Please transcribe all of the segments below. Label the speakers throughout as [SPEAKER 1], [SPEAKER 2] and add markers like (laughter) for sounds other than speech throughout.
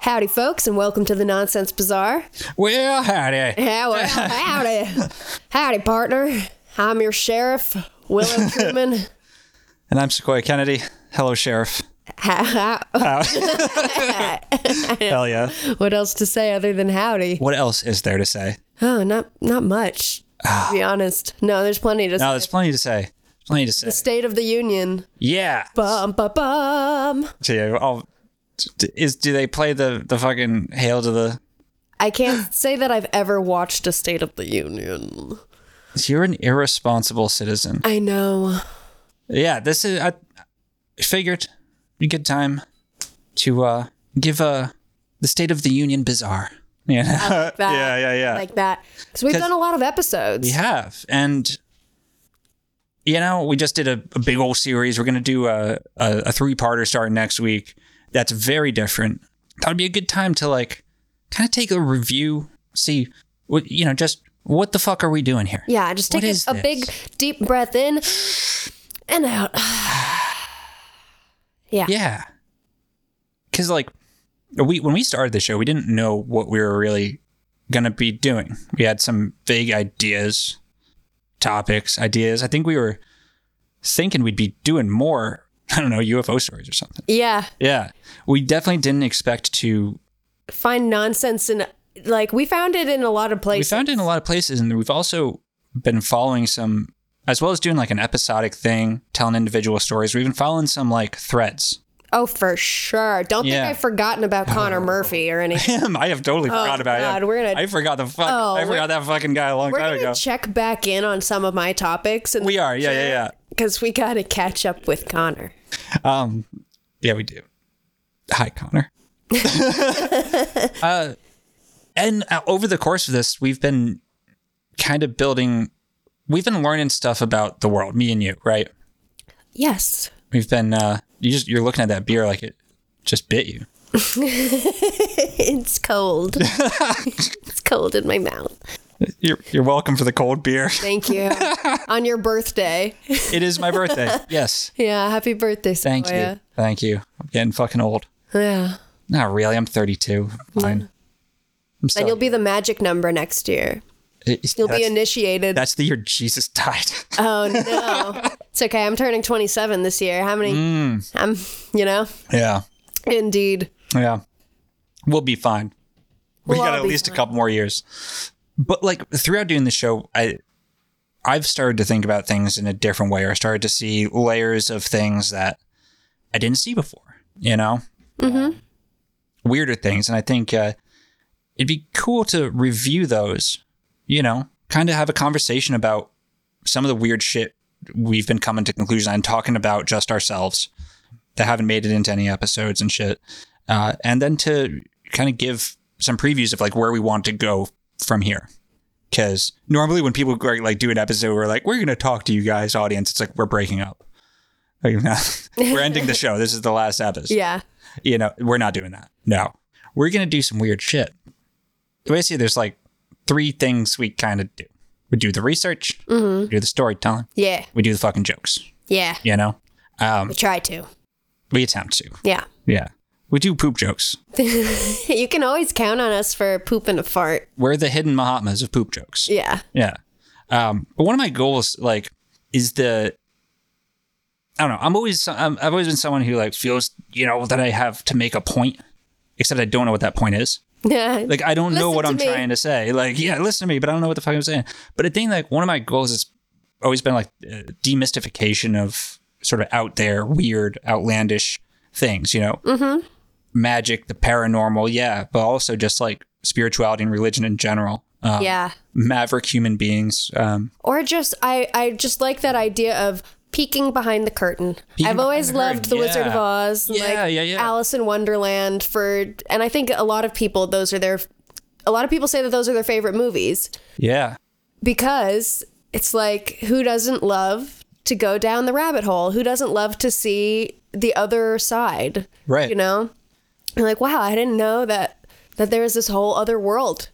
[SPEAKER 1] Howdy, folks, and welcome to the Nonsense Bazaar.
[SPEAKER 2] Well, howdy. (laughs)
[SPEAKER 1] How, howdy. Howdy, partner. I'm your sheriff,
[SPEAKER 2] (laughs)
[SPEAKER 1] Willem Truman.
[SPEAKER 2] And I'm Sequoia Kennedy. Hello, Sheriff.
[SPEAKER 1] How- how- (laughs)
[SPEAKER 2] Hell yeah.
[SPEAKER 1] what else to say other than howdy?
[SPEAKER 2] What else is there to say?
[SPEAKER 1] Oh, not not much, to be honest. No, there's plenty to
[SPEAKER 2] Ah. No,
[SPEAKER 1] say.
[SPEAKER 2] there's plenty to say. Plenty to say.
[SPEAKER 1] State of the Union.
[SPEAKER 2] Yeah.
[SPEAKER 1] Bum, bum, bum.
[SPEAKER 2] To you, I'll- d- is do they play the the fucking hail to the?
[SPEAKER 1] I
[SPEAKER 2] (laughs)
[SPEAKER 1] can't say that I've ever watched a State of the Union.
[SPEAKER 2] You're an irresponsible citizen.
[SPEAKER 1] I know.
[SPEAKER 2] Yeah, this is. I figured a good time to uh give uh the State of the Union bizarre. (laughs) Yeah.
[SPEAKER 1] That,
[SPEAKER 2] yeah, yeah, yeah.
[SPEAKER 1] Like that. Because we've
[SPEAKER 2] 'Cause-
[SPEAKER 1] done a lot of episodes.
[SPEAKER 2] We have, and you know, we just did a, a big old series. We're gonna do a, a, a three parter starting next week. That's very different. That would be a good time to like kind of take a review, see what you know, just what the fuck are we doing here?
[SPEAKER 1] Yeah, just
[SPEAKER 2] What
[SPEAKER 1] take a,
[SPEAKER 2] is
[SPEAKER 1] a
[SPEAKER 2] this?
[SPEAKER 1] big deep breath in and out. (sighs) (laughs) yeah.
[SPEAKER 2] Yeah. Cause like we when we started the show, we didn't know what we were really gonna be doing. We had some vague ideas, topics, ideas. I think we were thinking we'd be doing more, (laughs) I don't know, UFO stories or something.
[SPEAKER 1] Yeah.
[SPEAKER 2] Yeah. We definitely didn't expect to
[SPEAKER 1] Find nonsense in like we found it in a lot of places.
[SPEAKER 2] we found it in a lot of places and we've also been following some as well as doing like an episodic thing, telling individual stories, we've been following some like threads.
[SPEAKER 1] oh, for sure. Don't
[SPEAKER 2] Yeah.
[SPEAKER 1] think I've forgotten about Connor Murphy or anything.
[SPEAKER 2] (laughs) him. I have totally forgot about
[SPEAKER 1] Oh, God,
[SPEAKER 2] him.
[SPEAKER 1] we're gonna-
[SPEAKER 2] I forgot the fuck.
[SPEAKER 1] Oh,
[SPEAKER 2] I
[SPEAKER 1] we're-
[SPEAKER 2] forgot that fucking guy a long
[SPEAKER 1] We're
[SPEAKER 2] time
[SPEAKER 1] gonna
[SPEAKER 2] ago.
[SPEAKER 1] check back in on some of my topics. And
[SPEAKER 2] we are. Yeah, yeah, yeah.
[SPEAKER 1] Because we gotta catch up with Connor.
[SPEAKER 2] Um, yeah, we do.
[SPEAKER 1] (laughs)
[SPEAKER 2] Hi, Connor. uh, and uh, over the course of this, we've been kind of building. We've been learning stuff about the world, me and you, right?
[SPEAKER 1] Yes.
[SPEAKER 2] We've been. Uh, you just you're looking at that beer like it just bit you.
[SPEAKER 1] It's
[SPEAKER 2] (laughs)
[SPEAKER 1] cold. it's cold in my mouth.
[SPEAKER 2] You're you're welcome for the cold beer.
[SPEAKER 1] Thank
[SPEAKER 2] (laughs)
[SPEAKER 1] you. on your birthday.
[SPEAKER 2] it is my birthday.
[SPEAKER 1] (laughs)
[SPEAKER 2] Yes,
[SPEAKER 1] Yeah, happy birthday,
[SPEAKER 2] thank you,
[SPEAKER 1] Sequoia.
[SPEAKER 2] thank you. I'm getting fucking old.
[SPEAKER 1] Yeah.
[SPEAKER 2] Not really. I'm 32. Fine. I'm still,
[SPEAKER 1] Then you'll be the magic number next year. You'll
[SPEAKER 2] that's,
[SPEAKER 1] be initiated.
[SPEAKER 2] That's the year Jesus died.
[SPEAKER 1] oh no, it's okay. I'm turning 27 this year. How many?
[SPEAKER 2] Mm.
[SPEAKER 1] I'm, you know,
[SPEAKER 2] (laughs) yeah.
[SPEAKER 1] indeed.
[SPEAKER 2] Yeah. We'll be fine. we
[SPEAKER 1] We'll
[SPEAKER 2] got
[SPEAKER 1] all
[SPEAKER 2] at
[SPEAKER 1] be
[SPEAKER 2] least
[SPEAKER 1] fine.
[SPEAKER 2] a couple more years. But like throughout doing the show, I I've started to think about things in a different way or started to see layers of things that I didn't see before, you know? Mm-hmm. Weirder things. And I think uh, it'd be cool to review those, you know, kind of have a conversation about some of the weird shit we've been coming to conclusion on talking about just ourselves that haven't made it into any episodes and shit. Uh, and then to kind of give some previews of like where we want to go from here. Because normally when people like like, do an episode, we're like, we're going to talk to you guys, audience. It's like we're breaking up. Like, (laughs) no. we're ending the show. This is the last episode.
[SPEAKER 1] Yeah,
[SPEAKER 2] You know, we're not doing that. No, we're going to do some weird shit. Basically, there's like three things we kind of do. We do the research, we do the storytelling,
[SPEAKER 1] yeah,
[SPEAKER 2] we do the fucking jokes.
[SPEAKER 1] yeah.
[SPEAKER 2] You know, Um,
[SPEAKER 1] We try to.
[SPEAKER 2] we attempt to.
[SPEAKER 1] Yeah, (laughs)
[SPEAKER 2] Yeah. We do poop jokes.
[SPEAKER 1] you can always count on us for poop and a fart.
[SPEAKER 2] We're the hidden Mahatmas of poop jokes.
[SPEAKER 1] Yeah, (laughs)
[SPEAKER 2] Yeah. Um, but one of my goals, like, is the. I don't know. I'm always I'm, I've always been someone who like feels you know that I have to make a point, except I don't know what that point is.
[SPEAKER 1] yeah.
[SPEAKER 2] Like I don't know
[SPEAKER 1] Listen
[SPEAKER 2] what
[SPEAKER 1] to
[SPEAKER 2] I'm
[SPEAKER 1] me.
[SPEAKER 2] trying to say. Like yeah, listen to me, but I don't know what the fuck I'm saying. But I think like one of my goals has always been like uh, demystification of sort of out there, weird, outlandish things. You know, mm-hmm. magic, the paranormal, yeah, but also just like spirituality and religion in general. Um,
[SPEAKER 1] yeah.
[SPEAKER 2] maverick human beings. Um,
[SPEAKER 1] Or just I, I just like that idea of peeking behind the curtain.
[SPEAKER 2] Peeking
[SPEAKER 1] I've always
[SPEAKER 2] behind the
[SPEAKER 1] loved The
[SPEAKER 2] curtain,
[SPEAKER 1] Wizard of
[SPEAKER 2] yeah.
[SPEAKER 1] Oz, and,
[SPEAKER 2] Yeah,
[SPEAKER 1] like
[SPEAKER 2] yeah, yeah.
[SPEAKER 1] Alice in Wonderland for, and I think a lot of people those are their a lot of people say that those are their favorite movies
[SPEAKER 2] Yeah.
[SPEAKER 1] because it's like who doesn't love to go down the rabbit hole? Who doesn't love to see the other side?
[SPEAKER 2] Right.
[SPEAKER 1] You know? You're like, wow, I didn't know that that there is this whole other world.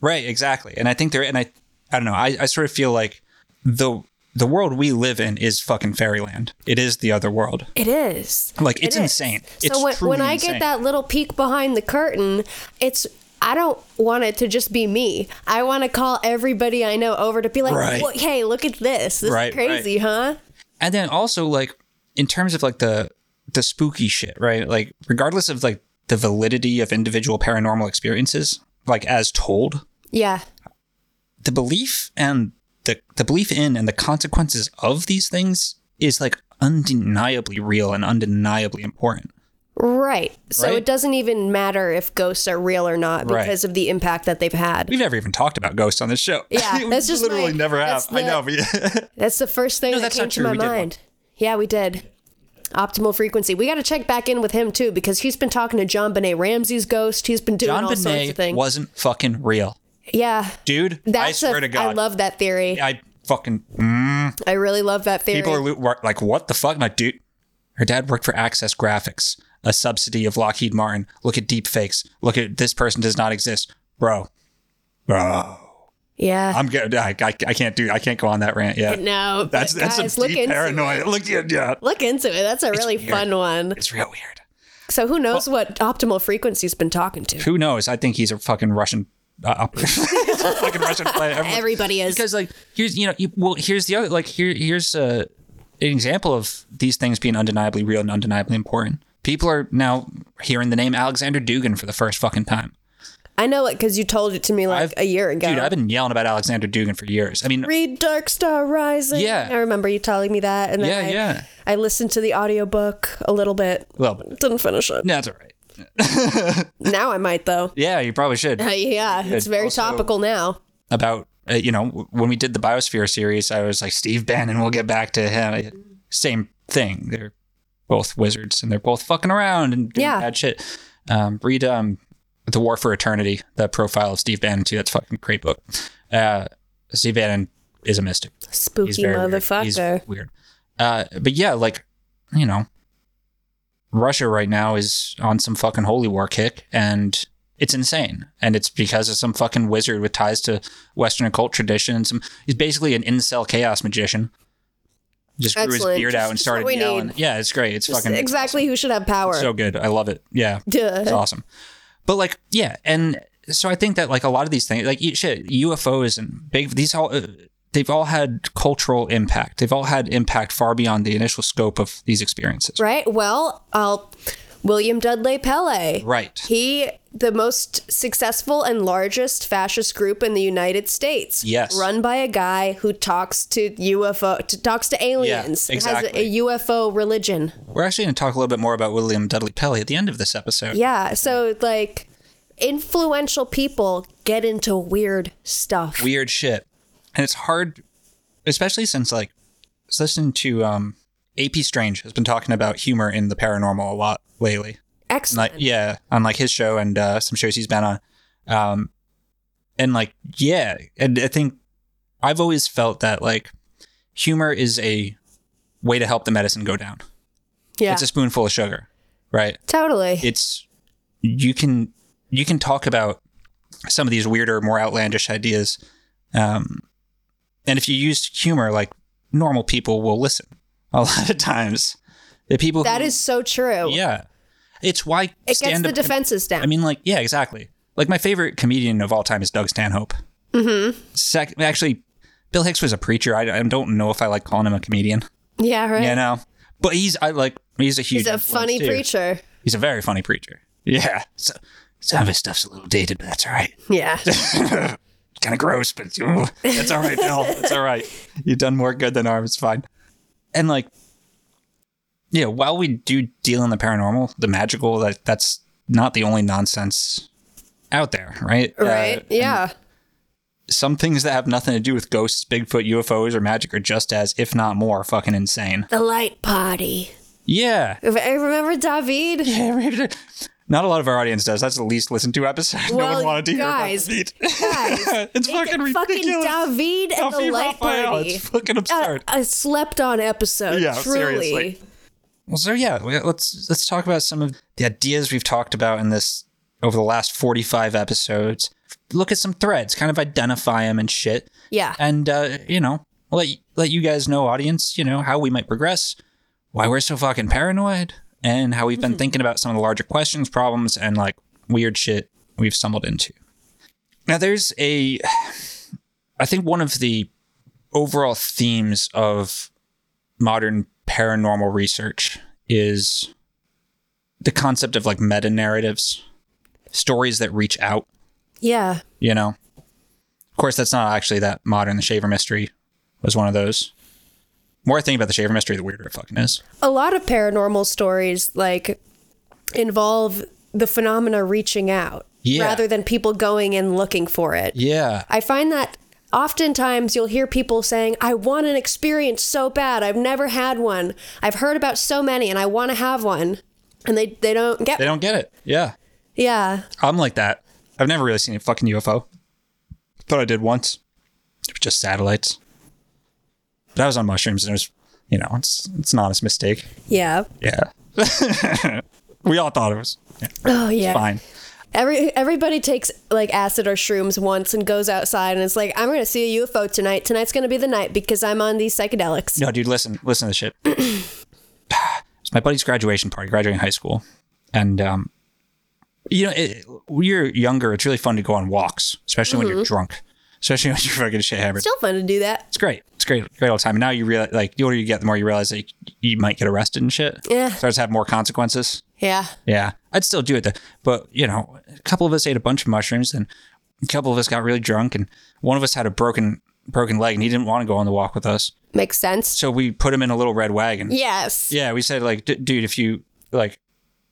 [SPEAKER 2] Right, exactly. And I think there and I I don't know, I, I sort of feel like the the world we live in is fucking fairyland. It is the other world.
[SPEAKER 1] It is.
[SPEAKER 2] Like it's
[SPEAKER 1] It is.
[SPEAKER 2] insane.
[SPEAKER 1] So
[SPEAKER 2] it's
[SPEAKER 1] when,
[SPEAKER 2] truly
[SPEAKER 1] when I
[SPEAKER 2] insane.
[SPEAKER 1] get that little peek behind the curtain, it's I don't want it to just be me. I want to call everybody I know over to be like,
[SPEAKER 2] Right.
[SPEAKER 1] "Wha- "Hey, look at this. This
[SPEAKER 2] Right,
[SPEAKER 1] is crazy, huh?"
[SPEAKER 2] and then also like in terms of like the the spooky shit right like regardless of like the validity of individual paranormal experiences like as told
[SPEAKER 1] Yeah.
[SPEAKER 2] the belief and the the belief in and the consequences of these things is like undeniably real and undeniably important
[SPEAKER 1] Right. So
[SPEAKER 2] Right?
[SPEAKER 1] it doesn't even matter if ghosts are real or not
[SPEAKER 2] Right.
[SPEAKER 1] because of the impact that they've had.
[SPEAKER 2] we've never even talked about ghosts on this show
[SPEAKER 1] Yeah,
[SPEAKER 2] (laughs) We
[SPEAKER 1] that's just
[SPEAKER 2] literally
[SPEAKER 1] my-
[SPEAKER 2] never have
[SPEAKER 1] that's
[SPEAKER 2] i
[SPEAKER 1] the-
[SPEAKER 2] know (laughs) but
[SPEAKER 1] That's the first thing
[SPEAKER 2] No,
[SPEAKER 1] that
[SPEAKER 2] that's
[SPEAKER 1] came
[SPEAKER 2] not
[SPEAKER 1] to
[SPEAKER 2] true.
[SPEAKER 1] my
[SPEAKER 2] We did one.
[SPEAKER 1] mind. Yeah, we did. Optimal frequency. We got to check back in with him too because he's been talking to John Benet Ramsey's ghost. He's been doing
[SPEAKER 2] john
[SPEAKER 1] all sorts of
[SPEAKER 2] bonet
[SPEAKER 1] things.
[SPEAKER 2] wasn't fucking real
[SPEAKER 1] yeah.
[SPEAKER 2] dude i
[SPEAKER 1] That's a-
[SPEAKER 2] swear to god
[SPEAKER 1] I love that theory.
[SPEAKER 2] I fucking
[SPEAKER 1] I really love that theory.
[SPEAKER 2] People are lo- were like, what the fuck? I'm like, dude, her dad worked for Access Graphics, a subsidy of Lockheed Martin. Look at deep fakes. Look at this person does not exist. Bro. Bro.
[SPEAKER 1] yeah.
[SPEAKER 2] I'm good. I, I, I can't do I can't go on that rant yet.
[SPEAKER 1] no,
[SPEAKER 2] That's
[SPEAKER 1] but
[SPEAKER 2] that's
[SPEAKER 1] guys,
[SPEAKER 2] a
[SPEAKER 1] look
[SPEAKER 2] deep
[SPEAKER 1] into
[SPEAKER 2] paranoia.
[SPEAKER 1] It.
[SPEAKER 2] Look at yeah.
[SPEAKER 1] Look into it. That's a really
[SPEAKER 2] weird.
[SPEAKER 1] fun one.
[SPEAKER 2] It's real weird.
[SPEAKER 1] So who knows what optimal frequency's been talking to?
[SPEAKER 2] Who knows? I think he's a fucking Russian uh, (laughs) up- he's a fucking Russian player. Everyone-
[SPEAKER 1] Everybody is.
[SPEAKER 2] because like here's you know you- well here's the other like here here's uh an example of these things being undeniably real and undeniably important. People are now hearing the name Alexander Dugan for the first fucking time.
[SPEAKER 1] I know it because you told it to me like
[SPEAKER 2] I've-
[SPEAKER 1] a year ago.
[SPEAKER 2] Dude, I've been yelling about Alexander Dugan for years. I mean,
[SPEAKER 1] Read Dark Star Rising.
[SPEAKER 2] Yeah.
[SPEAKER 1] I remember you telling me that. And then
[SPEAKER 2] Yeah,
[SPEAKER 1] I,
[SPEAKER 2] yeah.
[SPEAKER 1] I listened to the audiobook a little bit.
[SPEAKER 2] well, but-
[SPEAKER 1] Didn't finish it.
[SPEAKER 2] no, that's all right.
[SPEAKER 1] Now I might, though.
[SPEAKER 2] (laughs)
[SPEAKER 1] Uh,
[SPEAKER 2] Yeah, you probably should.
[SPEAKER 1] yeah, it's very
[SPEAKER 2] also-
[SPEAKER 1] topical now.
[SPEAKER 2] About uh, you know w- when we did the biosphere series, I was like Steve Bannon. We'll get back to him. Same thing. They're both wizards and they're both fucking around and doing
[SPEAKER 1] Yeah.
[SPEAKER 2] bad shit. Um, read um, The War for Eternity, the profile of Steve Bannon too. That's a fucking great book. Uh, Steve Bannon is a mystic. He's
[SPEAKER 1] Spooky
[SPEAKER 2] very weird.
[SPEAKER 1] motherfucker.
[SPEAKER 2] He's weird. Uh, but yeah, like you know, Russia right now is on some fucking holy war kick, and it's insane. And it's because of some fucking wizard with ties to Western occult tradition. and Some he's basically an incel chaos magician. Just grew his
[SPEAKER 1] Excellent.
[SPEAKER 2] beard out and
[SPEAKER 1] Just what
[SPEAKER 2] started
[SPEAKER 1] we
[SPEAKER 2] yelling.
[SPEAKER 1] need.
[SPEAKER 2] Yeah, it's great. It's
[SPEAKER 1] Just
[SPEAKER 2] fucking
[SPEAKER 1] exactly who should have power. (laughs)
[SPEAKER 2] so good. I love it. Yeah,
[SPEAKER 1] Duh.
[SPEAKER 2] it's awesome. But like, yeah, and so I think that like a lot of these things, like you- shit, UFOs and big these all. Uh, They've all had cultural impact. They've all had impact far beyond the initial scope of these experiences.
[SPEAKER 1] Right? Well, I'll. William Dudley Pele.
[SPEAKER 2] Right.
[SPEAKER 1] He, the most successful and largest fascist group in the United States.
[SPEAKER 2] Yes.
[SPEAKER 1] Run by a guy who talks to UFO, to, talks to aliens. Has a-
[SPEAKER 2] exactly.
[SPEAKER 1] a UFO religion.
[SPEAKER 2] We're actually going to talk a little bit more about William Dudley Pelley at the end of this episode.
[SPEAKER 1] Yeah. So, like, influential people get into weird stuff.
[SPEAKER 2] Weird shit, and it's hard, especially since like, I was listening to um, AP Strange has been talking about humor in the paranormal a lot lately.
[SPEAKER 1] Excellent.
[SPEAKER 2] like yeah on like his show and uh, some shows he's been on um and like yeah and i think i've always felt that like humor is a way to help the medicine go down
[SPEAKER 1] yeah.
[SPEAKER 2] it's a spoonful of sugar right
[SPEAKER 1] totally.
[SPEAKER 2] it's you can you can talk about some of these weirder more outlandish ideas um and if you use humor like normal people will listen a lot of times the people
[SPEAKER 1] that
[SPEAKER 2] who-
[SPEAKER 1] is so true.
[SPEAKER 2] yeah it's why
[SPEAKER 1] It gets the
[SPEAKER 2] stand-up com-
[SPEAKER 1] defenses down.
[SPEAKER 2] I mean, like, yeah, exactly. Like my favorite comedian of all time is Doug Stanhope. Mm-hmm. Sec- actually, Bill Hicks was a preacher. I, I don't know if I like calling him a comedian.
[SPEAKER 1] yeah, right.
[SPEAKER 2] You know, but he's I like he's a huge.
[SPEAKER 1] He's a
[SPEAKER 2] influence,
[SPEAKER 1] funny
[SPEAKER 2] too.
[SPEAKER 1] preacher.
[SPEAKER 2] He's a very funny preacher. Yeah. So some of his stuff's a little dated, but that's all right. (laughs)
[SPEAKER 1] Yeah.
[SPEAKER 2] Kind of gross, but ooh, that's all right, Bill. It's all right. (laughs) You've done more good than harm. It's fine. And like, yeah, while we do deal in the paranormal, the magical, that that's not the only nonsense out there, right? Uh,
[SPEAKER 1] right. yeah.
[SPEAKER 2] some things that have nothing to do with ghosts, Bigfoot, UFOs, or magic are just as, if not more, fucking insane.
[SPEAKER 1] The light party.
[SPEAKER 2] Yeah.
[SPEAKER 1] (laughs) I remember David.
[SPEAKER 2] Yeah, Not a lot of our audience does. That's the least listened to episode. (laughs) no
[SPEAKER 1] Well,
[SPEAKER 2] one wanted to hear
[SPEAKER 1] (laughs)
[SPEAKER 2] about
[SPEAKER 1] guys,
[SPEAKER 2] David.
[SPEAKER 1] guys,
[SPEAKER 2] it's fucking ridiculous.
[SPEAKER 1] David and
[SPEAKER 2] Alfie
[SPEAKER 1] the life
[SPEAKER 2] Raphael,
[SPEAKER 1] party.
[SPEAKER 2] It's fucking
[SPEAKER 1] A,
[SPEAKER 2] absurd.
[SPEAKER 1] a slept on episode.
[SPEAKER 2] Yeah,
[SPEAKER 1] uh, truly.
[SPEAKER 2] seriously. Well, so yeah, we- let's let's talk about some of the ideas we've talked about in this over the last 45 episodes. Look at some threads, kind of identify them and shit,
[SPEAKER 1] Yeah.
[SPEAKER 2] and uh, you know, let let you guys know, audience, you know how we might progress, why we're so fucking paranoid, and how we've been thinking about some of the larger questions, problems, and like weird shit we've stumbled into. Now, there's a, I think one of the overall themes of modern paranormal research is the concept of like meta narratives, stories that reach out,
[SPEAKER 1] Yeah.
[SPEAKER 2] you know. Of course, that's not actually that modern. The Shaver Mystery was one of those. More I think about the Shaver Mystery, the weirder it fucking is.
[SPEAKER 1] A lot of paranormal stories like involve the phenomena reaching out
[SPEAKER 2] Yeah.
[SPEAKER 1] rather than people going and looking for it.
[SPEAKER 2] Yeah.
[SPEAKER 1] I find that oftentimes you'll hear people saying, I want an experience so bad. I've never had one. I've heard about so many and I want to have one. And they, they don't get
[SPEAKER 2] They don't get it. Yeah.
[SPEAKER 1] Yeah.
[SPEAKER 2] I'm like that. I've never really seen a fucking UFO. Thought I did once. It was just satellites. But I was on mushrooms and it was, you know, it's it's an honest mistake.
[SPEAKER 1] Yeah.
[SPEAKER 2] Yeah. (laughs) we all thought it was
[SPEAKER 1] Oh yeah.
[SPEAKER 2] fine.
[SPEAKER 1] Every everybody takes like acid or shrooms once and goes outside and it's like, I'm gonna see a UFO tonight. Tonight's gonna be the night because I'm on these psychedelics.
[SPEAKER 2] No, dude, listen, listen to this shit. (clears throat) it's my buddy's graduation party, graduating high school, and um, you know, it, when you're younger, it's really fun to go on walks, especially when you're drunk, especially (laughs) when you're fucking shit hammered.
[SPEAKER 1] Mm-hmm. Still fun to do that.
[SPEAKER 2] it's great. It's great, great all the time. And now you realize, like, the older you get, the more you realize that you might get arrested and shit.
[SPEAKER 1] Yeah.
[SPEAKER 2] starts to have more consequences.
[SPEAKER 1] Yeah.
[SPEAKER 2] Yeah, I'd still do it though. But you know, a couple of us ate a bunch of mushrooms, and a couple of us got really drunk, and one of us had a broken broken leg, and he didn't want to go on the walk with us,
[SPEAKER 1] Makes sense.
[SPEAKER 2] so we put him in a little red wagon.
[SPEAKER 1] Yes.
[SPEAKER 2] Yeah, we said like, D- dude, if you like,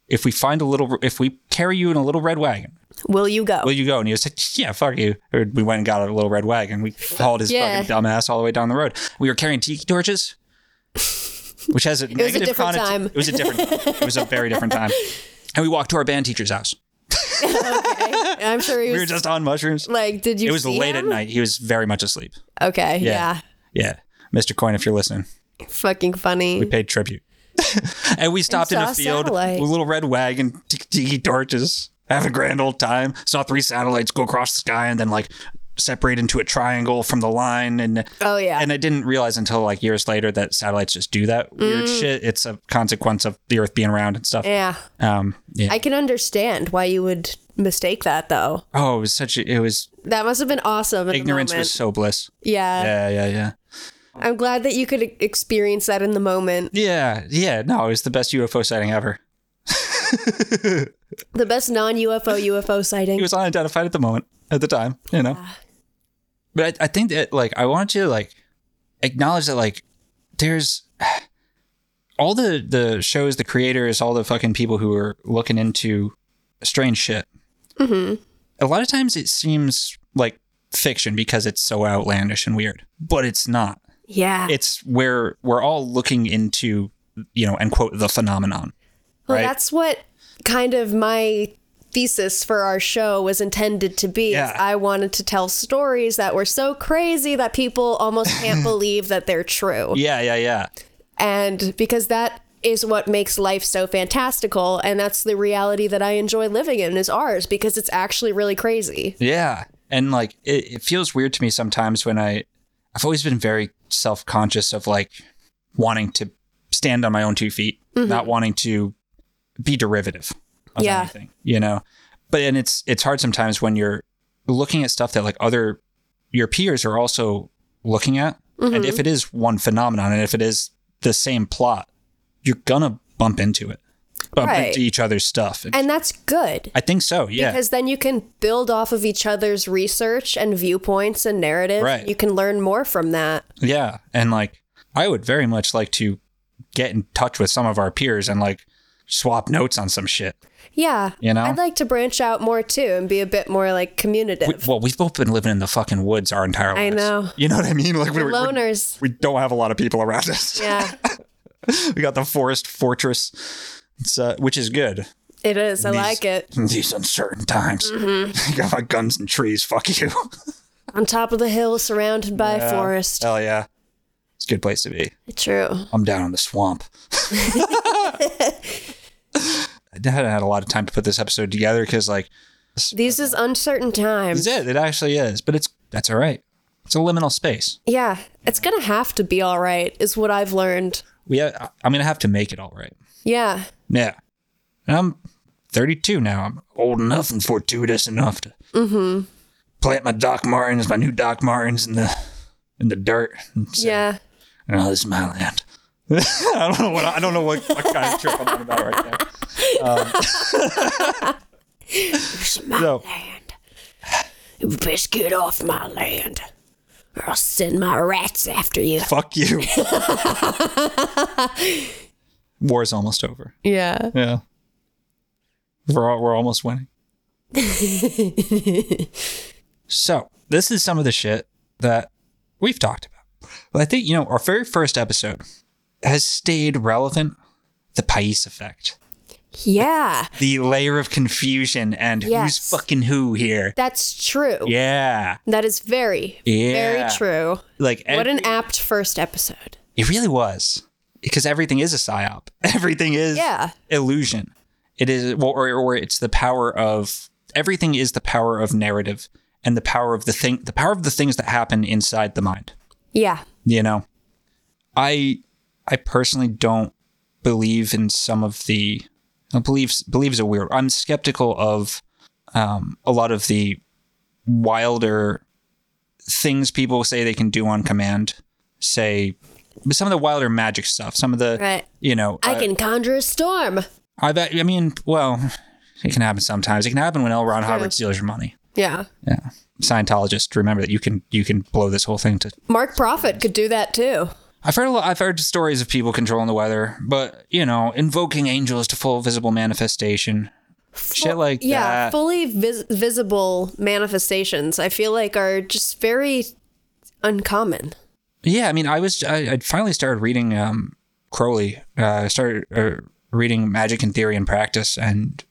[SPEAKER 2] if we find a little, if we carry you in a little red wagon,
[SPEAKER 1] Will you go?
[SPEAKER 2] will you go? And he was like, yeah, fuck you. Or we went and got a little red wagon. We hauled his
[SPEAKER 1] Yeah.
[SPEAKER 2] fucking dumbass all the way down the road. We were carrying tiki
[SPEAKER 1] (laughs)
[SPEAKER 2] torches, which has a
[SPEAKER 1] a
[SPEAKER 2] negative
[SPEAKER 1] different
[SPEAKER 2] connota-
[SPEAKER 1] time.
[SPEAKER 2] It was a different. it was a very
[SPEAKER 1] (laughs)
[SPEAKER 2] different time. And we walked to our band teacher's house.
[SPEAKER 1] I'm sure he was
[SPEAKER 2] We were just on mushrooms.
[SPEAKER 1] like, did you
[SPEAKER 2] It was
[SPEAKER 1] see
[SPEAKER 2] late at
[SPEAKER 1] him?
[SPEAKER 2] night. He was very much asleep.
[SPEAKER 1] Okay, yeah.
[SPEAKER 2] Yeah. Yeah, Mr. Coin, if you're listening,
[SPEAKER 1] Fucking funny.
[SPEAKER 2] we
[SPEAKER 1] (laughs)
[SPEAKER 2] paid tribute. and we stopped in
[SPEAKER 1] saw
[SPEAKER 2] a
[SPEAKER 1] a
[SPEAKER 2] field
[SPEAKER 1] satellite.
[SPEAKER 2] with a little red wagon, tiki tiki torches, have a grand old time. Saw three satellites go across the sky and then like separate into a triangle from the line. And
[SPEAKER 1] Oh yeah.
[SPEAKER 2] and I didn't realize until like years later that satellites just do that weird shit. It's a consequence of the Earth being round and stuff.
[SPEAKER 1] Mm. yeah.
[SPEAKER 2] Um, yeah.
[SPEAKER 1] I can understand why you would mistake that though.
[SPEAKER 2] oh, it was such a, it was
[SPEAKER 1] That must have been awesome. At
[SPEAKER 2] ignorance
[SPEAKER 1] the moment.
[SPEAKER 2] was so bliss.
[SPEAKER 1] yeah.
[SPEAKER 2] Yeah, yeah, yeah.
[SPEAKER 1] I'm glad that you could e- experience that in the moment.
[SPEAKER 2] Yeah, yeah. No, it was the best UFO sighting ever.
[SPEAKER 1] The best non-UFO UFO sighting.
[SPEAKER 2] He was unidentified at the moment, at the time, you know. But I, I think that, like, I wanted to like acknowledge that, like, there's (sighs) all the the shows, the creators, all the fucking people who are looking into strange shit. Mm-hmm. A lot of times it seems like fiction because it's so outlandish and weird, but it's not.
[SPEAKER 1] yeah.
[SPEAKER 2] It's where we're all looking into, you know, and quote the phenomenon.
[SPEAKER 1] well,
[SPEAKER 2] right.
[SPEAKER 1] that's what kind of my thesis for our show was intended to be. is
[SPEAKER 2] Yeah.
[SPEAKER 1] I wanted to tell stories that were so crazy that people almost
[SPEAKER 2] (laughs)
[SPEAKER 1] can't believe that they're true.
[SPEAKER 2] Yeah, yeah, yeah.
[SPEAKER 1] And because that is what makes life so fantastical and that's the reality that I enjoy living in is ours because it's actually really crazy.
[SPEAKER 2] Yeah. And like it, it feels weird to me sometimes when I I've always been very self conscious of like wanting to stand on my own two feet, not wanting to be derivative of
[SPEAKER 1] Mm-hmm. Yeah.
[SPEAKER 2] anything. You know? But and it's it's hard sometimes when you're looking at stuff that like other your peers are also looking at. And
[SPEAKER 1] Mm-hmm.
[SPEAKER 2] if it is one phenomenon and if it is the same plot, you're gonna bump into it. Bump
[SPEAKER 1] Right.
[SPEAKER 2] into each other's stuff.
[SPEAKER 1] And that's good.
[SPEAKER 2] I think so, yeah.
[SPEAKER 1] Because then you can build off of each other's research and viewpoints and narrative.
[SPEAKER 2] Right.
[SPEAKER 1] You can learn more from that.
[SPEAKER 2] Yeah, and like I would very much like to get in touch with some of our peers and like swap notes on some shit.
[SPEAKER 1] Yeah.
[SPEAKER 2] You know?
[SPEAKER 1] I'd like to branch out more too and be a bit more like
[SPEAKER 2] We,
[SPEAKER 1] communicative.
[SPEAKER 2] well, we've both been living in the fucking woods our entire
[SPEAKER 1] I
[SPEAKER 2] lives.
[SPEAKER 1] know.
[SPEAKER 2] You know what I mean? Like we, we,
[SPEAKER 1] Loners.
[SPEAKER 2] we don't have a lot of people around us.
[SPEAKER 1] (laughs) yeah.
[SPEAKER 2] (laughs) we got the forest fortress, it's, uh, which is good.
[SPEAKER 1] It is. I
[SPEAKER 2] These-
[SPEAKER 1] like it. Mm-hmm.
[SPEAKER 2] in these uncertain times. (laughs) I got my guns and trees. Fuck you.
[SPEAKER 1] On top of the hill, surrounded by forest.
[SPEAKER 2] Hell yeah. It's a good place to be.
[SPEAKER 1] True.
[SPEAKER 2] I'm down in the (laughs) swamp. I hadn't had a lot of time to put this episode together because, like,
[SPEAKER 1] These is uncertain times.
[SPEAKER 2] it's it. It actually is, but it's that's all right. It's a liminal space.
[SPEAKER 1] Yeah, it's gonna have to be all right, is what I've learned.
[SPEAKER 2] We, I, I'm gonna have to make it all right.
[SPEAKER 1] Yeah,
[SPEAKER 2] Yeah, and I'm 32 now. I'm old enough and fortuitous enough to Mm-hmm. plant my Doc Martens, my new Doc Martens in the in the dirt. And say,
[SPEAKER 1] yeah.
[SPEAKER 2] No, this is my land. (laughs) I don't know what I don't know what, what kind of trip I'm on about right now. Um,
[SPEAKER 1] My
[SPEAKER 2] No.
[SPEAKER 1] land. You best get off my land, or I'll send my rats after you. (laughs)
[SPEAKER 2] Fuck you. War's almost over.
[SPEAKER 1] Yeah. (laughs)
[SPEAKER 2] Yeah, we're al- we're almost winning. so this is some of the shit that we've talked about. But I think you know our very first episode has stayed relevant. The Pais effect,
[SPEAKER 1] Yeah,
[SPEAKER 2] the layer of confusion, and
[SPEAKER 1] Yes.
[SPEAKER 2] who's fucking who here.
[SPEAKER 1] that's true.
[SPEAKER 2] Yeah,
[SPEAKER 1] That is very,
[SPEAKER 2] Yeah.
[SPEAKER 1] very true.
[SPEAKER 2] like
[SPEAKER 1] What an apt first episode.
[SPEAKER 2] It really was because everything is a psyop. (laughs) Everything is
[SPEAKER 1] Yeah.
[SPEAKER 2] illusion. It is well, or, or it's the power of everything is the power of narrative and the power of the thing, the power of the things that happen inside the mind.
[SPEAKER 1] Yeah,
[SPEAKER 2] You know, I I personally don't believe in some of the I believe believes a weird. I'm skeptical of um, a lot of the wilder things people say they can do on command. Say some of the wilder magic stuff. Some of the
[SPEAKER 1] Right.
[SPEAKER 2] you know
[SPEAKER 1] I can conjure a storm.
[SPEAKER 2] I bet. I mean, well, it can happen sometimes. It can happen when L. Ron Hubbard steals your money.
[SPEAKER 1] Yeah,
[SPEAKER 2] Yeah, Scientologists, remember that you can you can blow this whole thing to.
[SPEAKER 1] Mark Prophet could do that too.
[SPEAKER 2] I've heard a lot, I've heard stories of people controlling the weather, but you know, invoking angels to full visible manifestation, shit like
[SPEAKER 1] yeah,
[SPEAKER 2] that.
[SPEAKER 1] fully vis- visible manifestations. I feel like are just very uncommon.
[SPEAKER 2] Yeah, I mean, I was I, I finally started reading um, Crowley. Uh, I started uh, reading Magic and Theory and Practice, and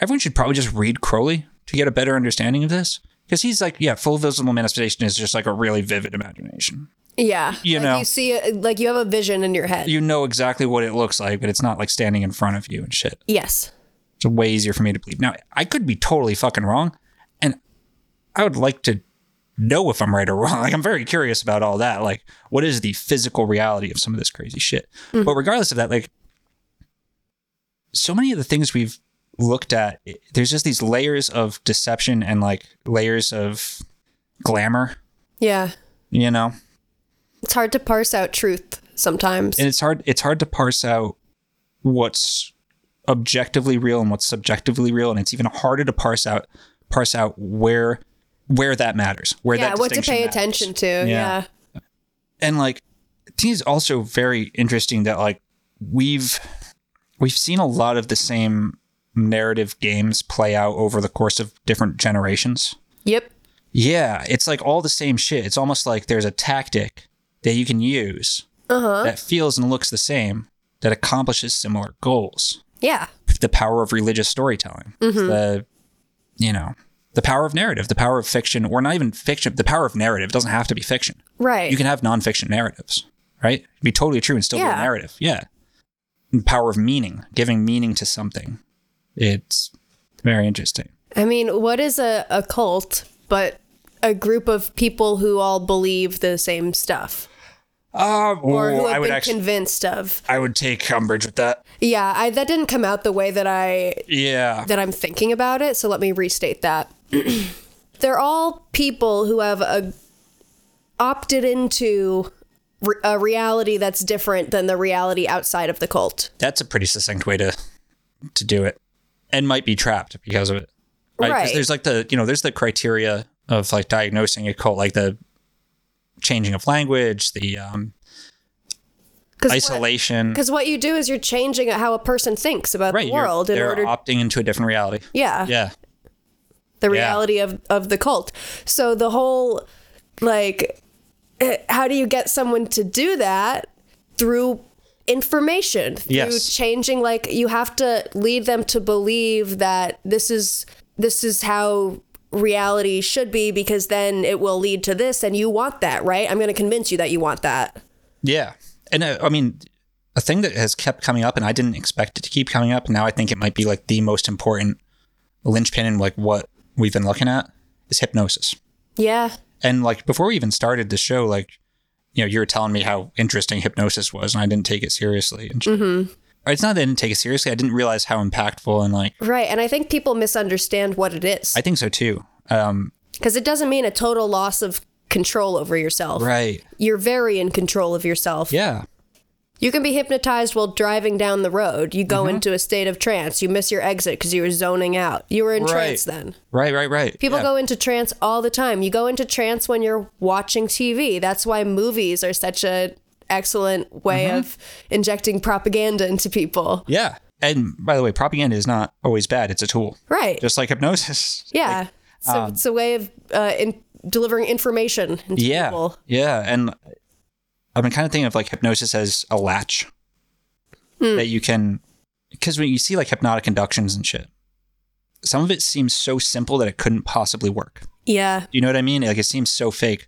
[SPEAKER 2] everyone should probably just read Crowley to get a better understanding of this, because he's like, yeah, full visible manifestation is just like a really vivid imagination.
[SPEAKER 1] Yeah,
[SPEAKER 2] You
[SPEAKER 1] Like,
[SPEAKER 2] know.
[SPEAKER 1] you see, it- like you have a vision in your head.
[SPEAKER 2] You know exactly what it looks like, but it's not like standing in front of you and shit.
[SPEAKER 1] yes,
[SPEAKER 2] It's way easier for me to believe. Now, I could be totally fucking wrong, and I would like to know if I'm right or wrong. (laughs) Like, I'm very curious about all that. Like, what is the physical reality of some of this crazy shit? But regardless of that, like, so many of the things we've looked at, i- there's just these layers of deception and like layers of glamour,
[SPEAKER 1] yeah.
[SPEAKER 2] you know?
[SPEAKER 1] It's hard to parse out truth sometimes.
[SPEAKER 2] And it's hard, it's hard to parse out what's objectively real and what's subjectively real and it's even harder to parse out parse out where where that matters where
[SPEAKER 1] yeah,
[SPEAKER 2] that
[SPEAKER 1] what to
[SPEAKER 2] distinction
[SPEAKER 1] pay
[SPEAKER 2] matters.
[SPEAKER 1] attention to. Yeah.
[SPEAKER 2] Yeah. and like i think it's also very interesting that like we've we've seen a lot of the same narrative games play out over the course of different generations
[SPEAKER 1] Yep.
[SPEAKER 2] yeah it's like all the same shit it's almost like there's a tactic that you can use
[SPEAKER 1] Uh-huh.
[SPEAKER 2] that feels and looks the same that accomplishes similar goals
[SPEAKER 1] Yeah.
[SPEAKER 2] the power of religious storytelling,
[SPEAKER 1] Mm-hmm.
[SPEAKER 2] the you know, the power of narrative, the power of fiction, or not even fiction, the power of narrative. It doesn't have to be fiction.
[SPEAKER 1] Right.
[SPEAKER 2] You can have nonfiction narratives, right? It'd be totally true and still be a
[SPEAKER 1] Yeah.
[SPEAKER 2] narrative. Yeah. And the power of meaning, giving meaning to something. It's very interesting.
[SPEAKER 1] I mean, what is a, a cult but a group of people who all believe the same stuff
[SPEAKER 2] Uh,
[SPEAKER 1] or who
[SPEAKER 2] ooh,
[SPEAKER 1] have
[SPEAKER 2] I would
[SPEAKER 1] been
[SPEAKER 2] actually,
[SPEAKER 1] convinced of?
[SPEAKER 2] I would take umbrage with that.
[SPEAKER 1] Yeah, I, that didn't come out the way that I
[SPEAKER 2] Yeah.
[SPEAKER 1] that I'm thinking about it, so let me restate that. (clears throat) They're all people who have a, opted into re- a reality that's different than the reality outside of the cult.
[SPEAKER 2] That's a pretty succinct way to to do it, and might be trapped because of it. Right. 'Cause
[SPEAKER 1] Right.
[SPEAKER 2] There's like the you know there's the criteria of like diagnosing a cult, like the changing of language, the um, isolation.
[SPEAKER 1] Because what you do is you're changing how a person thinks about
[SPEAKER 2] Right.
[SPEAKER 1] the
[SPEAKER 2] you're-
[SPEAKER 1] world in
[SPEAKER 2] they're
[SPEAKER 1] order
[SPEAKER 2] opting into a different reality.
[SPEAKER 1] yeah,
[SPEAKER 2] Yeah.
[SPEAKER 1] the
[SPEAKER 2] yeah.
[SPEAKER 1] reality of, of the cult. So the whole, like, eh, how do you get someone to do that? Through information through
[SPEAKER 2] Yes.
[SPEAKER 1] changing like you have to lead them to believe that this is this is how reality should be because then it will lead to this and you want that right i'm going to convince you that you want that
[SPEAKER 2] Yeah. And uh, I mean, a thing that has kept coming up, and I didn't expect it to keep coming up. Now I think it might be like the most important linchpin in like what we've been looking at is hypnosis.
[SPEAKER 1] yeah
[SPEAKER 2] And like before we even started the show, like, you know, you were telling me how interesting hypnosis was, and I didn't take it seriously. And shit.
[SPEAKER 1] Mm-hmm.
[SPEAKER 2] Or It's not that I didn't take it seriously. I didn't realize how impactful and like
[SPEAKER 1] right and i think people misunderstand what it is
[SPEAKER 2] I think so too. Um,
[SPEAKER 1] because it doesn't mean a total loss of control over yourself
[SPEAKER 2] right.
[SPEAKER 1] you're very in control of yourself
[SPEAKER 2] Yeah.
[SPEAKER 1] You can be hypnotized while driving down the road. You
[SPEAKER 2] Mm-hmm.
[SPEAKER 1] go into a state of trance. You miss your exit because you were zoning out. You were in
[SPEAKER 2] Right.
[SPEAKER 1] trance then.
[SPEAKER 2] Right. Right. Right.
[SPEAKER 1] People
[SPEAKER 2] Yeah.
[SPEAKER 1] go into trance all the time. You go into trance when you're watching TV. That's why movies are such a excellent way
[SPEAKER 2] Mm-hmm.
[SPEAKER 1] of injecting propaganda into people.
[SPEAKER 2] Yeah. And by the way, propaganda is not always bad. It's a tool,
[SPEAKER 1] Right.
[SPEAKER 2] just um, like hypnosis.
[SPEAKER 1] yeah. so it's a way of uh, in delivering information into
[SPEAKER 2] yeah
[SPEAKER 1] people.
[SPEAKER 2] yeah and i've been kind of thinking of like hypnosis as a latch that you can because when you see like hypnotic inductions and shit some of it seems so simple that it couldn't possibly work
[SPEAKER 1] Yeah.
[SPEAKER 2] you know what i mean like it seems so fake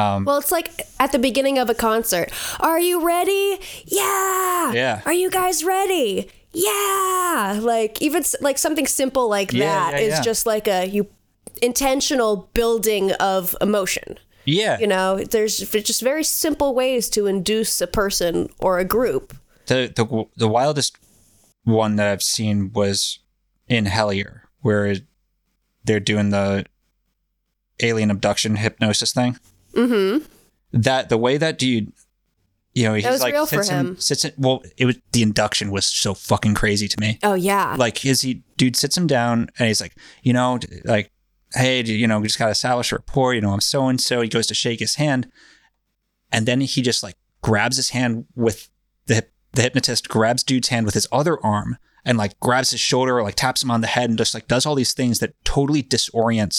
[SPEAKER 2] Um,
[SPEAKER 1] Well, it's like at the beginning of a concert. Are you ready? Yeah.
[SPEAKER 2] Yeah.
[SPEAKER 1] Are you guys ready? Yeah. Like even s- like something simple like that is
[SPEAKER 2] Yeah, yeah, yeah.
[SPEAKER 1] just like a you intentional building of emotion.
[SPEAKER 2] yeah
[SPEAKER 1] You know, there's f- just very simple ways to induce a person or a group.
[SPEAKER 2] the, the the wildest one that i've seen was in hellier where they're doing the alien abduction hypnosis thing
[SPEAKER 1] Mm-hmm.
[SPEAKER 2] that the way that dude you know he's
[SPEAKER 1] was
[SPEAKER 2] like
[SPEAKER 1] real for
[SPEAKER 2] sits in-
[SPEAKER 1] him.
[SPEAKER 2] sits in, well it was the induction was so fucking crazy to me
[SPEAKER 1] Oh yeah.
[SPEAKER 2] like is he dude sits him down and he's like you know d- like hey d- you know we just got to establish a rapport you know i'm so and so he goes to shake his hand and then he just like grabs his hand with the hyp- the hypnotist grabs dude's hand with his other arm and like grabs his shoulder or like taps him on the head and just like does all these things that totally disorients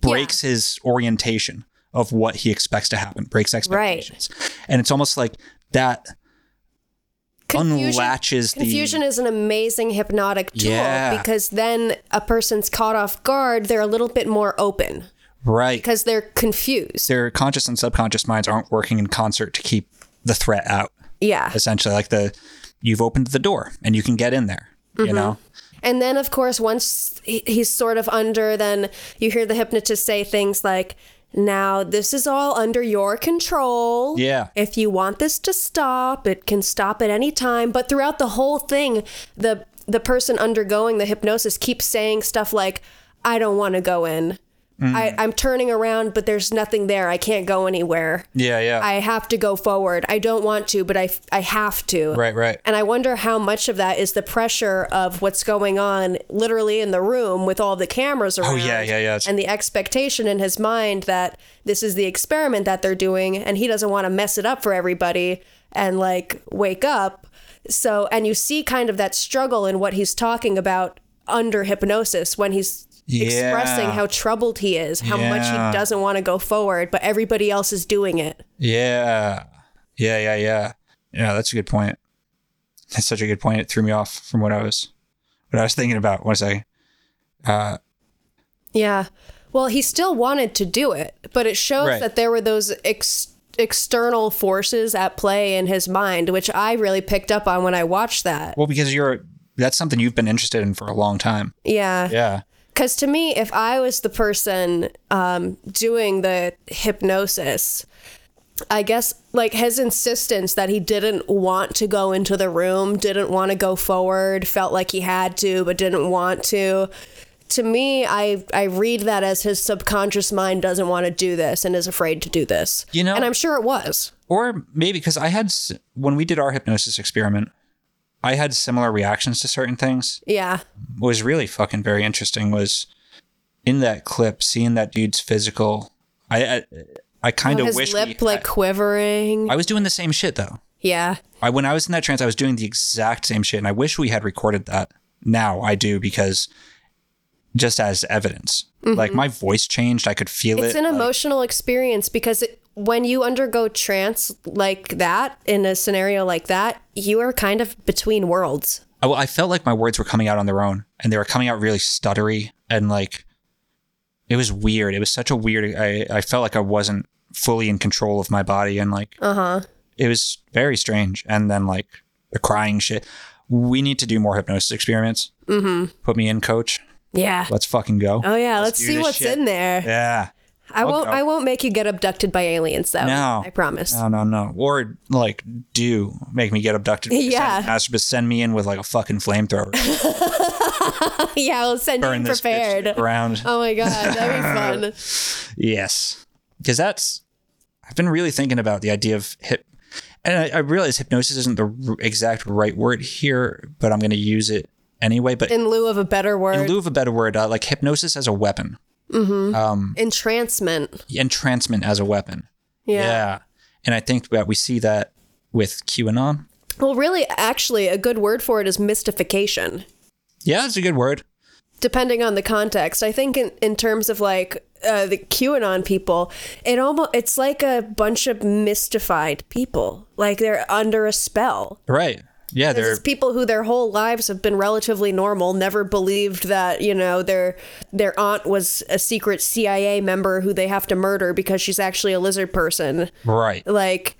[SPEAKER 2] breaks his orientation of what he expects to happen breaks expectations and it's almost like that unlatches the-
[SPEAKER 1] confusion is an amazing hypnotic tool
[SPEAKER 2] Yeah.
[SPEAKER 1] because then a person's caught off guard. They're a little bit more open
[SPEAKER 2] right
[SPEAKER 1] because they're confused.
[SPEAKER 2] their conscious and subconscious minds aren't working in concert to keep the threat out
[SPEAKER 1] Yeah.
[SPEAKER 2] essentially like the you've opened the door and you can get in there
[SPEAKER 1] Mm-hmm.
[SPEAKER 2] you know
[SPEAKER 1] And then, of course, once he- he's sort of under, then you hear the hypnotist say things like, now, this is all under your control.
[SPEAKER 2] Yeah.
[SPEAKER 1] If you want this to stop, it can stop at any time. But throughout the whole thing, the the person undergoing the hypnosis keeps saying stuff like, "I don't want to go in.
[SPEAKER 2] Mm.
[SPEAKER 1] I, I'm turning around, but there's nothing there. I can't go anywhere.
[SPEAKER 2] yeah yeah
[SPEAKER 1] I have to go forward. I don't want to, but I f- I have to."
[SPEAKER 2] right right
[SPEAKER 1] And I wonder how much of that is the pressure of what's going on literally in the room with all the cameras around.
[SPEAKER 2] Oh, yeah, yeah, yeah.
[SPEAKER 1] And the expectation in his mind that this is the experiment that they're doing and he doesn't want to mess it up for everybody and like wake up. So, and you see kind of that struggle in what he's talking about under hypnosis when he's expressing
[SPEAKER 2] Yeah.
[SPEAKER 1] how troubled he is, how much
[SPEAKER 2] Yeah.
[SPEAKER 1] he doesn't want to go forward, but everybody else is doing it.
[SPEAKER 2] yeah yeah yeah yeah yeah that's a good point that's such a good point it threw me off from what i was what i was thinking about one second
[SPEAKER 1] Yeah. Well, he still wanted to do it, but it shows
[SPEAKER 2] Right.
[SPEAKER 1] that there were those ex- external forces at play in his mind, which I really picked up on when I watched that.
[SPEAKER 2] well because you're that's something you've been interested in for a long time
[SPEAKER 1] Yeah.
[SPEAKER 2] yeah
[SPEAKER 1] Because to me, if I was the person um, doing the hypnosis, I guess like his insistence that he didn't want to go into the room, didn't want to go forward, felt like he had to, but didn't want to. To me, I, I read that as his subconscious mind doesn't want to do this and is afraid to do this.
[SPEAKER 2] You know-
[SPEAKER 1] and I'm sure it was.
[SPEAKER 2] or maybe because i had s- when we did our hypnosis experiment i had similar reactions to certain things
[SPEAKER 1] Yeah,
[SPEAKER 2] was really fucking very interesting was in that clip seeing that dude's physical i i, I kind of
[SPEAKER 1] his
[SPEAKER 2] wish
[SPEAKER 1] lip
[SPEAKER 2] we-
[SPEAKER 1] like quivering.
[SPEAKER 2] I, I was doing the same shit though
[SPEAKER 1] yeah,
[SPEAKER 2] i when i was in that trance i was doing the exact same shit and i wish we had recorded that now i do because just as evidence like my voice changed i could feel
[SPEAKER 1] Mm-hmm. it's
[SPEAKER 2] it
[SPEAKER 1] an
[SPEAKER 2] like-
[SPEAKER 1] emotional experience because it, when you undergo trance like that in a scenario like that, you are kind of between worlds.
[SPEAKER 2] I, well, I felt like my words were coming out on their own, and they were coming out really stuttery and like it was weird. It was such a weird. I I felt like I wasn't fully in control of my body, and like
[SPEAKER 1] Uh huh.
[SPEAKER 2] it was very strange. And then like the crying shit. We need to do more hypnosis experiments. Mm-hmm. Put me in, coach.
[SPEAKER 1] Yeah.
[SPEAKER 2] Let's fucking go.
[SPEAKER 1] Oh yeah. Let's,
[SPEAKER 2] do
[SPEAKER 1] see
[SPEAKER 2] this
[SPEAKER 1] what's
[SPEAKER 2] shit.
[SPEAKER 1] in there.
[SPEAKER 2] Yeah.
[SPEAKER 1] I won't.
[SPEAKER 2] go.
[SPEAKER 1] I won't make you get abducted by aliens though.
[SPEAKER 2] No.
[SPEAKER 1] Oh, I promise.
[SPEAKER 2] No, no, no. Or like, do make me get abducted.
[SPEAKER 1] (laughs) Yeah.
[SPEAKER 2] Send, ask- but send me in with like a fucking
[SPEAKER 1] (laughs)
[SPEAKER 2] flamethrower.
[SPEAKER 1] (laughs) yeah, I'll send
[SPEAKER 2] Burn
[SPEAKER 1] you
[SPEAKER 2] this bitch to the
[SPEAKER 1] prepared.
[SPEAKER 2] ground.
[SPEAKER 1] Oh my god, that'd be
[SPEAKER 2] (laughs)
[SPEAKER 1] fun.
[SPEAKER 2] Yes, because that's. I've been really thinking about the idea of hip, and I, I realize hypnosis isn't the r- exact right word here, but I'm going to use it anyway. But in,
[SPEAKER 1] In lieu of a better word,
[SPEAKER 2] lieu of a better word, uh, like hypnosis as a weapon,
[SPEAKER 1] entrancement.
[SPEAKER 2] entrancement as a weapon.
[SPEAKER 1] Yeah.
[SPEAKER 2] and I think that we see that with QAnon.
[SPEAKER 1] Well, really, actually, a good word for it is mystification.
[SPEAKER 2] Yeah, it's a good word.
[SPEAKER 1] Depending on the context, I think in, in terms of like uh, the QAnon people, it almost it's like a bunch of mystified people. Like they're under a spell.
[SPEAKER 2] Right. Yeah,
[SPEAKER 1] This
[SPEAKER 2] they're
[SPEAKER 1] is people who their whole lives have been relatively normal, never believed that you know their their aunt was a secret CIA member who they have to murder because she's actually a lizard person.
[SPEAKER 2] right.
[SPEAKER 1] Like,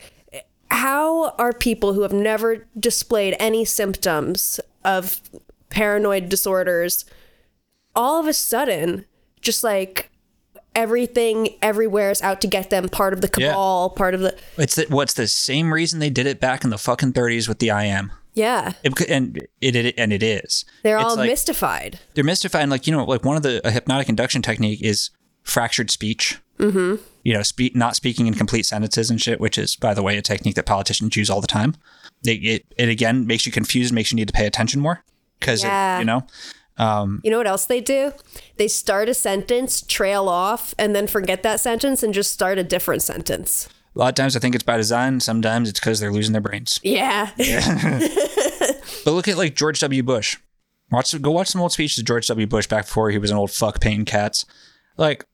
[SPEAKER 1] how are people who have never displayed any symptoms of paranoid disorders all of a sudden just like everything everywhere is out to get them? Part of the
[SPEAKER 2] Yeah.
[SPEAKER 1] cabal, part of the
[SPEAKER 2] It's that what's the same reason they did it back in the fucking 30s with the IM.
[SPEAKER 1] yeah,
[SPEAKER 2] It- and it, it and it is.
[SPEAKER 1] they're
[SPEAKER 2] It's
[SPEAKER 1] all
[SPEAKER 2] like-
[SPEAKER 1] mystified.
[SPEAKER 2] they're mystifying like you know like one of the a hypnotic induction technique is fractured speech mm-hmm. you know spe- not speaking in complete sentences and shit which is by the way a technique that politicians use all the time they, it, it again makes you confused makes you need to pay attention more because
[SPEAKER 1] Yeah.
[SPEAKER 2] you know
[SPEAKER 1] You know what else they do? They start a sentence, trail off, and then forget that sentence and just start a different sentence.
[SPEAKER 2] a lot of times i think it's by design sometimes it's because they're losing their brains
[SPEAKER 1] Yeah.
[SPEAKER 2] but look at like george w bush watch go watch some old speeches of george w bush back before he was an old fuck painting cats like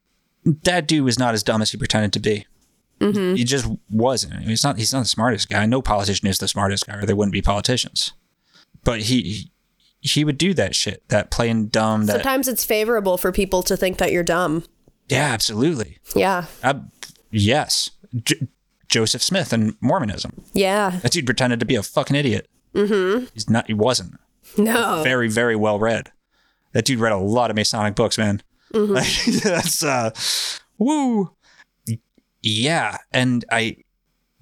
[SPEAKER 2] that dude was not as dumb as he pretended to be he just wasn't. He's not. He's not the smartest guy. No politician is the smartest guy, or there wouldn't be politicians. But he he would do that shit. That playing dumb. That
[SPEAKER 1] Sometimes it's favorable for people to think that you're dumb.
[SPEAKER 2] yeah, absolutely.
[SPEAKER 1] Yeah.
[SPEAKER 2] I, yes, J- Joseph Smith and Mormonism.
[SPEAKER 1] Yeah.
[SPEAKER 2] That dude pretended to be a fucking idiot. Mm-hmm. He's not. He wasn't.
[SPEAKER 1] No.
[SPEAKER 2] Very very well read. That dude read a lot of Masonic books, man. Like,
[SPEAKER 1] Mm-hmm.
[SPEAKER 2] (laughs) that's uh, woo. Yeah, and I,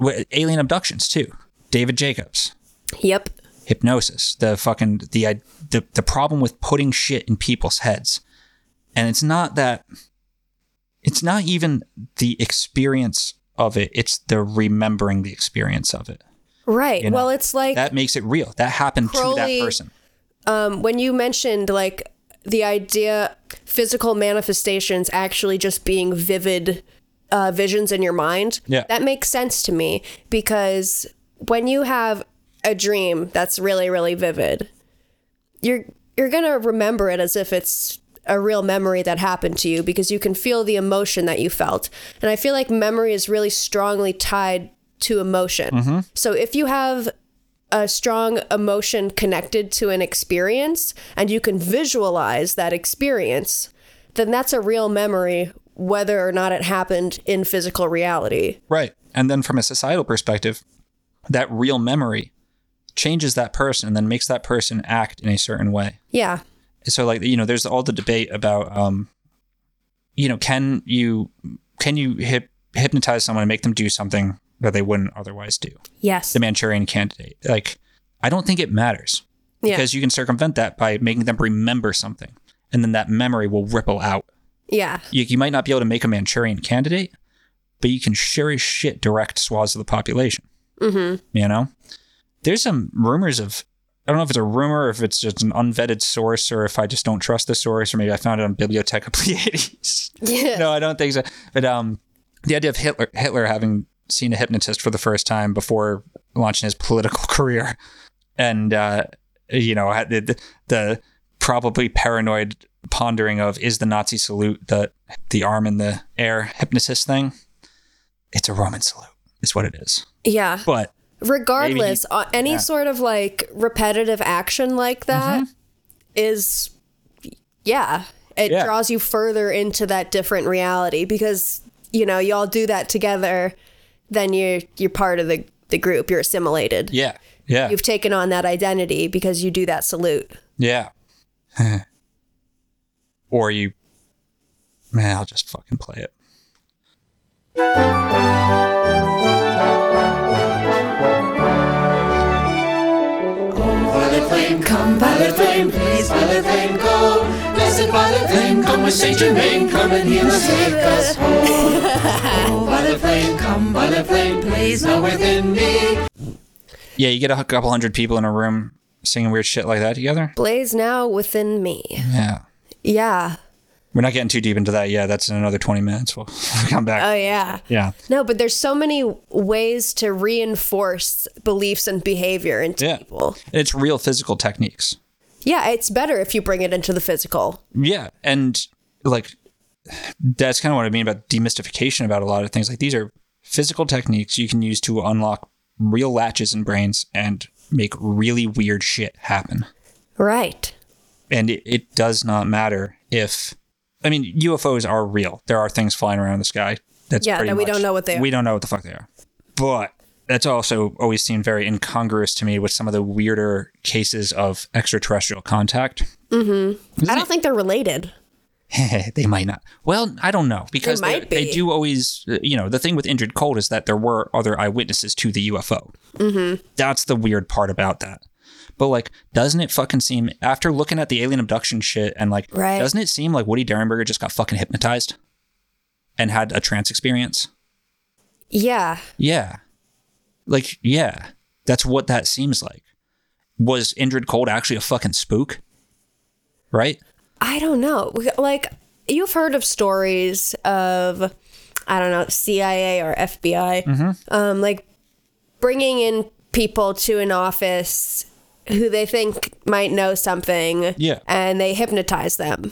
[SPEAKER 2] w- alien abductions too. David Jacobs.
[SPEAKER 1] Yep.
[SPEAKER 2] hypnosis the fucking the i- the, the problem with putting shit in people's heads and it's not that it's not even the experience of it it's the remembering the experience of it
[SPEAKER 1] Right.
[SPEAKER 2] you know?
[SPEAKER 1] Well, it's like
[SPEAKER 2] that makes it real that happened to
[SPEAKER 1] Crowley-
[SPEAKER 2] that person
[SPEAKER 1] um, when you mentioned like the idea physical manifestations actually just being vivid uh, visions in your mind
[SPEAKER 2] Yeah.
[SPEAKER 1] that makes sense to me because when you have a dream that's really really vivid you're you're gonna remember it as if it's a real memory that happened to you because you can feel the emotion that you felt and i feel like memory is really strongly tied to emotion
[SPEAKER 2] Mm-hmm.
[SPEAKER 1] so if you have a strong emotion connected to an experience and you can visualize that experience, then that's a real memory, whether or not it happened in physical reality.
[SPEAKER 2] right and then from a societal perspective that real memory changes that person and then makes that person act in a certain way
[SPEAKER 1] Yeah.
[SPEAKER 2] so like you know there's all the debate about um you know can you can you hip, hypnotize someone and make them do something that they wouldn't otherwise do
[SPEAKER 1] Yes.
[SPEAKER 2] the manchurian candidate like i don't think it matters
[SPEAKER 1] Yeah.
[SPEAKER 2] because you can circumvent that by making them remember something and then that memory will ripple out
[SPEAKER 1] yeah.
[SPEAKER 2] you, you might not be able to make a manchurian candidate but you can sure as shit direct swaths of the population mm-hmm. you know there's some rumors of I don't know if it's a rumor, or if it's just an unvetted source, or if I just don't trust the source, or maybe I found it on Bibliotheca Pleiades. (laughs)
[SPEAKER 1] Yeah.
[SPEAKER 2] no, I don't think so. But um, the idea of Hitler Hitler having seen a hypnotist for the first time before launching his political (laughs) career, and uh, you know had the, the probably paranoid pondering of is the Nazi salute the the arm in the air hypnotist thing. it's a Roman salute. Is what it is.
[SPEAKER 1] Yeah.
[SPEAKER 2] But
[SPEAKER 1] Regardless, uh, any sort of like repetitive action like that is, yeah, it
[SPEAKER 2] Yeah.
[SPEAKER 1] draws you further into that different reality because you know you all do that together. Then you're you're part of the the group. You're assimilated.
[SPEAKER 2] yeah, yeah,
[SPEAKER 1] You've taken on that identity because you do that salute.
[SPEAKER 2] yeah. (laughs) or you, man, I'll just fucking play it.
[SPEAKER 3] Violet flame, come, violet flame, please, violet flame, go. Blessed violet flame, come with Saint Germain, come and heal us, take us home. Oh, violet flame, come, violet flame, please, now within me.
[SPEAKER 2] Yeah, you get a couple hundred people in a room singing weird shit like that together.
[SPEAKER 1] Blaze now within me.
[SPEAKER 2] Yeah.
[SPEAKER 1] Yeah.
[SPEAKER 2] We're not getting too deep into that. Yeah, that's in another 20 minutes. We'll (laughs) come back.
[SPEAKER 1] Oh yeah.
[SPEAKER 2] yeah.
[SPEAKER 1] No, but there's so many ways to reinforce beliefs and behavior into
[SPEAKER 2] Yeah.
[SPEAKER 1] people.
[SPEAKER 2] And it's real physical techniques.
[SPEAKER 1] Yeah, it's better if you bring it into the physical.
[SPEAKER 2] Yeah. And like, that's kind of what I mean about demystification about a lot of things. Like, these are physical techniques you can use to unlock real latches and brains and make really weird shit happen.
[SPEAKER 1] Right.
[SPEAKER 2] and it, it does not matter if I mean UFOs are real. There are things flying around in the sky. That's
[SPEAKER 1] Yeah,
[SPEAKER 2] pretty
[SPEAKER 1] that we
[SPEAKER 2] much-
[SPEAKER 1] don't know what they are.
[SPEAKER 2] We don't know what the fuck they are. But that's also always seemed very incongruous to me with some of the weirder cases of extraterrestrial contact.
[SPEAKER 1] I don't think they're related.
[SPEAKER 2] (laughs) they might not. Well, I don't know because
[SPEAKER 1] They
[SPEAKER 2] they,
[SPEAKER 1] might
[SPEAKER 2] they
[SPEAKER 1] be.
[SPEAKER 2] do always. You know, the thing with Indrid Cold is that there were other eyewitnesses to the UFO. Mm-hmm. That's the weird part about that. But like, doesn't it fucking seem after looking at the alien abduction shit and like,
[SPEAKER 1] Right.
[SPEAKER 2] doesn't it seem like Woody Derenberger just got fucking hypnotized and had a trance experience?
[SPEAKER 1] Yeah.
[SPEAKER 2] Yeah, like yeah, that's what that seems like. Was Indrid Cold actually a fucking spook? Right?
[SPEAKER 1] I don't know. Like, you've heard of stories of, I don't know, CIA or FBI,
[SPEAKER 2] Mm-hmm.
[SPEAKER 1] um, like bringing in people to an office who they think might know something.
[SPEAKER 2] Yeah. Mm-hmm.
[SPEAKER 1] And they hypnotize them.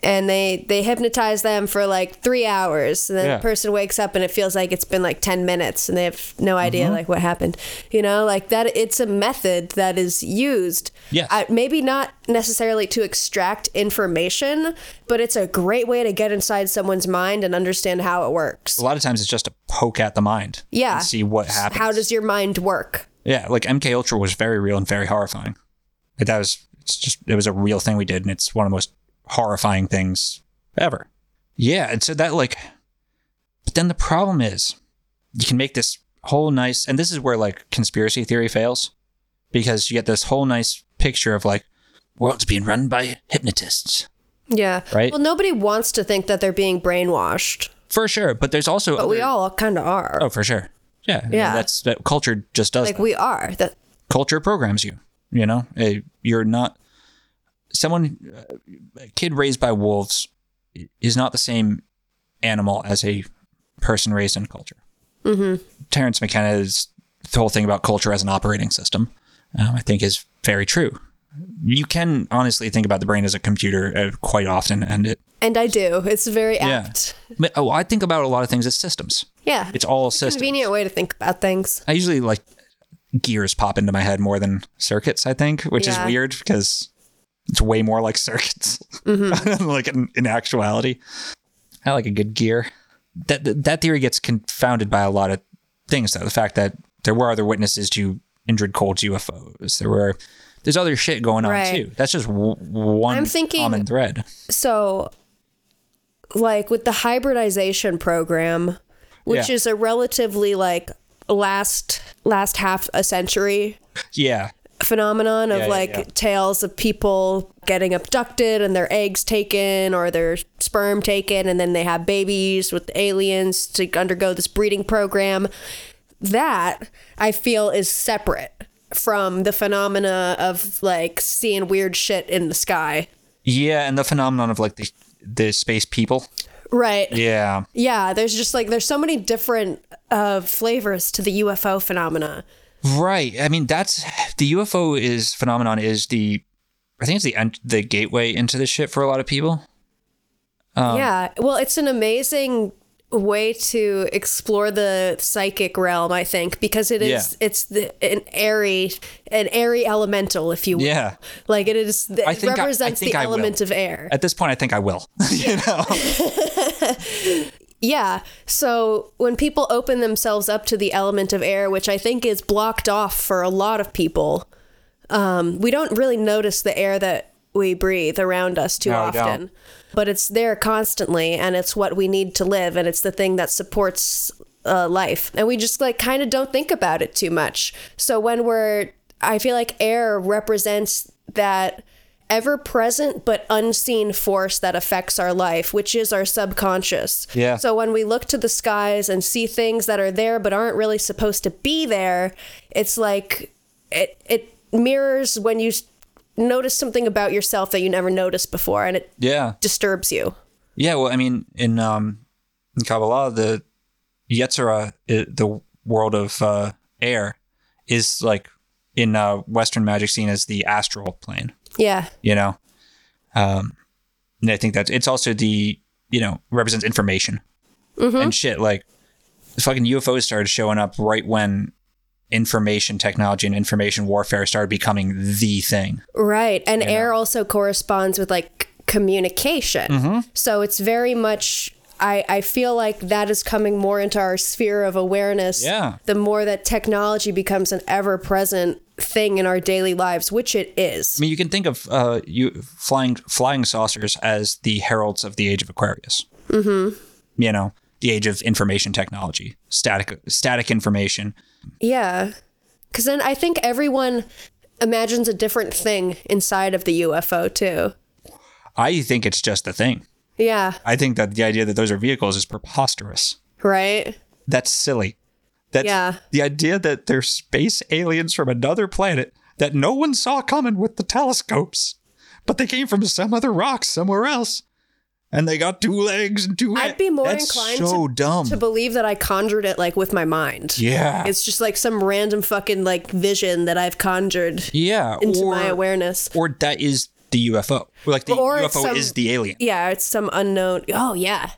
[SPEAKER 1] And they, they hypnotize them for like three hours. And then
[SPEAKER 2] Yeah.
[SPEAKER 1] the person wakes up and it feels like it's been like 10 minutes and they have no idea
[SPEAKER 2] Mm-hmm.
[SPEAKER 1] like what happened. You know, like that, it's a method that is used
[SPEAKER 2] Yes.
[SPEAKER 1] uh, maybe not necessarily to extract information, but it's a great way to get inside someone's mind and understand how it works.
[SPEAKER 2] a lot of times it's just to poke at the mind.
[SPEAKER 1] Yeah.
[SPEAKER 2] And see what happens.
[SPEAKER 1] How does your mind work?
[SPEAKER 2] yeah, like MK Ultra was very real and very horrifying. Like that was it's just it was a real thing we did, and it's one of the most horrifying things ever. Yeah, and so that like but then the problem is you can make this whole nice and this is where like conspiracy theory fails. Because you get this whole nice picture of like world's being run by hypnotists.
[SPEAKER 1] Yeah.
[SPEAKER 2] Right.
[SPEAKER 1] Well, nobody wants to think that they're being brainwashed,
[SPEAKER 2] For sure. But there's also
[SPEAKER 1] but we
[SPEAKER 2] other-
[SPEAKER 1] all kind of are.
[SPEAKER 2] Oh, for sure. Yeah. I mean,
[SPEAKER 1] Yeah.
[SPEAKER 2] That's that culture just does
[SPEAKER 1] like
[SPEAKER 2] that.
[SPEAKER 1] we are. That
[SPEAKER 2] culture programs you. You know, Eh, you're not someone. A kid raised by wolves is not the same animal as a person raised in culture. Mm-hmm. Terrence McKenna's the whole thing about culture as an operating system, um, I think, is very true. You can honestly think about the brain as a computer uh, quite often, and it.
[SPEAKER 1] and I do. It's very
[SPEAKER 2] Yeah.
[SPEAKER 1] apt.
[SPEAKER 2] But, oh, I think about a lot of things as systems.
[SPEAKER 1] Yeah.
[SPEAKER 2] It's all
[SPEAKER 1] a
[SPEAKER 2] systems.
[SPEAKER 1] convenient way to think about things.
[SPEAKER 2] I usually like gears pop into my head more than circuits, I think, which
[SPEAKER 1] Yeah.
[SPEAKER 2] is weird because it's way more like circuits, (laughs)
[SPEAKER 1] Mm-hmm.
[SPEAKER 2] like in, in actuality. I like a good gear. That that- that theory gets confounded by a lot of things, though. The fact that there were other witnesses to Indrid Cold's UFOs, there were there's other shit going on
[SPEAKER 1] Right.
[SPEAKER 2] too. That's just w- one
[SPEAKER 1] I'm thinking-
[SPEAKER 2] common thread.
[SPEAKER 1] So, like with the hybridization program, which
[SPEAKER 2] Yeah.
[SPEAKER 1] is a relatively like last last half a century
[SPEAKER 2] Yeah,
[SPEAKER 1] phenomenon of
[SPEAKER 2] Yeah, yeah,
[SPEAKER 1] like
[SPEAKER 2] yeah.
[SPEAKER 1] tales of people getting abducted and their eggs taken or their sperm taken and then they have babies with aliens to undergo this breeding program that i feel is separate from the phenomena of like seeing weird shit in the sky
[SPEAKER 2] yeah, and the phenomenon of like the the space people.
[SPEAKER 1] right
[SPEAKER 2] Yeah,
[SPEAKER 1] yeah there's just like there's so many different uh flavors to the ufo phenomena
[SPEAKER 2] Right. I mean, that's the UFO is phenomenon is the, I think it's the en- the gateway into this shit for a lot of people.
[SPEAKER 1] yeah well it's an amazing way to explore the psychic realm, I think, because it is
[SPEAKER 2] Yeah.
[SPEAKER 1] it's the, an airy an airy elemental, if you will.
[SPEAKER 2] Yeah.
[SPEAKER 1] Like it is it
[SPEAKER 2] I think I- I
[SPEAKER 1] represents
[SPEAKER 2] think
[SPEAKER 1] the
[SPEAKER 2] I will.
[SPEAKER 1] element of air.
[SPEAKER 2] At this point, I think I will. (laughs) you know,
[SPEAKER 1] Yeah. So when people open themselves up to the element of air, which I think is blocked off for a lot of people, um, we don't really notice the air that we breathe around us too
[SPEAKER 2] No, we
[SPEAKER 1] often.
[SPEAKER 2] don't.
[SPEAKER 1] But it's there constantly, and it's what we need to live, and it's the thing that supports uh, life. And we just like kind of don't think about it too much. So when we're, I feel like air represents that ever present but unseen force that affects our life, which is our subconscious.
[SPEAKER 2] Yeah.
[SPEAKER 1] So when we look to the skies and see things that are there but aren't really supposed to be there, it's like it it mirrors when you s- notice something about yourself that you never noticed before and it
[SPEAKER 2] yeah,
[SPEAKER 1] disturbs you.
[SPEAKER 2] yeah. Well, I mean, in um, in Kabbalah, the Yetzirah, i- the world of uh, air, is like in uh, Western magic scene as the astral plane.
[SPEAKER 1] Yeah.
[SPEAKER 2] you know um and i think that's it's also the you know represents information and shit like the fucking ufos started showing up right when information technology and information warfare started becoming the thing
[SPEAKER 1] Right. And air also corresponds with like communication.
[SPEAKER 2] Mm-hmm.
[SPEAKER 1] So it's very much I, I feel like that is coming more into our sphere of awareness.
[SPEAKER 2] Yeah.
[SPEAKER 1] The more that technology becomes an ever present thing in our daily lives, which it is.
[SPEAKER 2] i mean you can think of uh you flying flying saucers as the heralds of the age of aquarius mm-hmm. you know the age of information technology static static information
[SPEAKER 1] Yeah. Because then I think everyone imagines a different thing inside of the UFO, too.
[SPEAKER 2] i think it's just a thing
[SPEAKER 1] Yeah.
[SPEAKER 2] i think that the idea that those are vehicles is preposterous
[SPEAKER 1] Right?
[SPEAKER 2] That's silly. That's
[SPEAKER 1] Yeah.
[SPEAKER 2] the idea that they're space aliens from another planet that no one saw coming with the telescopes, but they came from some other rock somewhere else, and they got two legs and two.
[SPEAKER 1] I'd
[SPEAKER 2] head-
[SPEAKER 1] be more
[SPEAKER 2] That's
[SPEAKER 1] inclined
[SPEAKER 2] so
[SPEAKER 1] to,
[SPEAKER 2] dumb.
[SPEAKER 1] to believe that I conjured it like with my mind.
[SPEAKER 2] yeah,
[SPEAKER 1] It's just like some random fucking like vision that I've conjured
[SPEAKER 2] yeah,
[SPEAKER 1] into
[SPEAKER 2] or,
[SPEAKER 1] my awareness.
[SPEAKER 2] or that is the UFO. Like the
[SPEAKER 1] Or it's
[SPEAKER 2] UFO
[SPEAKER 1] some-
[SPEAKER 2] is the alien.
[SPEAKER 1] Yeah, it's some unknown. Oh, yeah.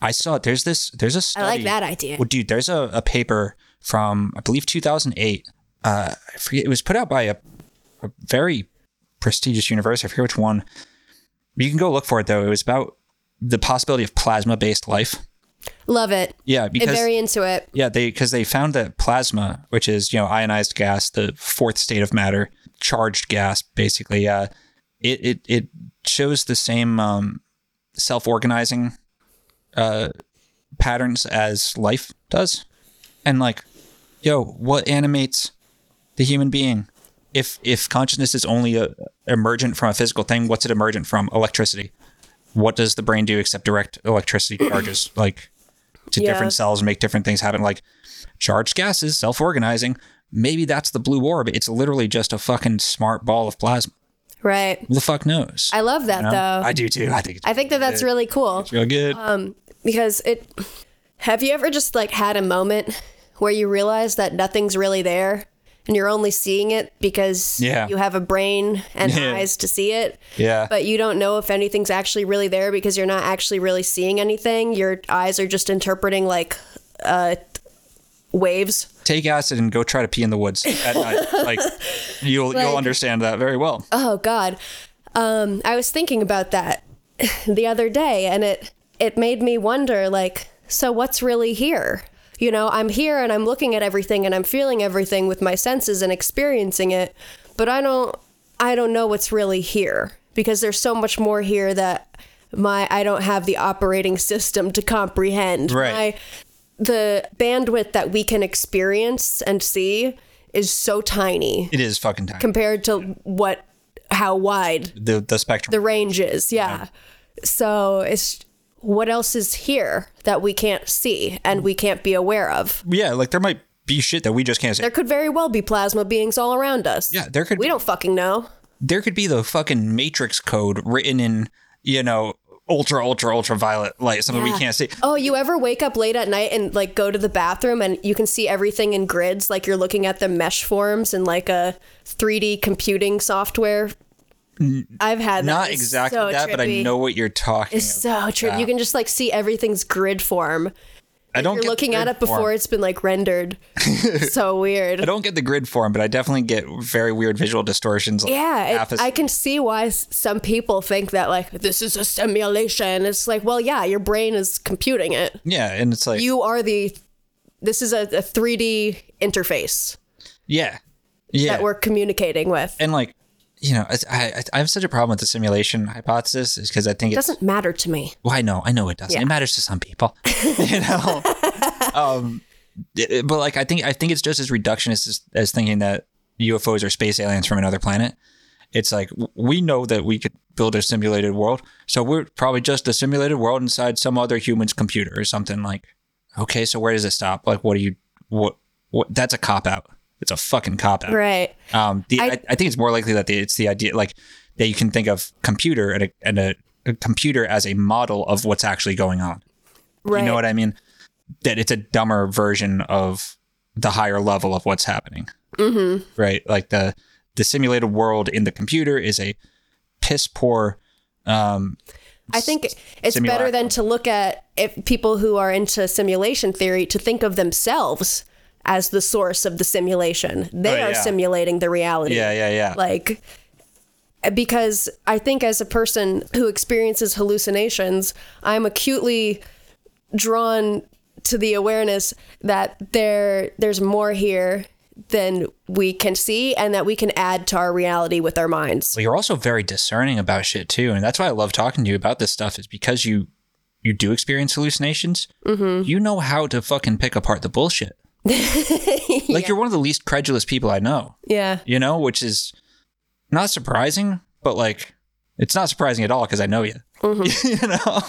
[SPEAKER 2] I saw it. There's this. There's a
[SPEAKER 1] I
[SPEAKER 2] study.
[SPEAKER 1] like that idea.
[SPEAKER 2] Well, dude, there's a, a paper from I believe 2008. Uh, I forget. It was put out by a, a very prestigious university. I forget which one. You can go look for it though. It was about the possibility of plasma-based life.
[SPEAKER 1] Love it.
[SPEAKER 2] Yeah,
[SPEAKER 1] I'm
[SPEAKER 2] because
[SPEAKER 1] very into it.
[SPEAKER 2] yeah, they because they found that plasma, which is you know ionized gas, the fourth state of matter, charged gas, basically, uh, it it it shows the same um, self-organizing uh, patterns as life does, and like, yo, what animates the human being? If if consciousness is only uh emergent from a physical thing, what's it emergent from? Electricity. What does the brain do except direct electricity (coughs) charges? Like to
[SPEAKER 1] Yeah.
[SPEAKER 2] different cells, make different things happen. Like charged gases, self organizing. Maybe that's the blue orb. It's literally just a fucking smart ball of plasma.
[SPEAKER 1] Right.
[SPEAKER 2] Who the fuck knows?
[SPEAKER 1] I love that,
[SPEAKER 2] You know?
[SPEAKER 1] though. Um,
[SPEAKER 2] I do too. I think it's
[SPEAKER 1] I think that that's really cool.
[SPEAKER 2] real good.
[SPEAKER 1] because it have you ever just like had a moment where you realize that nothing's really there and you're only seeing it because
[SPEAKER 2] Yeah.
[SPEAKER 1] you have a brain and
[SPEAKER 2] (laughs) Yeah.
[SPEAKER 1] eyes to see it
[SPEAKER 2] yeah.
[SPEAKER 1] but you don't know if anything's actually really there because you're not actually really seeing anything your eyes are just interpreting like uh waves
[SPEAKER 2] Take acid and go try to pee in the woods at night.
[SPEAKER 1] (laughs)
[SPEAKER 2] Like you'll
[SPEAKER 1] Like-
[SPEAKER 2] you'll understand that very well.
[SPEAKER 1] oh god um i was thinking about that (laughs) the other day and it it made me wonder like so what's really here you know i'm here and i'm looking at everything and i'm feeling everything with my senses and experiencing it but i don't i don't know what's really here because there's so much more here that my i don't have the operating (laughs) system to comprehend
[SPEAKER 2] Right.
[SPEAKER 1] My- the bandwidth that we can experience and see is so tiny
[SPEAKER 2] It is fucking time.
[SPEAKER 1] compared to what how wide
[SPEAKER 2] the the spectrum.
[SPEAKER 1] the range is. Yeah. So it's what else is here that we can't see and we can't be aware of?
[SPEAKER 2] yeah, like there might be shit that we just can't see.
[SPEAKER 1] There could very well be plasma beings all around us.
[SPEAKER 2] yeah, there could
[SPEAKER 1] We don't fucking know.
[SPEAKER 2] there could be the fucking matrix code written in, you know, ultra ultra ultraviolet light, something we can't see.
[SPEAKER 1] Oh, you ever wake up late at night and like go to the bathroom and you can see everything in grids, like you're looking at the mesh forms in like a 3D computing software I've had that.
[SPEAKER 2] Not
[SPEAKER 1] It's
[SPEAKER 2] exactly
[SPEAKER 1] so
[SPEAKER 2] that, but I
[SPEAKER 1] trippy.
[SPEAKER 2] know what you're talking.
[SPEAKER 1] It's so trippy. You can just like see everything's grid form.
[SPEAKER 2] I don't
[SPEAKER 1] You're
[SPEAKER 2] get the
[SPEAKER 1] looking at
[SPEAKER 2] grid
[SPEAKER 1] it before
[SPEAKER 2] form.
[SPEAKER 1] it's been like
[SPEAKER 2] (laughs)
[SPEAKER 1] rendered. so weird.
[SPEAKER 2] I don't get the grid form, but I definitely get very weird visual distortions. Like
[SPEAKER 1] Yeah,
[SPEAKER 2] half
[SPEAKER 1] it,
[SPEAKER 2] as-
[SPEAKER 1] I can see why s- some people think that like this is a simulation. It's like, well, yeah, your brain is computing it.
[SPEAKER 2] yeah, and it's like
[SPEAKER 1] You are the. This is a, a 3D interface
[SPEAKER 2] yeah, yeah.
[SPEAKER 1] that we're communicating with.
[SPEAKER 2] and like you know, it's- I, I I have such a problem with the simulation hypothesis is because I think
[SPEAKER 1] it
[SPEAKER 2] it's
[SPEAKER 1] doesn't matter to me.
[SPEAKER 2] Well, I know, I know it doesn't.
[SPEAKER 1] Yeah.
[SPEAKER 2] It matters to
[SPEAKER 1] (laughs)
[SPEAKER 2] some people, (laughs) you know. um, it- it- but like, I think I think it's just as reductionist as, as thinking that UFOs are space aliens from another planet. It's like w- we know that we could build a simulated world, so we're probably just a simulated world inside some other human's computer or something. Like, okay, so where does it stop? Like, what do you what what? That's a cop out. It's a fucking cop out.
[SPEAKER 1] Right.
[SPEAKER 2] Um, the, I,
[SPEAKER 1] I-
[SPEAKER 2] I think it's more likely that the, it's the idea like that you can think of computer and a, and a, a computer as a model of what's actually going on.
[SPEAKER 1] Right.
[SPEAKER 2] You know what I mean? That it's a dumber version of the higher level of what's happening. Mm-hmm. Right. Like the the simulated world in the computer is a piss poor. Um,
[SPEAKER 1] I think it's better
[SPEAKER 2] simulacrum.
[SPEAKER 1] than to look at if people who are into simulation theory to think of themselves as the source of the simulation. They
[SPEAKER 2] Oh,
[SPEAKER 1] are
[SPEAKER 2] yeah.
[SPEAKER 1] simulating the reality.
[SPEAKER 2] yeah, yeah, yeah.
[SPEAKER 1] like because i think as a person who experiences hallucinations i'm acutely drawn to the awareness that there there's more here than we can see and that we can add to our reality with our minds
[SPEAKER 2] But you're also very discerning about shit too, and that's why I love talking to you about this stuff. Is because you you do experience hallucinations. You know how to fucking pick apart the bullshit. like you're one of the least credulous people I know.
[SPEAKER 1] yeah
[SPEAKER 2] You know, which is not surprising, but like it's not surprising at all because I know you. (laughs) you know,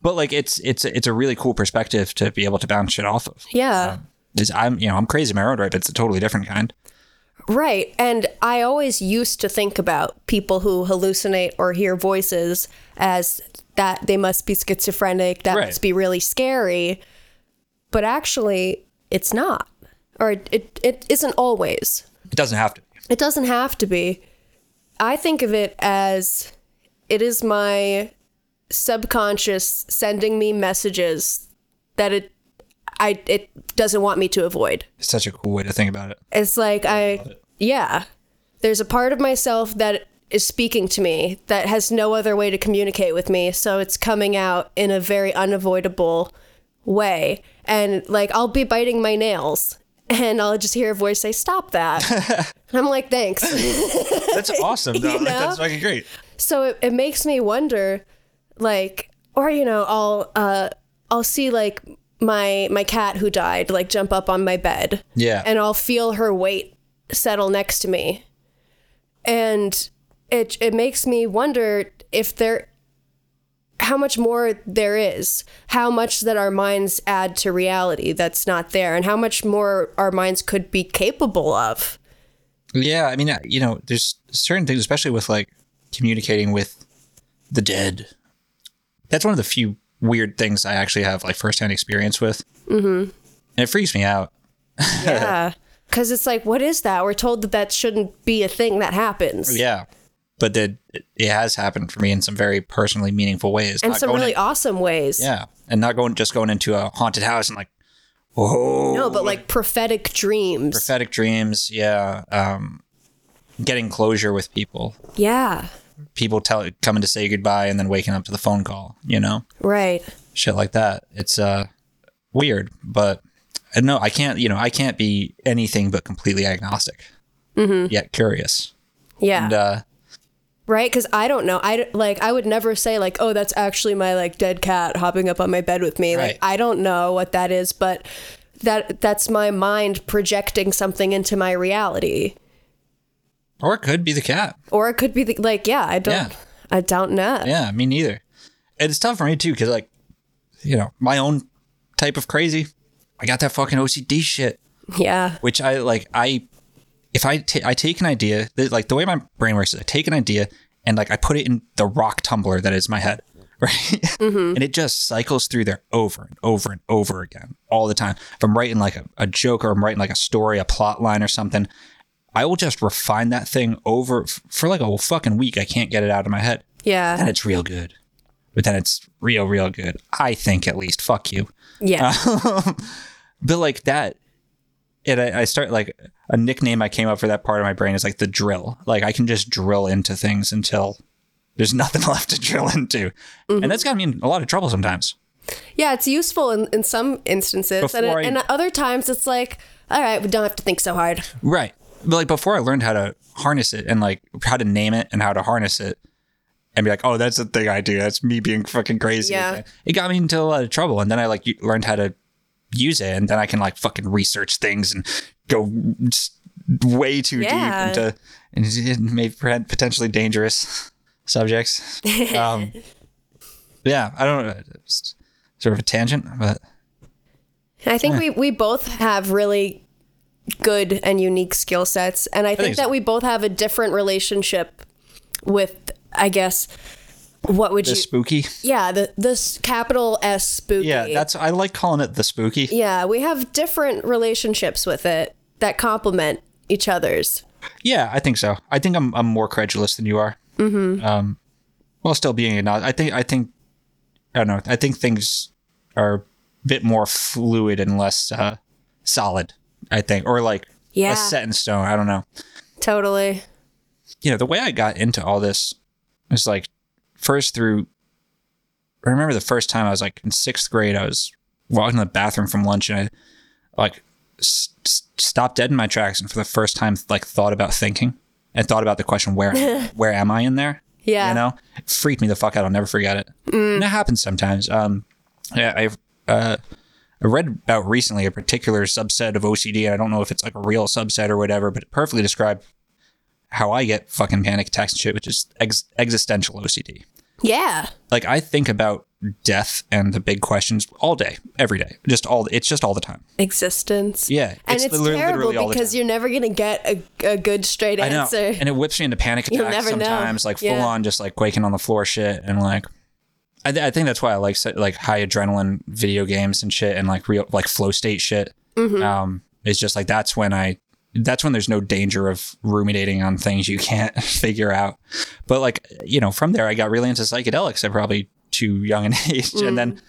[SPEAKER 2] but like it's it's it's a really cool perspective to be able to bounce shit off of.
[SPEAKER 1] yeah
[SPEAKER 2] Is I'm you know I'm crazy in my own right, but it's a totally different kind.
[SPEAKER 1] Right. And I always used to think about people who hallucinate or hear voices as that they must be schizophrenic, that
[SPEAKER 2] Right.
[SPEAKER 1] must be really scary. But actually, it's not. Or it, it, it isn't always.
[SPEAKER 2] It doesn't have to. be.
[SPEAKER 1] It doesn't have to be. I think of it as it is my subconscious sending me messages that it I it doesn't want me to avoid.
[SPEAKER 2] It's such a cool way to think about it.
[SPEAKER 1] It's like I, yeah. There's a part of myself that is speaking to me that has no other way to communicate with me, so it's coming out in a very unavoidable way. And like I'll be biting my nails and I'll just hear a voice say, "Stop that." and I'm like, "Thanks."
[SPEAKER 2] That's awesome.
[SPEAKER 1] (laughs)
[SPEAKER 2] Though.
[SPEAKER 1] You know?
[SPEAKER 2] That's fucking great.
[SPEAKER 1] so it, it makes me wonder like or you know i'll uh i'll see like my my cat who died like jump up on my bed
[SPEAKER 2] Yeah.
[SPEAKER 1] and i'll feel her weight settle next to me and it it makes me wonder if there how much more there is how much that our minds add to reality that's not there and how much more our minds could be capable of
[SPEAKER 2] Yeah, I mean, uh, you know, there's certain things, especially with like communicating with the dead. That's one of the few weird things I actually have like firsthand experience with. Mm-hmm. And it freaks me out.
[SPEAKER 1] Yeah. Because it's like, what is that? We're told that that shouldn't be a thing that happens.
[SPEAKER 2] Yeah, but that it it has happened for me in some very personally meaningful ways.
[SPEAKER 1] In
[SPEAKER 2] Not
[SPEAKER 1] some
[SPEAKER 2] going
[SPEAKER 1] really
[SPEAKER 2] in-
[SPEAKER 1] awesome ways.
[SPEAKER 2] Uh, yeah, and not going just going into a haunted house and like, whoa,
[SPEAKER 1] No, but like prophetic dreams.
[SPEAKER 2] prophetic dreams. Yeah, um, getting closure with people,
[SPEAKER 1] yeah.
[SPEAKER 2] people tell coming to say goodbye and then waking up to the phone call. You know.
[SPEAKER 1] Right.
[SPEAKER 2] shit like that. It's uh weird, but I know I can't, you know, I can't be anything but completely agnostic. Yet curious.
[SPEAKER 1] Yeah.
[SPEAKER 2] And uh
[SPEAKER 1] right? Because I don't know. I d- like I would never say like, oh, that's actually my like dead cat hopping up on my bed with me.
[SPEAKER 2] Right.
[SPEAKER 1] Like I don't know what that is, but that that's my mind projecting something into my reality.
[SPEAKER 2] or it could be the cat.
[SPEAKER 1] Or it could be the, like, yeah, I don't,
[SPEAKER 2] Yeah.
[SPEAKER 1] I don't know.
[SPEAKER 2] Yeah, me neither. And it's tough for me too cuz like you know, my own type of crazy. I got that fucking OCD shit,
[SPEAKER 1] Yeah.
[SPEAKER 2] which I like I if I ta- I take an idea, th- like the way my brain works is I take an idea and like I put it in the rock tumbler that is my head, (laughs) right? and it just cycles through there over and over and over again all the time. If I'm writing like a, a joke or I'm writing like a story, a plot line or something, I will just refine that thing over f- for like a whole fucking week. I can't get it out of my head. Then
[SPEAKER 1] Yeah.
[SPEAKER 2] it's real good. But then it's real, real good. I think at least. Fuck you. uh,
[SPEAKER 1] Yeah.
[SPEAKER 2] (laughs) But like that, and I, I start like a nickname I came up for that part of my brain is like the drill. Like I can just drill into things until there's (laughs) nothing left to drill into. And that's got me in a lot of trouble sometimes.
[SPEAKER 1] Yeah, it's useful in, in some instances. And,
[SPEAKER 2] Before I-
[SPEAKER 1] and other times it's like, all right, we don't have to think so hard.
[SPEAKER 2] Right. But like before I learned how to harness it and like how to name it and how to harness it and be like, oh, that's the thing I do. That's me being fucking crazy.
[SPEAKER 1] Yeah.
[SPEAKER 2] It got me into a lot of trouble. And then I like u- learned how to use it. And then I can like fucking research things and go s- way too
[SPEAKER 1] Yeah.
[SPEAKER 2] deep into and maybe potentially dangerous
[SPEAKER 1] (laughs)
[SPEAKER 2] subjects. Um, yeah. I don't know. It's sort of a tangent, but
[SPEAKER 1] I think we, we both have really good and unique skill sets. And I think,
[SPEAKER 2] think
[SPEAKER 1] that
[SPEAKER 2] so.
[SPEAKER 1] we both have a different relationship with, I guess, what would
[SPEAKER 2] the
[SPEAKER 1] you.
[SPEAKER 2] spooky.
[SPEAKER 1] yeah, the this capital S spooky.
[SPEAKER 2] Yeah. That's, I like calling it the spooky.
[SPEAKER 1] Yeah, we have different relationships with it that complement each other's.
[SPEAKER 2] Yeah, I think so. I think I'm I'm more credulous than you are. Mm-hmm. Um, while still being a nod, I think I think I don't know. I think things are a bit more fluid and less uh, solid. I think, or like
[SPEAKER 1] Yeah.
[SPEAKER 2] less set in stone. I don't know.
[SPEAKER 1] Totally.
[SPEAKER 2] You know, the way I got into all this was like first through. I remember the first time I was like in sixth grade. I was walking to the bathroom from lunch, and I like s- s- stopped dead in my tracks, and for the first time, like thought about thinking and thought about the question where where am I in there?
[SPEAKER 1] Yeah. Mm.
[SPEAKER 2] you know, it freaked me the fuck out. I'll never forget it. And that happens sometimes. Um, yeah, I've uh, I read about recently a particular subset of OCD, and I don't know if it's like a real subset or whatever, but it perfectly described how I get fucking panic attacks and shit, which is ex- existential OCD
[SPEAKER 1] Yeah.
[SPEAKER 2] like I think about death and the big questions all day, every day. Just all it's just all the time.
[SPEAKER 1] Existence.
[SPEAKER 2] Yeah,
[SPEAKER 1] And
[SPEAKER 2] it's
[SPEAKER 1] it's,
[SPEAKER 2] literally-
[SPEAKER 1] terrible
[SPEAKER 2] literally all the
[SPEAKER 1] because
[SPEAKER 2] time.
[SPEAKER 1] you're never going to get a, a good straight
[SPEAKER 2] I know,
[SPEAKER 1] answer.
[SPEAKER 2] and it whips me into panic
[SPEAKER 1] (laughs) You'll
[SPEAKER 2] attacks
[SPEAKER 1] never know.
[SPEAKER 2] sometimes, like full
[SPEAKER 1] Yeah.
[SPEAKER 2] on, just like quaking on the floor, shit, and like. I, th- I think that's why I like se- like high adrenaline video games and shit, and like real like flow state shit.
[SPEAKER 1] Mm-hmm.
[SPEAKER 2] Um, it's just like that's when I, that's when there's no danger of ruminating on things you can't (laughs) figure out. But like you know, from there I got really into psychedelics at probably too young an (laughs) age, and
[SPEAKER 1] Mm.
[SPEAKER 2] then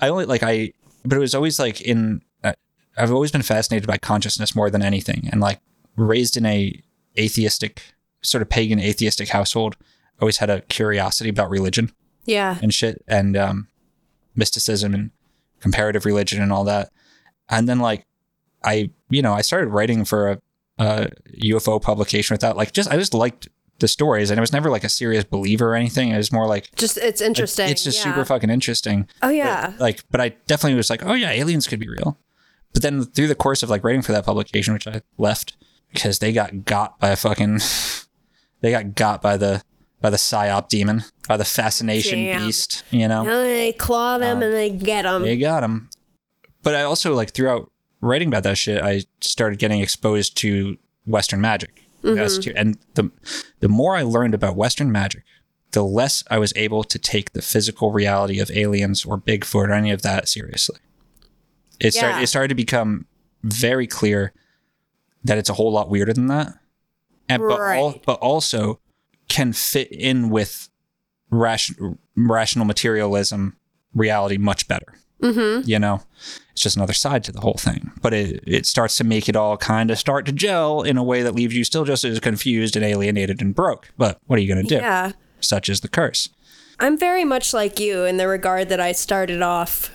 [SPEAKER 2] I only like I, but it was always like in. Uh, I've always been fascinated by consciousness more than anything, and like raised in a atheistic sort of pagan atheistic household, I always had a curiosity about religion
[SPEAKER 1] yeah.
[SPEAKER 2] and shit and um, mysticism and comparative religion and all that. And then like I, you know, I started writing for a, a UFO publication without like just I just liked the stories and I was never like a serious believer or anything. It was more like
[SPEAKER 1] Just it's interesting.
[SPEAKER 2] it's just
[SPEAKER 1] yeah.
[SPEAKER 2] super fucking interesting
[SPEAKER 1] Oh yeah.
[SPEAKER 2] like but i definitely was like oh yeah aliens could be real but then through the course of like writing for that publication which i left because they got got by a fucking (laughs) they got got by the by the psyop demon by the fascination
[SPEAKER 1] Damn.
[SPEAKER 2] beast you know
[SPEAKER 1] And they claw them and they get them.
[SPEAKER 2] they got him. But I also like throughout writing about that shit, I started getting exposed to Western magic.
[SPEAKER 1] Mm-hmm.
[SPEAKER 2] That's too- And the the more I learned about Western magic, the less I was able to take the physical reality of aliens or Bigfoot or any of that seriously. It started
[SPEAKER 1] Yeah.
[SPEAKER 2] it started to become very clear that it's a whole lot weirder than that. And but al-
[SPEAKER 1] Right.
[SPEAKER 2] but also can fit in with ration- rational materialism reality much better. Mm-hmm. You know, it's just another side to the whole thing. But it, it starts to make it all kind of start to gel in a way that leaves you still just as confused and alienated and broke. But what are you going to do?
[SPEAKER 1] Yeah.
[SPEAKER 2] Such is the curse.
[SPEAKER 1] I'm very much like you in the regard that I started off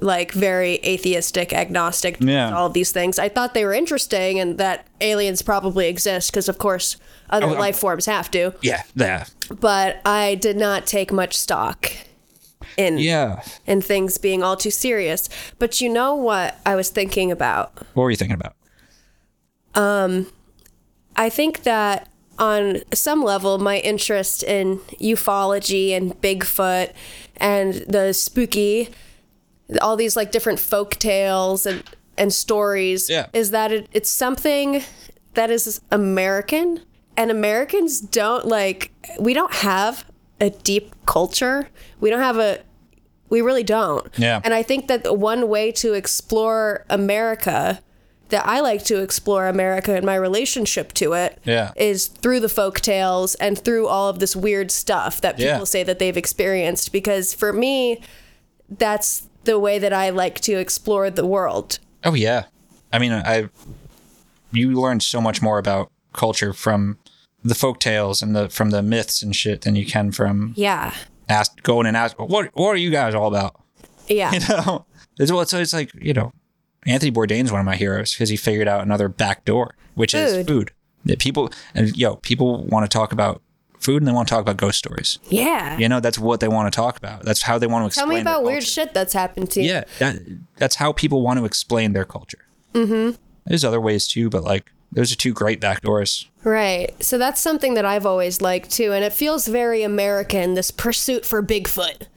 [SPEAKER 1] like very atheistic, agnostic to
[SPEAKER 2] Yeah.
[SPEAKER 1] all these things. I thought they were interesting and that aliens probably exist because of course other
[SPEAKER 2] I'm-
[SPEAKER 1] life forms have to,
[SPEAKER 2] Yeah. Yeah.
[SPEAKER 1] but I did not take much stock in
[SPEAKER 2] Yeah.
[SPEAKER 1] in things being all too serious. But you know what I was thinking about?
[SPEAKER 2] What were you thinking about?
[SPEAKER 1] I think that on some level, my interest in ufology and Bigfoot and the spooky, all these like different folk tales and, and stories
[SPEAKER 2] Yeah.
[SPEAKER 1] is that it, it's something that is American. And Americans don't like, we don't have a deep culture. We don't have a, we really don't.
[SPEAKER 2] Yeah.
[SPEAKER 1] And I think that one way to explore America that I like to explore America and my relationship to it is
[SPEAKER 2] Yeah.
[SPEAKER 1] through the folk tales and through all of this weird stuff that people
[SPEAKER 2] Yeah.
[SPEAKER 1] say that they've experienced. Because for me, that's the way that I like to explore the world.
[SPEAKER 2] Oh yeah. I mean, I you learn so much more about culture from the folk tales and the from the myths and shit than you can from
[SPEAKER 1] Yeah.
[SPEAKER 2] ask going and ask what what are you guys all about?
[SPEAKER 1] Yeah.
[SPEAKER 2] (laughs) You know, it's well, it's, it's like you know, Anthony Bourdain's one of my heroes because he figured out another back door, which
[SPEAKER 1] Food.
[SPEAKER 2] is food. That people and yo, people want to talk about food and they want to talk about ghost stories.
[SPEAKER 1] yeah.
[SPEAKER 2] You know, that's what they want to talk about. That's how they want to
[SPEAKER 1] Tell
[SPEAKER 2] explain.
[SPEAKER 1] me
[SPEAKER 2] their
[SPEAKER 1] about weird
[SPEAKER 2] culture.
[SPEAKER 1] shit that's happened to you.
[SPEAKER 2] Yeah, that, that's how people want to explain their culture. Mm-hmm. There's other ways too, but like those are two great back doors.
[SPEAKER 1] Right. So that's something that I've always liked too, and it feels very American. This pursuit for
[SPEAKER 2] (laughs)
[SPEAKER 1] Bigfoot.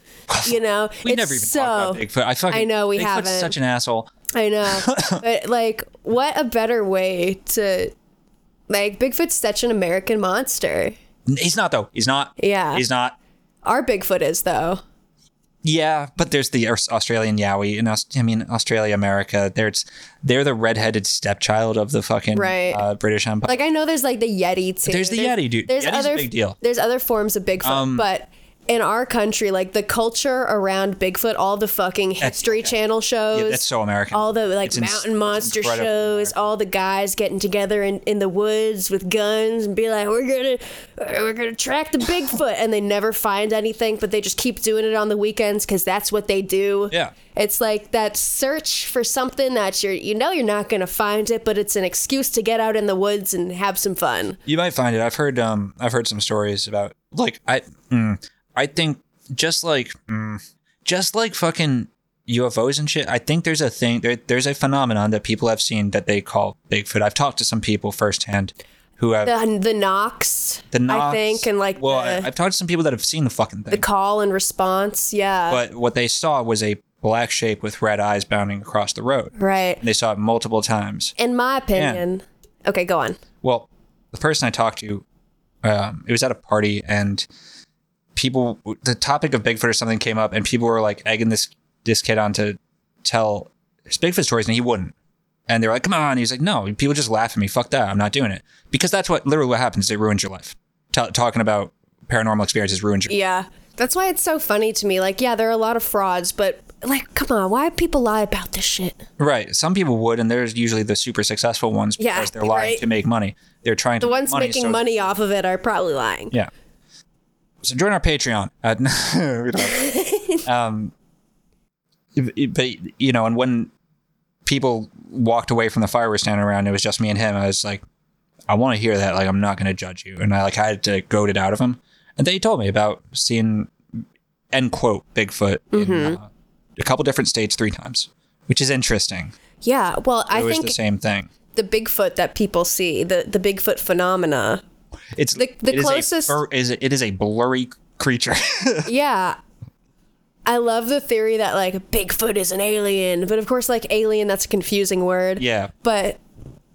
[SPEAKER 1] You know,
[SPEAKER 2] We
[SPEAKER 1] It's
[SPEAKER 2] never even
[SPEAKER 1] so,
[SPEAKER 2] talked about Bigfoot. I fucking
[SPEAKER 1] I know we
[SPEAKER 2] Bigfoot's
[SPEAKER 1] haven't.
[SPEAKER 2] Such an asshole.
[SPEAKER 1] I know, but like, what a better way to like Bigfoot's such an American monster.
[SPEAKER 2] N- He's not though. He's not.
[SPEAKER 1] Yeah.
[SPEAKER 2] He's not.
[SPEAKER 1] Our Bigfoot is though.
[SPEAKER 2] Yeah, but there's the Aus- Australian Yowie, and Aus- I mean Australia, America. There's they're the redheaded stepchild of the fucking
[SPEAKER 1] Right.
[SPEAKER 2] uh, British Empire.
[SPEAKER 1] Like I know there's like the Yeti too.
[SPEAKER 2] There's the Yeti, dude.
[SPEAKER 1] There's
[SPEAKER 2] Yeti's a
[SPEAKER 1] other
[SPEAKER 2] big deal. Um,
[SPEAKER 1] There's other forms of Bigfoot, but in our country, like the culture around Bigfoot, all the fucking History Channel shows.
[SPEAKER 2] that's so American.
[SPEAKER 1] All the like
[SPEAKER 2] It's ins-
[SPEAKER 1] mountain
[SPEAKER 2] it's
[SPEAKER 1] monster shows,
[SPEAKER 2] incredibly
[SPEAKER 1] all the guys getting together in, in the woods with guns and be like, we're gonna we're gonna track the Bigfoot, and they never find anything, but they just keep doing it on the weekends because that's what they do.
[SPEAKER 2] Yeah.
[SPEAKER 1] It's like that search for something that you're you know you're not gonna find it, but it's an excuse to get out in the woods and have some fun.
[SPEAKER 2] You might find it. I've heard um I've heard some stories about like I mm, I think just like mm, just like fucking UFOs and shit. I think there's a thing there, there's a phenomenon that people have seen that they call Bigfoot. I've talked to some people firsthand who have the,
[SPEAKER 1] The the knocks, I
[SPEAKER 2] knocks-
[SPEAKER 1] think, and like
[SPEAKER 2] well I,
[SPEAKER 1] the,
[SPEAKER 2] I've talked to some people that have seen the fucking thing.
[SPEAKER 1] the call and response. Yeah.
[SPEAKER 2] but what they saw was a black shape with red eyes bounding across the road.
[SPEAKER 1] right.
[SPEAKER 2] And they saw it multiple times.
[SPEAKER 1] In my opinion. Okay, go on.
[SPEAKER 2] Well, the person I talked to, um, it was at a party, and people, the topic of Bigfoot or something came up, and people were like egging this this kid on to tell his Bigfoot stories, and he wouldn't. And they were like, "Come on!" He's like, "No." People just laugh at me. Fuck that. I'm not doing it because that's what literally what happens. It ruins your life. T- talking about paranormal experiences ruins your.
[SPEAKER 1] Yeah. That's why it's so funny to me. Like, yeah, there are a lot of frauds, but like, come on, why people lie about this shit?
[SPEAKER 2] Right. Some people would, and there's usually the super successful ones because
[SPEAKER 1] Yeah,
[SPEAKER 2] they're lying
[SPEAKER 1] right.
[SPEAKER 2] to make money. They're trying
[SPEAKER 1] The
[SPEAKER 2] to make
[SPEAKER 1] ones
[SPEAKER 2] money,
[SPEAKER 1] making
[SPEAKER 2] so-
[SPEAKER 1] money off of it are probably lying.
[SPEAKER 2] Yeah. So join our Patreon. At, (laughs)
[SPEAKER 1] (laughs)
[SPEAKER 2] we don't. um, if- if- but you know, and when people walked away from the fire we were standing around, it was just me and him. I was like, I want to hear that. Like, I'm not going to judge you. And I like had to goad it out of him. And then he told me about seeing end quote Bigfoot in
[SPEAKER 1] Mm-hmm.
[SPEAKER 2] uh, a couple different states three times, which is interesting.
[SPEAKER 1] Yeah. Well,
[SPEAKER 2] It
[SPEAKER 1] I
[SPEAKER 2] was
[SPEAKER 1] think
[SPEAKER 2] the same thing.
[SPEAKER 1] the Bigfoot that people see, the, the Bigfoot phenomena.
[SPEAKER 2] It's
[SPEAKER 1] The- the
[SPEAKER 2] it is a
[SPEAKER 1] closest-
[SPEAKER 2] blur- is it is a blurry creature. (laughs)
[SPEAKER 1] Yeah. I love the theory that like Bigfoot is an alien, but of course like alien that's a confusing word.
[SPEAKER 2] yeah.
[SPEAKER 1] But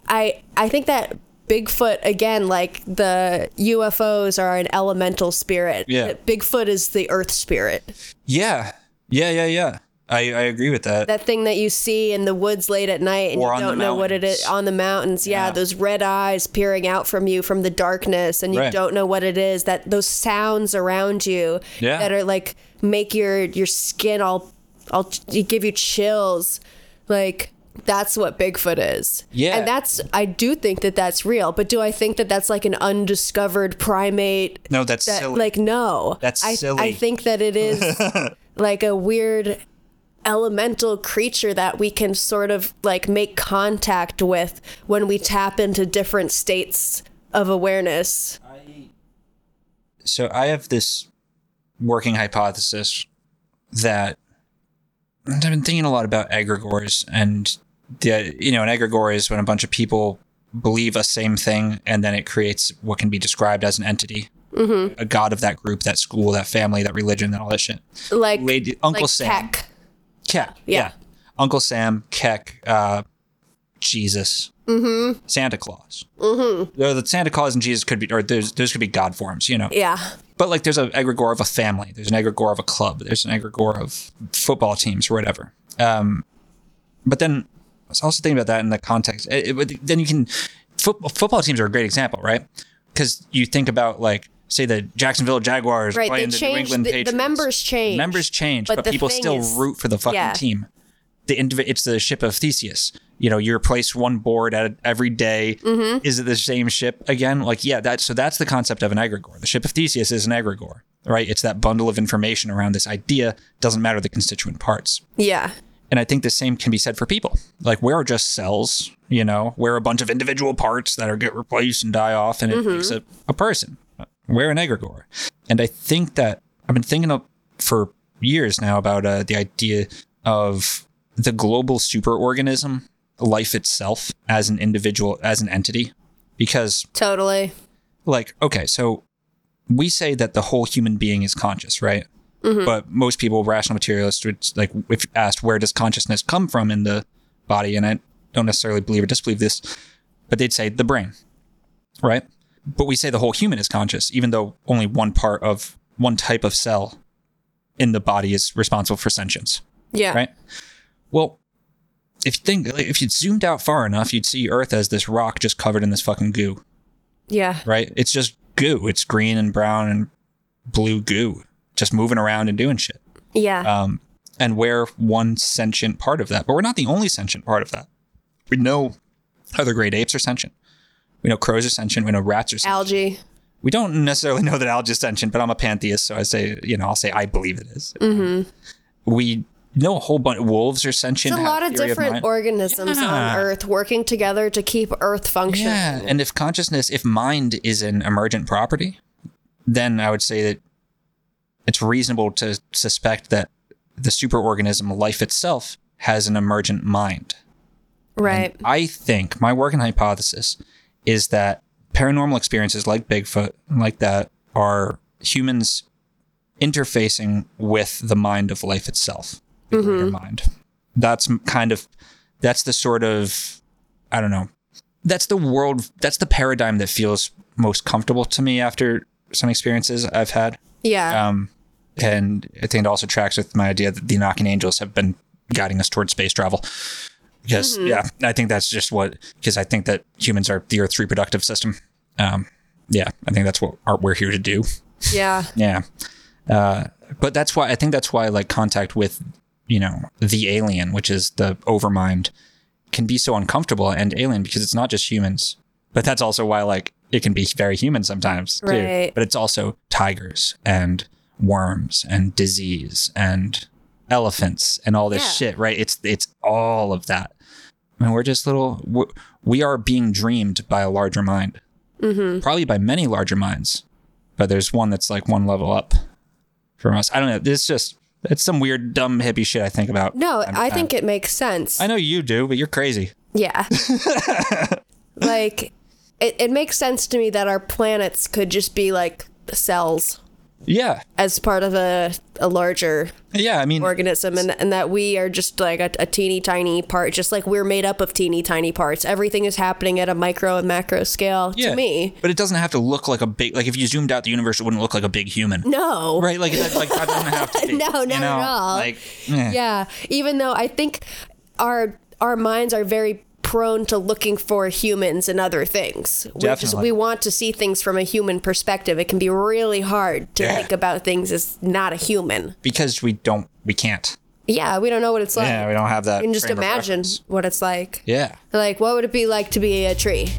[SPEAKER 1] I I think that Bigfoot again like the UFOs are an elemental spirit.
[SPEAKER 2] Yeah.
[SPEAKER 1] Bigfoot is the earth spirit.
[SPEAKER 2] Yeah. Yeah, yeah, yeah. I, I agree with that.
[SPEAKER 1] That thing that you see in the woods late at night and
[SPEAKER 2] Or
[SPEAKER 1] you
[SPEAKER 2] on the
[SPEAKER 1] don't know what it is
[SPEAKER 2] mountains.
[SPEAKER 1] on the mountains. Yeah,
[SPEAKER 2] Yeah.
[SPEAKER 1] those red eyes peering out from you from the darkness and you
[SPEAKER 2] Right.
[SPEAKER 1] don't know what it is. That those sounds around you
[SPEAKER 2] Yeah.
[SPEAKER 1] that are like make your your skin all all give you chills. Like that's what Bigfoot is.
[SPEAKER 2] Yeah.
[SPEAKER 1] And that's I do think that that's real, but do I think that that's like an undiscovered primate
[SPEAKER 2] no, that's
[SPEAKER 1] that
[SPEAKER 2] silly.
[SPEAKER 1] like no
[SPEAKER 2] That's
[SPEAKER 1] I,
[SPEAKER 2] silly.
[SPEAKER 1] I think that it
[SPEAKER 2] (laughs)
[SPEAKER 1] is like a weird elemental creature that we can sort of like make contact with when we tap into different states of awareness
[SPEAKER 2] so I have this working hypothesis that and I've been thinking a lot about egregores and the you know, an egregore is when a bunch of people believe a same thing and then it creates what can be described as an entity. Mm-hmm. A god of that group, that school, that family, that religion, that all that shit.
[SPEAKER 1] like
[SPEAKER 2] Lady- Uncle
[SPEAKER 1] like
[SPEAKER 2] Sam.
[SPEAKER 1] Keck.
[SPEAKER 2] Keck.
[SPEAKER 1] Yeah.
[SPEAKER 2] Yeah. Uncle Sam, Keck, uh, Jesus, mm-hmm. Santa Claus. Mm-hmm. the Santa Claus and Jesus could be, or those, those could be God forms, you know.
[SPEAKER 1] yeah
[SPEAKER 2] But like, there's an egregore of a family. There's an egregore of a club. There's an egregore of football teams or whatever. Um, but then was also thinking about that in the context. It, it, would- then you can foot, football teams are a great example, right? Because you think about like say the Jacksonville Jaguars
[SPEAKER 1] Right, they
[SPEAKER 2] playing the New
[SPEAKER 1] changed-
[SPEAKER 2] England
[SPEAKER 1] the- the
[SPEAKER 2] Patriots.
[SPEAKER 1] members change,
[SPEAKER 2] Members change,
[SPEAKER 1] but
[SPEAKER 2] but,
[SPEAKER 1] the
[SPEAKER 2] people
[SPEAKER 1] thing
[SPEAKER 2] still
[SPEAKER 1] is-
[SPEAKER 2] root for the fucking
[SPEAKER 1] yeah.
[SPEAKER 2] team. The indiv- it's the ship of Theseus. You know, you replace one board at every day. Is it the same ship again? Like, yeah, that so that's the concept of an egregore. The ship of Theseus is an egregore, right? It's that bundle of information around this idea. Doesn't matter the constituent parts.
[SPEAKER 1] Yeah.
[SPEAKER 2] And I think the same can be said for people. Like we're just cells, you know, we're a bunch of individual parts that are get replaced and die off, and it makes a, a person. We're an egregore. And I think that I've been thinking of, for years now about uh, the idea of the global superorganism, life itself as an individual, as an entity, because
[SPEAKER 1] Totally.
[SPEAKER 2] like okay so we say that the whole human being is conscious right but most people rational materialists would like if asked where does consciousness come from in the body and i don't necessarily believe or disbelieve this but they'd say the brain right but we say the whole human is conscious even though only one part of one type of cell in the body is responsible for sentience
[SPEAKER 1] Yeah.
[SPEAKER 2] right? Well, if you think if you zoomed out far enough, you'd see Earth as this rock just covered in this fucking goo,
[SPEAKER 1] Yeah.
[SPEAKER 2] right? It's just goo. It's green and brown and blue goo, just moving around and doing shit.
[SPEAKER 1] Yeah.
[SPEAKER 2] Um, and we're one sentient part of that, but we're not the only sentient part of that. We know other great apes are sentient. We know crows are sentient. We know rats are sentient.
[SPEAKER 1] Algae.
[SPEAKER 2] we don't necessarily know that algae is sentient, but I'm a pantheist, so I say, you know, I'll say I believe it is. We know a whole bunch. Wolves
[SPEAKER 1] Mm-hmm.
[SPEAKER 2] are
[SPEAKER 1] It's
[SPEAKER 2] sentient.
[SPEAKER 1] a
[SPEAKER 2] have
[SPEAKER 1] lot of
[SPEAKER 2] theory
[SPEAKER 1] different
[SPEAKER 2] mind.
[SPEAKER 1] organisms on
[SPEAKER 2] Yeah.
[SPEAKER 1] Earth working together to keep Earth functioning.
[SPEAKER 2] Yeah, and if consciousness, if mind is an emergent property, then I would say that it's reasonable to suspect that the superorganism, life itself, has an emergent mind.
[SPEAKER 1] Right.
[SPEAKER 2] I think my working hypothesis is that paranormal experiences like Bigfoot, like that, are humans interfacing with the mind of life itself, the greater mind. That's m- kind of, that's the sort of, I don't know, that's the world, that's the paradigm that feels most comfortable to me after some experiences I've had.
[SPEAKER 1] yeah.
[SPEAKER 2] Um, and I think it also tracks with my idea that the Anakin angels have been guiding us towards space travel. Because yeah, I think that's just what. Because I think that humans are the Earth's reproductive system. Um, yeah, I think that's what are- we're here to do.
[SPEAKER 1] yeah.
[SPEAKER 2] Yeah, uh, but that's why I think that's why like contact with you know the alien, which is the overmind, can be so uncomfortable and alien because it's not just humans. But that's also why like it can be very human sometimes too.
[SPEAKER 1] Right.
[SPEAKER 2] But it's also tigers and worms and disease and elephants and all this
[SPEAKER 1] Yeah.
[SPEAKER 2] shit, right? It's it's all of that. I mean, we're just little. we- We are being dreamed by a larger mind, mm-hmm. probably by many larger minds, but there's one that's like one level up from us. I don't know. This is just it's some weird dumb hippie shit I think about.
[SPEAKER 1] No, I think it makes sense.
[SPEAKER 2] I know you do, but you're crazy.
[SPEAKER 1] Yeah. like, it, it makes sense to me that our planets could just be like cells
[SPEAKER 2] Yeah,
[SPEAKER 1] as part of a, a larger
[SPEAKER 2] yeah. I mean,
[SPEAKER 1] organism and, and that we are just like a, a teeny tiny part, just like we're made up of teeny tiny parts. Everything is happening at a micro and macro scale
[SPEAKER 2] yeah.
[SPEAKER 1] to me.
[SPEAKER 2] but it doesn't have to look like a big. Like if you zoomed out the universe, it wouldn't look like a big human.
[SPEAKER 1] No.
[SPEAKER 2] Right, like that, like that doesn't have to
[SPEAKER 1] (laughs)
[SPEAKER 2] be.
[SPEAKER 1] No,
[SPEAKER 2] you
[SPEAKER 1] not at
[SPEAKER 2] know?
[SPEAKER 1] all.
[SPEAKER 2] Like, eh.
[SPEAKER 1] Yeah, even though I think our our minds are very prone to looking for humans and other things. We just-
[SPEAKER 2] Definitely.
[SPEAKER 1] we want to see things from a human perspective. It can be really hard to
[SPEAKER 2] Yeah.
[SPEAKER 1] think about things as not a human.
[SPEAKER 2] because we don't, we can't.
[SPEAKER 1] Yeah, we don't know what it's like.
[SPEAKER 2] Yeah, we don't have that.
[SPEAKER 1] we can just
[SPEAKER 2] frame of
[SPEAKER 1] imagine
[SPEAKER 2] reference.
[SPEAKER 1] what it's like.
[SPEAKER 2] Yeah.
[SPEAKER 1] Like, what would it be like to be a tree?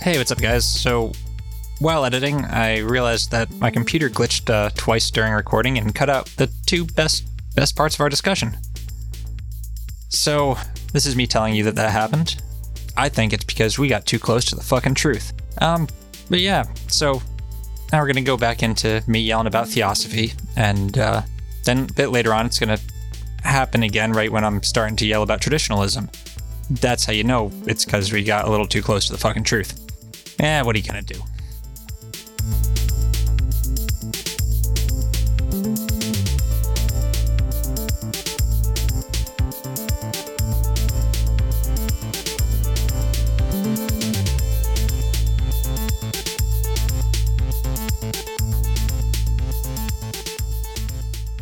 [SPEAKER 4] Hey, what's up, guys? So, while editing, I realized that my computer glitched uh, twice during recording and cut out the two best best parts of our discussion. So, this is me telling you that that happened. I think it's because we got too close to the fucking truth. Um, but yeah, so now we're gonna go back into me yelling about theosophy, and uh, then a bit later on, it's gonna happen again right when I'm starting to yell about traditionalism. That's how you know it's because we got a little too close to the fucking truth. Eh, what are you gonna do?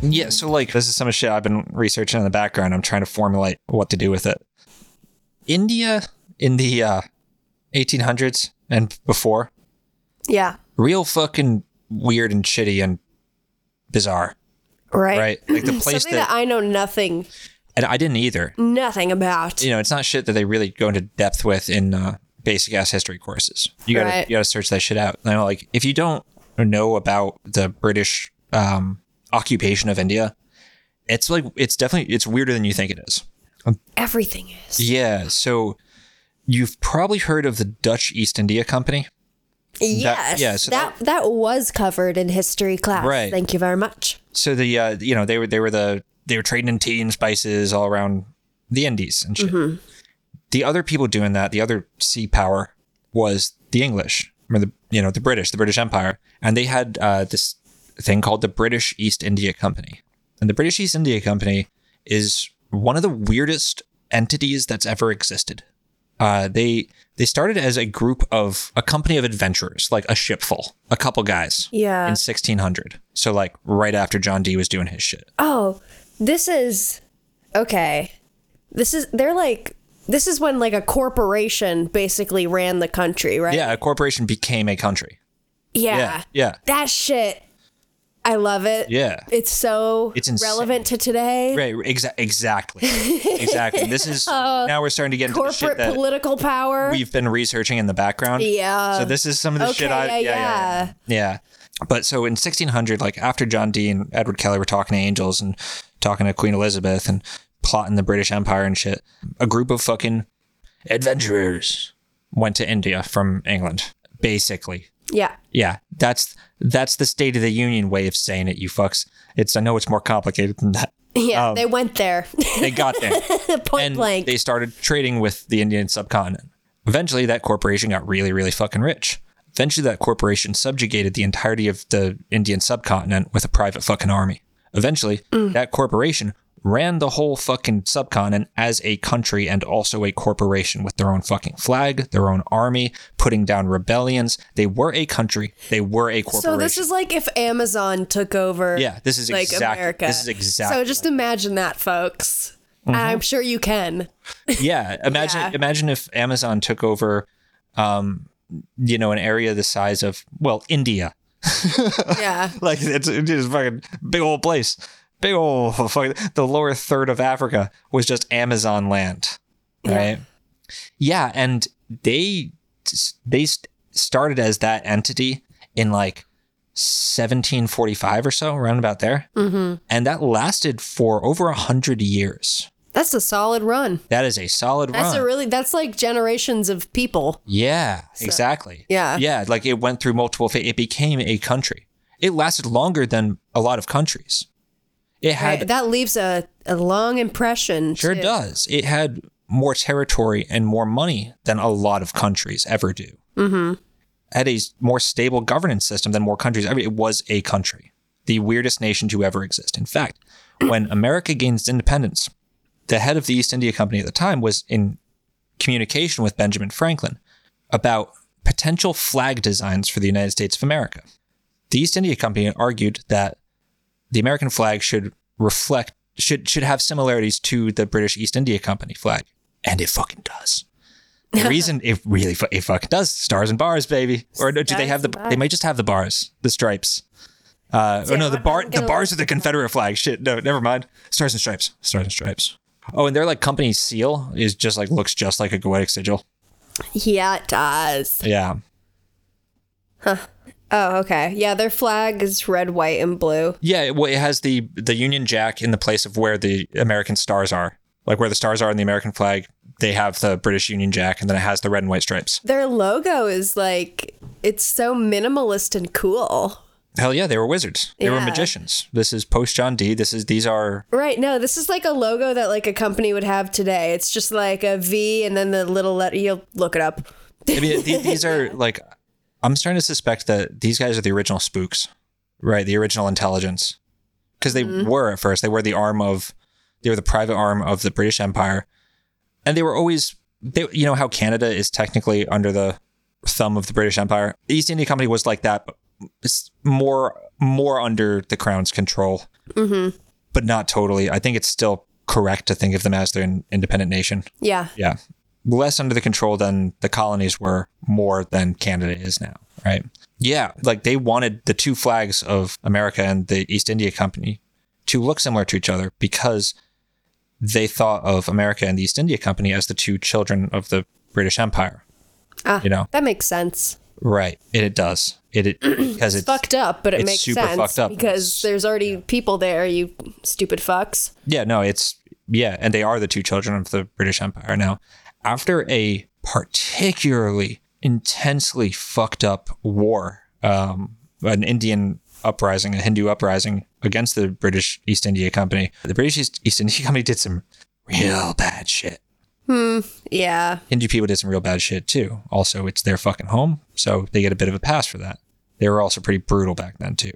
[SPEAKER 2] Yeah, so like this is some shit I've been researching in the background. I'm trying to formulate what to do with it. India in the uh, 1800s and before,
[SPEAKER 1] Yeah.
[SPEAKER 2] real fucking weird and shitty and bizarre,
[SPEAKER 1] Right. (clears throat)
[SPEAKER 2] right? Like the place
[SPEAKER 1] Something
[SPEAKER 2] that,
[SPEAKER 1] that I know nothing,
[SPEAKER 2] and I didn't either.
[SPEAKER 1] nothing about.
[SPEAKER 2] You know, it's not shit that they really go into depth with in uh, basic ass history courses. You gotta
[SPEAKER 1] Right.
[SPEAKER 2] you gotta search that shit out. You know, like if you don't know about the British um, occupation of India, it's like it's definitely it's weirder than you think it is.
[SPEAKER 1] Everything is.
[SPEAKER 2] Yeah, so you've probably heard of the Dutch East India Company.
[SPEAKER 1] Yes.
[SPEAKER 2] yeah, so
[SPEAKER 1] that, that was covered in history class.
[SPEAKER 2] Right.
[SPEAKER 1] Thank you very much.
[SPEAKER 2] So the uh, you know they were they were the they were trading in tea and spices all around the Indies and shit. The other people doing that, the other sea power was the English or the you know the British, the British Empire, and they had uh, this thing called the British East India Company. And the British East India Company is one of the weirdest entities that's ever existed. Uh, they they started as a group of a company of adventurers, like a shipful, a couple guys.
[SPEAKER 1] Yeah.
[SPEAKER 2] In 1600, so like right after John Dee was doing his shit.
[SPEAKER 1] Oh, this is okay. This is they're like this is when like a corporation basically ran the country, right?
[SPEAKER 2] Yeah, a corporation became a country.
[SPEAKER 1] Yeah.
[SPEAKER 2] Yeah, yeah.
[SPEAKER 1] That shit. I love it.
[SPEAKER 2] Yeah.
[SPEAKER 1] It's so
[SPEAKER 2] It's insane.
[SPEAKER 1] relevant to today.
[SPEAKER 2] Right, exa- exactly, exactly. This
[SPEAKER 1] (laughs)
[SPEAKER 2] is now we're starting to get into the shit
[SPEAKER 1] Oh, Corporate
[SPEAKER 2] that
[SPEAKER 1] political power.
[SPEAKER 2] we've been researching in the background.
[SPEAKER 1] Yeah.
[SPEAKER 2] So this is some of the shit
[SPEAKER 1] Okay, yeah,
[SPEAKER 2] I yeah, yeah. Yeah. But so in 1600, like after John Dee and Edward Kelly were talking to angels and talking to Queen Elizabeth and plotting the British Empire and shit, a group of fucking adventurers went to India from England, basically.
[SPEAKER 1] yeah.
[SPEAKER 2] Yeah, that's that's the State of the Union way of saying it, you fucks. It's I know it's more complicated than that.
[SPEAKER 1] Yeah. they went there. (laughs)
[SPEAKER 2] They got there.
[SPEAKER 1] Point
[SPEAKER 2] Um, and
[SPEAKER 1] blank.
[SPEAKER 2] they started trading with the Indian subcontinent. Eventually, that corporation got really, really fucking rich. Eventually, that corporation subjugated the entirety of the Indian subcontinent with a private fucking army. Eventually,
[SPEAKER 1] Mm.
[SPEAKER 2] that corporation ran the whole fucking subcontinent as a country and also a corporation with their own fucking flag, their own army, putting down rebellions. They were a country. They were a corporation.
[SPEAKER 1] so this is like if Amazon took over
[SPEAKER 2] yeah. This is
[SPEAKER 1] like
[SPEAKER 2] exactly.
[SPEAKER 1] America.
[SPEAKER 2] This is exactly.
[SPEAKER 1] So just imagine that, folks. I'm sure you
[SPEAKER 2] (laughs)
[SPEAKER 1] can.
[SPEAKER 2] Yeah, imagine
[SPEAKER 1] Yeah.
[SPEAKER 2] imagine if Amazon took over, um, you know, an area the size of well, India. (laughs)
[SPEAKER 1] Yeah.
[SPEAKER 2] Like it's it is fucking big old place, big old fucking. The lower third of Africa was just Amazon land, right? Yeah, and they they st- started as that entity in like 1745 or so, around about there, mm-hmm. and that lasted for over a hundred years.
[SPEAKER 1] That's a solid run.
[SPEAKER 2] That is a solid
[SPEAKER 1] That's
[SPEAKER 2] run.
[SPEAKER 1] a really that's like generations of people.
[SPEAKER 2] Yeah, exactly.
[SPEAKER 1] Yeah.
[SPEAKER 2] Yeah, like it went through multiple phases. It became a country. It lasted longer than a lot of countries. It had
[SPEAKER 1] Right? That leaves a, a long impression.
[SPEAKER 2] sure
[SPEAKER 1] too.
[SPEAKER 2] does. It had more territory and more money than a lot of countries ever do. Mm-hmm. Had a s- more stable governance system than more countries ever. It was a country, the weirdest nation to ever exist. In fact, when America gains independence, the head of the East India Company at the time was in communication with Benjamin Franklin about potential flag designs for the United States of America. The East India Company argued that the American flag should reflect should should have similarities to the British East India Company flag, and it fucking does. The (laughs) reason it really fu- it fucking does stars and bars, baby. Or do they have the? They might just have the bars, the stripes. Uh, oh no, the bar the bars are the Confederate flag. Shit, no, never mind. Stars and stripes, stars and stripes. Oh, and their like company seal is just like looks just like a Goetic sigil.
[SPEAKER 1] Yeah, it does.
[SPEAKER 2] Yeah,
[SPEAKER 1] Oh, okay. Yeah, their flag is red, white, and blue.
[SPEAKER 2] yeah. It, well, it has the the Union Jack in the place of where the American stars are, like where the stars are in the American flag. They have the British Union Jack, and then it has the red and white stripes.
[SPEAKER 1] Their logo is like it's so minimalist and cool.
[SPEAKER 2] Hell yeah, they were wizards. They were
[SPEAKER 1] Yeah.
[SPEAKER 2] magicians. This is post John D. This is these are
[SPEAKER 1] Right, no, this is like a logo that like a company would have today. It's just like a V and then the little letter you'll look it up.
[SPEAKER 2] I mean, th- these are like, I'm starting to suspect that these guys are the original spooks, right? The original intelligence. Because they were at first, they were the arm of, they were the private arm of the British Empire. And they were always, they, you know, how Canada is technically under the thumb of the British Empire. The East India Company was like that, but it's more more under the crown's control, but not totally. I think it's still correct to think of them as their in- independent nation.
[SPEAKER 1] Yeah.
[SPEAKER 2] Yeah, less under the control than the colonies were, more than Canada is now. Right? Yeah, like they wanted the two flags of America and the East India Company to look similar to each other because they thought of America and the East India Company as the two children of the British Empire.
[SPEAKER 1] Ah,
[SPEAKER 2] You know.
[SPEAKER 1] That makes sense.
[SPEAKER 2] Right. It, it does. It,
[SPEAKER 1] (clears throat)
[SPEAKER 2] it because it's
[SPEAKER 1] Fucked up, but it
[SPEAKER 2] it's
[SPEAKER 1] makes
[SPEAKER 2] super
[SPEAKER 1] sense
[SPEAKER 2] fucked up.
[SPEAKER 1] because there's already people there, you stupid fucks.
[SPEAKER 2] Yeah, no, it's yeah, and they are the two children of the British Empire. Now, after a particularly intensely fucked up war, um, an Indian uprising, a Hindu uprising against the British East India Company, the British East, East India Company did some real bad shit.
[SPEAKER 1] Yeah.
[SPEAKER 2] Hindu people did some real bad shit too. Also, it's their fucking home, so they get a bit of a pass for that. They were also pretty brutal back then too.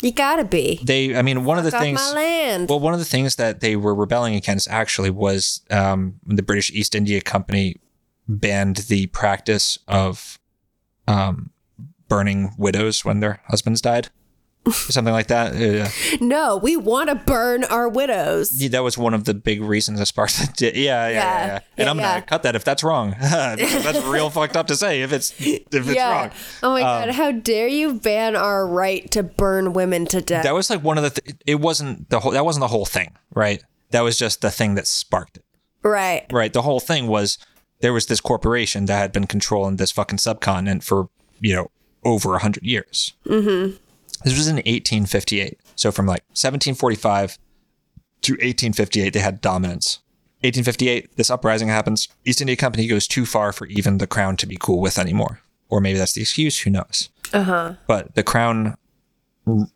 [SPEAKER 1] You gotta be.
[SPEAKER 2] They, I mean, one of the
[SPEAKER 1] Fuck off
[SPEAKER 2] things
[SPEAKER 1] my land.
[SPEAKER 2] well, one of the things that they were rebelling against actually was um, the British East India Company banned the practice of um, burning widows when their husbands died, or something like that. Yeah.
[SPEAKER 1] no, we wanna burn our widows.
[SPEAKER 2] Yeah, that was one of the big reasons as part of the yeah, yeah, yeah,
[SPEAKER 1] Yeah.
[SPEAKER 2] yeah. And
[SPEAKER 1] Yeah,
[SPEAKER 2] I'm
[SPEAKER 1] yeah.
[SPEAKER 2] gonna cut that if that's wrong. (laughs) that's real fucked up to say if it's if it's
[SPEAKER 1] yeah.
[SPEAKER 2] wrong.
[SPEAKER 1] Oh my
[SPEAKER 2] Um,
[SPEAKER 1] god, how dare you ban our right to burn women to death?
[SPEAKER 2] That was like one of the. Th- it wasn't the whole. That wasn't the whole thing, right? That was just the thing that sparked it.
[SPEAKER 1] right.
[SPEAKER 2] right the whole thing was there was this corporation that had been controlling this fucking subcontinent for you know over 100 years mm-hmm. this was in 1858 so from like 1745 to 1858 they had dominance 1858 this uprising happens east india company goes too far for even the crown to be cool with anymore or maybe that's the excuse who knows uh-huh but the crown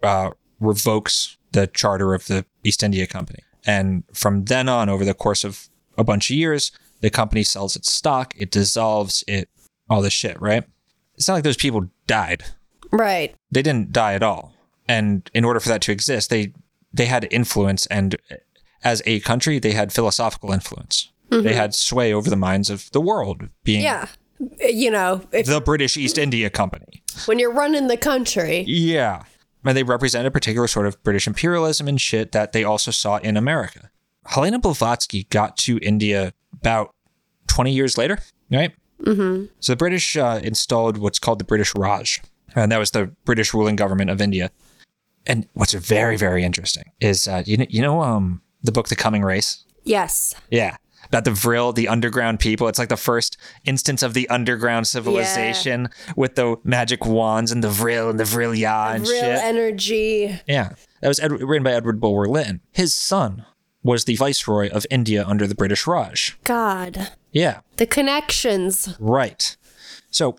[SPEAKER 2] uh, revokes the charter of the East India Company. And from then on, over the course of a bunch of years, the company sells its stock, it dissolves, it all this shit, right? It's not like those people died.
[SPEAKER 1] Right.
[SPEAKER 2] They didn't die at all. And in order for that to exist, they they had influence and as a country, they had philosophical influence. They had sway over the minds of the world, being
[SPEAKER 1] Mm-hmm. Yeah. You know, if,
[SPEAKER 2] the British East India Company.
[SPEAKER 1] when you're running the country.
[SPEAKER 2] Yeah. And they represent a particular sort of British imperialism and shit that they also saw in America. Helena Blavatsky got to India about 20 years later, right? Mm-hmm. So the British uh, installed what's called the British Raj, and that was the British ruling government of India. And what's very, very interesting is uh, you know, you know um, the book The Coming Race?
[SPEAKER 1] Yes.
[SPEAKER 2] Yeah. About the Vril, the underground people. It's like the first instance of the underground civilization with the magic wands and the Vril and the Vrilya and
[SPEAKER 1] Real
[SPEAKER 2] shit.
[SPEAKER 1] energy.
[SPEAKER 2] yeah. That was Edward, written by Edward Bulwer Lytton. His son was the viceroy of India under the British Raj.
[SPEAKER 1] God.
[SPEAKER 2] Yeah.
[SPEAKER 1] The connections.
[SPEAKER 2] Right. So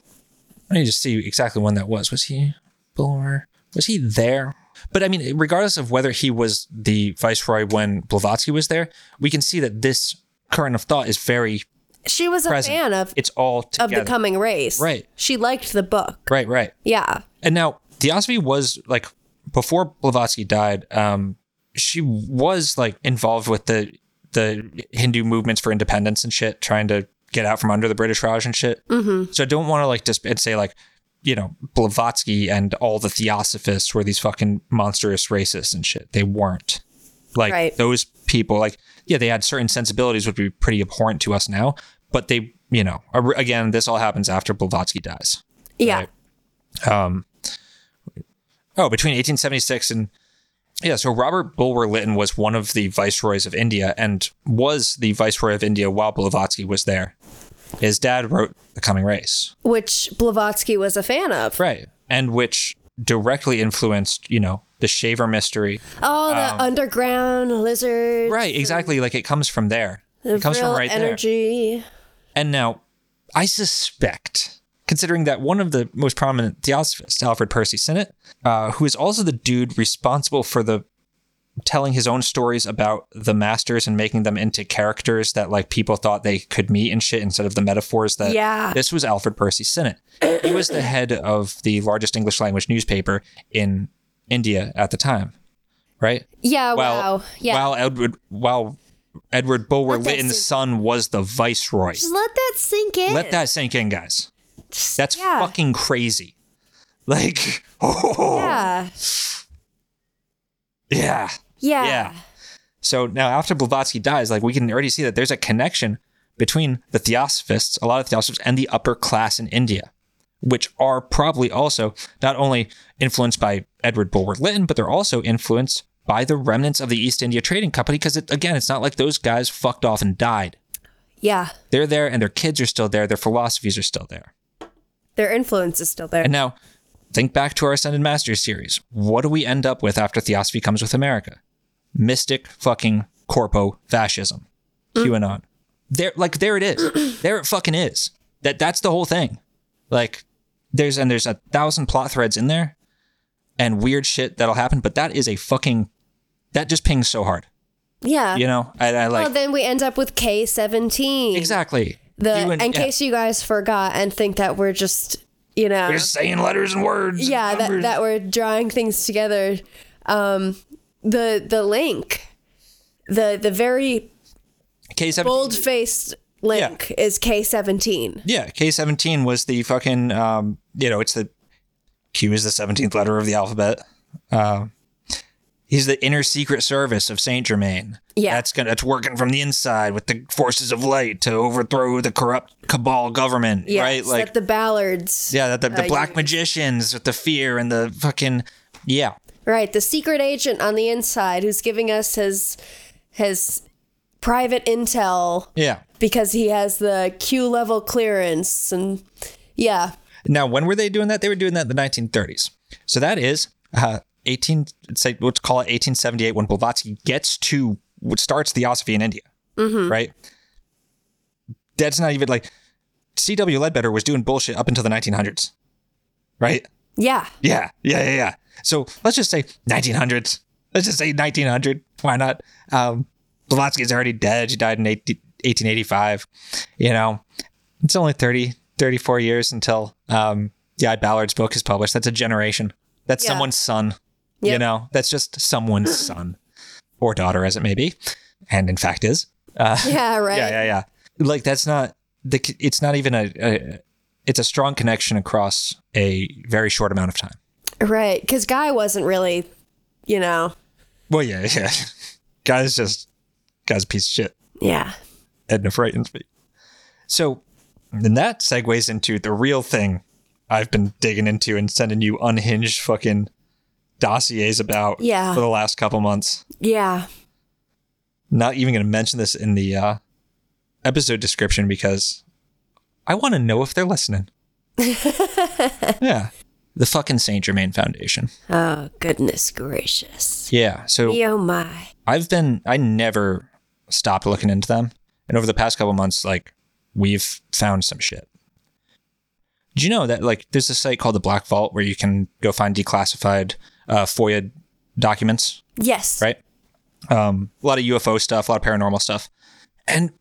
[SPEAKER 2] I need to see exactly when that was. Was he Bulwer? Was he there? But I mean, regardless of whether he was the viceroy when Blavatsky was there, we can see that this current of thought is very
[SPEAKER 1] She was a
[SPEAKER 2] present.
[SPEAKER 1] fan of
[SPEAKER 2] it's all
[SPEAKER 1] of
[SPEAKER 2] together.
[SPEAKER 1] the coming race.
[SPEAKER 2] Right.
[SPEAKER 1] She liked the book.
[SPEAKER 2] right, right.
[SPEAKER 1] Yeah.
[SPEAKER 2] And now Theosophy was like before Blavatsky died. Um, she was like involved with the the Hindu movements for independence and shit, trying to get out from under the British Raj and shit. Mm-hmm. So I don't want to like just and say like you know Blavatsky and all the Theosophists were these fucking monstrous racists and shit. They weren't like
[SPEAKER 1] Right.
[SPEAKER 2] those people like yeah they had certain sensibilities which would be pretty abhorrent to us now but they you know are- again this all happens after blavatsky dies
[SPEAKER 1] Yeah.
[SPEAKER 2] Right. um, oh, between 1876 and yeah, so Robert Bulwer Lytton was one of the viceroys of India and was the viceroy of India while Blavatsky was there. His dad wrote The Coming Race,
[SPEAKER 1] Which Blavatsky was a fan of.
[SPEAKER 2] right, and which directly influenced, you know, the Shaver mystery.
[SPEAKER 1] All the underground lizards.
[SPEAKER 2] Um, Right, exactly. Like it comes from there.
[SPEAKER 1] The
[SPEAKER 2] It comes from
[SPEAKER 1] real
[SPEAKER 2] right there.
[SPEAKER 1] energy.
[SPEAKER 2] And now, I suspect, considering that one of the most prominent theosophists, Alfred Percy Sinnott, uh, who is also the dude responsible for the telling his own stories about the masters and making them into characters that like people thought they could meet and shit instead of the metaphors that
[SPEAKER 1] Yeah.
[SPEAKER 2] this was Alfred Percy Sinnott. He was the head of the largest English language newspaper in India at the time. Right?
[SPEAKER 1] Yeah.
[SPEAKER 2] While-
[SPEAKER 1] Oh, wow. Yeah.
[SPEAKER 2] While Edward while Edward Bulwer
[SPEAKER 1] Let that
[SPEAKER 2] Lytton's
[SPEAKER 1] sink-
[SPEAKER 2] son was the viceroy.
[SPEAKER 1] Just let that sink in.
[SPEAKER 2] Let that sink in, guys. That's
[SPEAKER 1] Yeah.
[SPEAKER 2] fucking crazy. Like, (laughs) oh,
[SPEAKER 1] Yeah.
[SPEAKER 2] Yeah.
[SPEAKER 1] Yeah.
[SPEAKER 2] Yeah. So now after Blavatsky dies, like we can already see that there's a connection between the Theosophists, a lot of Theosophists, and the upper class in India, which are probably also not only influenced by Edward Bulwer Lytton, but they're also influenced by the remnants of the East India Trading Company. Because it, again, it's not like those guys fucked off and died.
[SPEAKER 1] Yeah.
[SPEAKER 2] They're there and their kids are still there. Their philosophies are still there.
[SPEAKER 1] Their influence is still there.
[SPEAKER 2] And now think back to our Ascended Masters series. What do we end up with after Theosophy comes with America? Mystic fucking corpo fascism.
[SPEAKER 1] Mm.
[SPEAKER 2] QAnon. There like there
[SPEAKER 1] (clears throat)
[SPEAKER 2] it is. there it fucking is. That that's the whole thing. Like there's and there's a thousand plot threads in there and weird shit that'll happen, but that is a fucking that just pings so hard.
[SPEAKER 1] yeah.
[SPEAKER 2] You know? I, I like
[SPEAKER 1] well, then we end up with K seventeen.
[SPEAKER 2] Exactly.
[SPEAKER 1] The
[SPEAKER 2] You
[SPEAKER 1] in
[SPEAKER 2] and- yeah.
[SPEAKER 1] case you guys forgot and think that we're just you know
[SPEAKER 2] You're saying letters and words. and
[SPEAKER 1] yeah that,
[SPEAKER 2] numbers.
[SPEAKER 1] that we're drawing things together um the the link the the very
[SPEAKER 2] K17
[SPEAKER 1] bold faced link is k17
[SPEAKER 2] Yeah, K seventeen was the fucking um, you know, it's the Q is the seventeenth letter of the alphabet. Uh, he's the inner secret service of Saint Germain.
[SPEAKER 1] Yeah.
[SPEAKER 2] that's gonna that's working from the inside with the forces of light to overthrow the corrupt cabal government.
[SPEAKER 1] yeah
[SPEAKER 2] right,
[SPEAKER 1] it's that the ballards
[SPEAKER 2] yeah, that the, the
[SPEAKER 1] uh,
[SPEAKER 2] black
[SPEAKER 1] you-
[SPEAKER 2] magicians with the fear and the fucking yeah,
[SPEAKER 1] right the secret agent on the inside who's giving us his his private intel
[SPEAKER 2] yeah.
[SPEAKER 1] because he has the q level clearance and yeah
[SPEAKER 2] Now, when were they doing that? They were doing that in the 1930s. So that is uh, 18. Say, let's call it 1878 when Blavatsky gets to what starts Theosophy in India, right? That's not even like C.W. Ledbetter was doing bullshit up until the 1900s, right?
[SPEAKER 1] yeah (laughs)
[SPEAKER 2] Yeah, yeah, yeah, yeah. So let's just say 1900s. Let's just say 1900. Why not? Um, Blavatsky's already dead. She died in 18, 1885. You know, it's only 30, 34 years until um, yeah, Ballard's book is published. That's a generation. That's
[SPEAKER 1] Yeah.
[SPEAKER 2] someone's son. You
[SPEAKER 1] Yep.
[SPEAKER 2] know, that's
[SPEAKER 1] (laughs)
[SPEAKER 2] just someone's son or daughter, as it may be, and in fact is.
[SPEAKER 1] yeah right
[SPEAKER 2] Yeah, yeah, yeah. Like that's not the. c- It's not even a. a it's a strong connection across a very short amount of time.
[SPEAKER 1] right because guy wasn't really you know
[SPEAKER 2] Well, yeah, (laughs) yeah. Guy's just guy's a piece of shit.
[SPEAKER 1] yeah
[SPEAKER 2] Edna frightens me. So then that segues into the real thing I've been digging into and sending you unhinged fucking dossiers about
[SPEAKER 1] Yeah.
[SPEAKER 2] for the last couple months.
[SPEAKER 1] yeah
[SPEAKER 2] Not even going to mention this in the uh, episode description because I want to know if they're listening. yeah. The fucking St. Germain Foundation.
[SPEAKER 1] oh goodness gracious
[SPEAKER 2] Yeah. So
[SPEAKER 1] oh my
[SPEAKER 2] I've been I never stopped looking into them. And over the past couple months, like we've found some shit. Do you know that like there's a site called the Black Vault where you can go find declassified uh, FOIA documents,
[SPEAKER 1] yes
[SPEAKER 2] right? Um, a lot of UFO stuff, a lot of paranormal stuff, and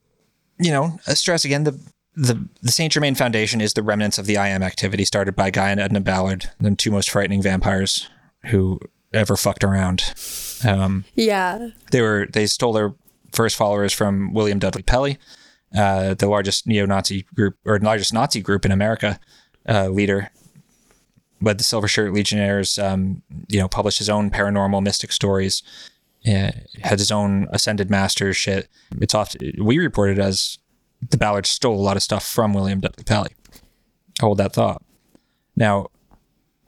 [SPEAKER 2] you know, I stress again the the the Saint Germain Foundation is the remnants of the IM activity started by Guy and Edna Ballard, the two most frightening vampires who ever fucked around. Um,
[SPEAKER 1] yeah
[SPEAKER 2] they were they stole their first followers from William Dudley Pelley, uh, the largest neo-Nazi group or largest Nazi group in America, uh, leader. Led the Silver Shirt Legionnaires, um, you know, published his own paranormal mystic stories, uh, had his own ascended master shit. It's often we reported as the Ballard stole a lot of stuff from William Dudley Pelley. Hold that thought. Now,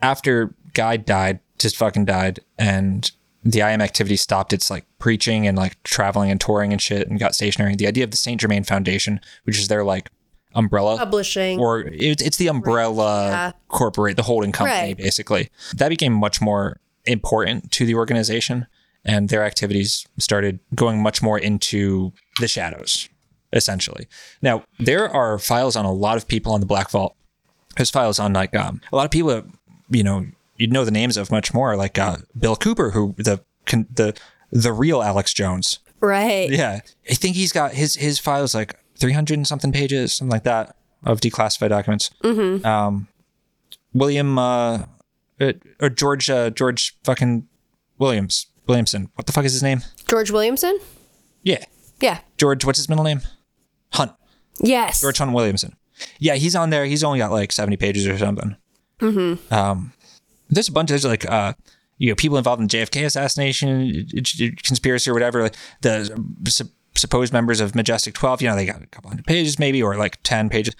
[SPEAKER 2] after Guy died, just fucking died, and the IM activity stopped its like preaching and like traveling and touring and shit and got stationary. The idea of the Saint Germain Foundation, which is their like umbrella
[SPEAKER 1] Publishing.
[SPEAKER 2] or it, it's the umbrella
[SPEAKER 1] Yeah.
[SPEAKER 2] corporate, the holding company,
[SPEAKER 1] Right.
[SPEAKER 2] basically. That became much more important to the organization, and their activities started going much more into the shadows, essentially. Now, there are files on a lot of people on the Black Vault. There's files on like um, a lot of people, that, you know, you'd know the names of much more, like uh, Bill Cooper, who the con- the the real Alex Jones.
[SPEAKER 1] right
[SPEAKER 2] Yeah, I think he's got his his files like three hundred and something pages, something like that, of declassified documents. Mm-hmm. Um, William uh, uh, or George uh, George fucking Williams Williamson. What the fuck is his name?
[SPEAKER 1] george williamson
[SPEAKER 2] Yeah,
[SPEAKER 1] yeah
[SPEAKER 2] George. What's his middle name? Hunt.
[SPEAKER 1] yes
[SPEAKER 2] George Hunt Williamson. Yeah, he's on there. He's only got like seventy pages or something. Mm-hmm. Um, there's a bunch. There's like uh, you know people involved in the JFK assassination uh, conspiracy or whatever, like the su- supposed members of Majestic Twelve. You know, they got a couple hundred pages maybe, or like ten pages.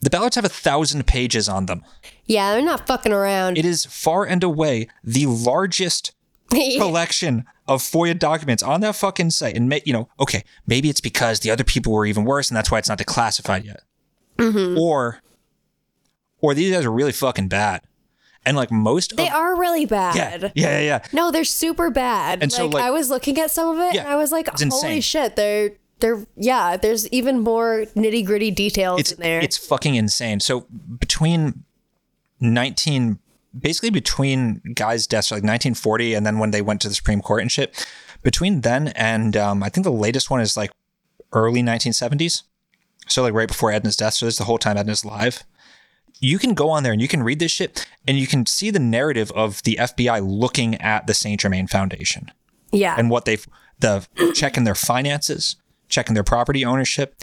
[SPEAKER 2] The ballots have a thousand pages on them.
[SPEAKER 1] Yeah, they're not fucking around. (laughs)
[SPEAKER 2] It is far and away the largest Oh. collection of FOIA documents on that fucking site. And, ma- you know, okay, maybe it's because the other people were even worse and that's why it's not declassified yet.
[SPEAKER 1] Mm-hmm.
[SPEAKER 2] Or, or these guys are really fucking bad. And like most
[SPEAKER 1] they
[SPEAKER 2] of,
[SPEAKER 1] are really
[SPEAKER 2] yeah,
[SPEAKER 1] bad.
[SPEAKER 2] yeah, yeah, yeah.
[SPEAKER 1] No, they're super bad.
[SPEAKER 2] And
[SPEAKER 1] like,
[SPEAKER 2] so, like-
[SPEAKER 1] I was looking at some of it,
[SPEAKER 2] Yeah,
[SPEAKER 1] and I was like,
[SPEAKER 2] it's
[SPEAKER 1] "Holy
[SPEAKER 2] insane.
[SPEAKER 1] shit!" They're they're yeah. There's even more nitty gritty details
[SPEAKER 2] It's
[SPEAKER 1] in there.
[SPEAKER 2] it's fucking insane. So between 19 basically between guys' deaths like 1940 and then when they went to the Supreme Court and shit, between then and um, I think the latest one is like early 1970s. So like right before Edna's death, so this is the whole time Edna's alive. You can go on there and you can read this shit and you can see the narrative of the FBI looking at the St. Germain Foundation
[SPEAKER 1] yeah,
[SPEAKER 2] and what they've the checking their finances, checking their property ownership,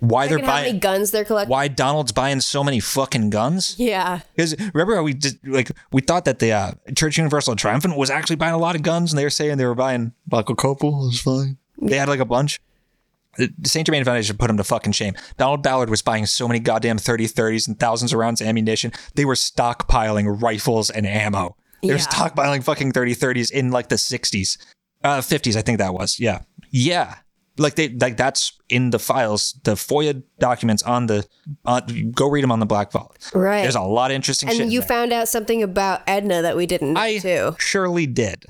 [SPEAKER 2] why
[SPEAKER 1] Look
[SPEAKER 2] they're
[SPEAKER 1] at how many
[SPEAKER 2] buying
[SPEAKER 1] guns they're collecting.
[SPEAKER 2] why Donald's buying so many fucking guns?
[SPEAKER 1] Yeah,
[SPEAKER 2] Because remember how we did, like we thought that the uh, Church Universal and Triumphant was actually buying a lot of guns, and they were saying they were buying like a couple. It was fine. They had like a bunch. The Saint Germain Foundation put him to fucking shame. Donald Ballard was buying so many goddamn 30-30s and thousands of rounds of ammunition. They were stockpiling rifles and ammo. They were
[SPEAKER 1] Yeah.
[SPEAKER 2] stockpiling fucking 30-30s in like the 60s. Uh 50s, I think that was. Yeah. Yeah. Like they like that's in the files, the FOIA documents on the on, go read them on the black vault.
[SPEAKER 1] Right.
[SPEAKER 2] There's a lot of interesting shit.
[SPEAKER 1] and
[SPEAKER 2] in
[SPEAKER 1] you
[SPEAKER 2] there.
[SPEAKER 1] found out something about Edna that we didn't know
[SPEAKER 2] I
[SPEAKER 1] too.
[SPEAKER 2] surely did.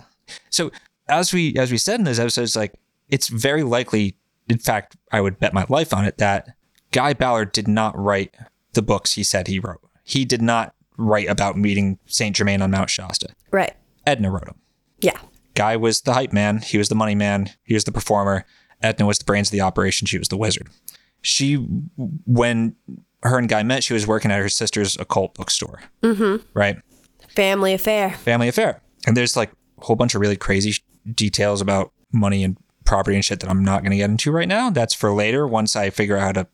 [SPEAKER 2] So as we as we said in this episode, it's like it's very likely. In fact, I would bet my life on it that Guy Ballard did not write the books he said he wrote. He did not write about meeting Saint Germain on Mount Shasta.
[SPEAKER 1] Right.
[SPEAKER 2] Edna wrote them.
[SPEAKER 1] Yeah.
[SPEAKER 2] Guy was the hype man. He was the money man. He was the performer. Etna was the brains of the operation. She was the wizard. She, when her and Guy met, she was working at her sister's occult bookstore. Mm-hmm. Right
[SPEAKER 1] Family
[SPEAKER 2] (laughs)
[SPEAKER 1] affair.
[SPEAKER 2] family affair. And there's like a whole bunch of really crazy sh- details about money and property and shit that I'm not going to get into right now. That's for later once I figure out how to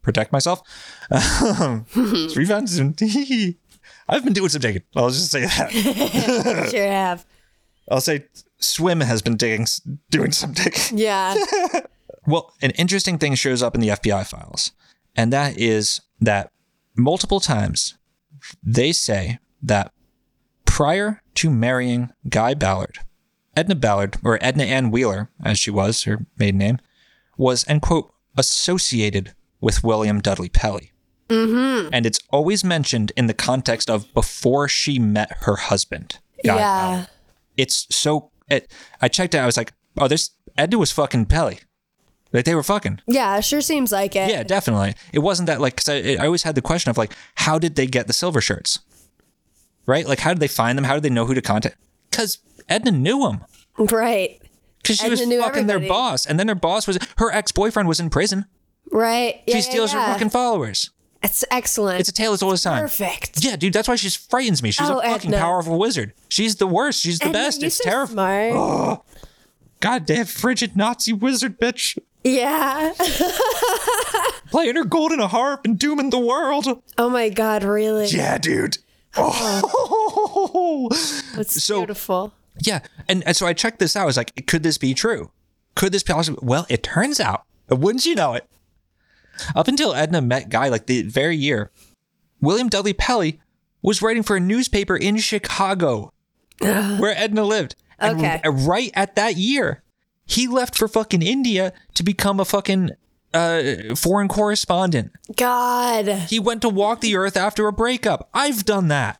[SPEAKER 2] protect myself. Um, it's rebound soon. (laughs) I've been doing some digging. I'll just say that.
[SPEAKER 1] Sure have.
[SPEAKER 2] I'll say Swim has been digging, s- doing some digging.
[SPEAKER 1] Yeah.
[SPEAKER 2] Well, an interesting thing shows up in the FBI files, and that is that multiple times they say that prior to marrying Guy Ballard, Edna Ballard, or Edna Ann Wheeler, as she was, her maiden name, was, end quote, associated with William Dudley Pelly. Mm-hmm. And it's always mentioned in the context of before she met her husband. Guy Ballard
[SPEAKER 1] yeah.
[SPEAKER 2] it's so it, I checked it. I was like, oh, this Edna was fucking Pelly. Like they were fucking.
[SPEAKER 1] Yeah. Sure seems like it.
[SPEAKER 2] Yeah, definitely. It wasn't that like because I, I always had the question of like, how did they get the silver shirts? Right? Like, how did they find them? How did they know who to contact? Because Edna knew him
[SPEAKER 1] Right.
[SPEAKER 2] because she
[SPEAKER 1] Edna
[SPEAKER 2] was
[SPEAKER 1] knew
[SPEAKER 2] fucking
[SPEAKER 1] everybody.
[SPEAKER 2] their boss, and then their boss was her ex boyfriend was in prison.
[SPEAKER 1] Right. Yeah,
[SPEAKER 2] She
[SPEAKER 1] yeah,
[SPEAKER 2] steals
[SPEAKER 1] yeah.
[SPEAKER 2] her fucking followers.
[SPEAKER 1] It's excellent.
[SPEAKER 2] It's a tale as old as time.
[SPEAKER 1] perfect.
[SPEAKER 2] Yeah, dude, that's why she frightens me. She's
[SPEAKER 1] Oh,
[SPEAKER 2] a fucking
[SPEAKER 1] Edna.
[SPEAKER 2] powerful wizard. She's the worst. She's the
[SPEAKER 1] Edna,
[SPEAKER 2] best.
[SPEAKER 1] you're
[SPEAKER 2] It's
[SPEAKER 1] so
[SPEAKER 2] terrifying.
[SPEAKER 1] Smart.
[SPEAKER 2] (gasps) Goddamn frigid Nazi wizard bitch.
[SPEAKER 1] Yeah. (laughs)
[SPEAKER 2] playing her golden harp and dooming the world.
[SPEAKER 1] Oh my God. Really.
[SPEAKER 2] Yeah, dude. (laughs) Oh.
[SPEAKER 1] It's
[SPEAKER 2] So-
[SPEAKER 1] beautiful.
[SPEAKER 2] yeah, and, and so I checked this out. I was like, could this be true? Could this be possible? Well, it turns out, wouldn't you know it? Up until Edna met Guy, like the very year, William Dudley Pelly was writing for a newspaper in Chicago, where Edna lived. And
[SPEAKER 1] Okay.
[SPEAKER 2] r- right at that year, he left for fucking India to become a fucking uh, foreign correspondent.
[SPEAKER 1] God.
[SPEAKER 2] He went to walk the earth after a breakup. I've done that.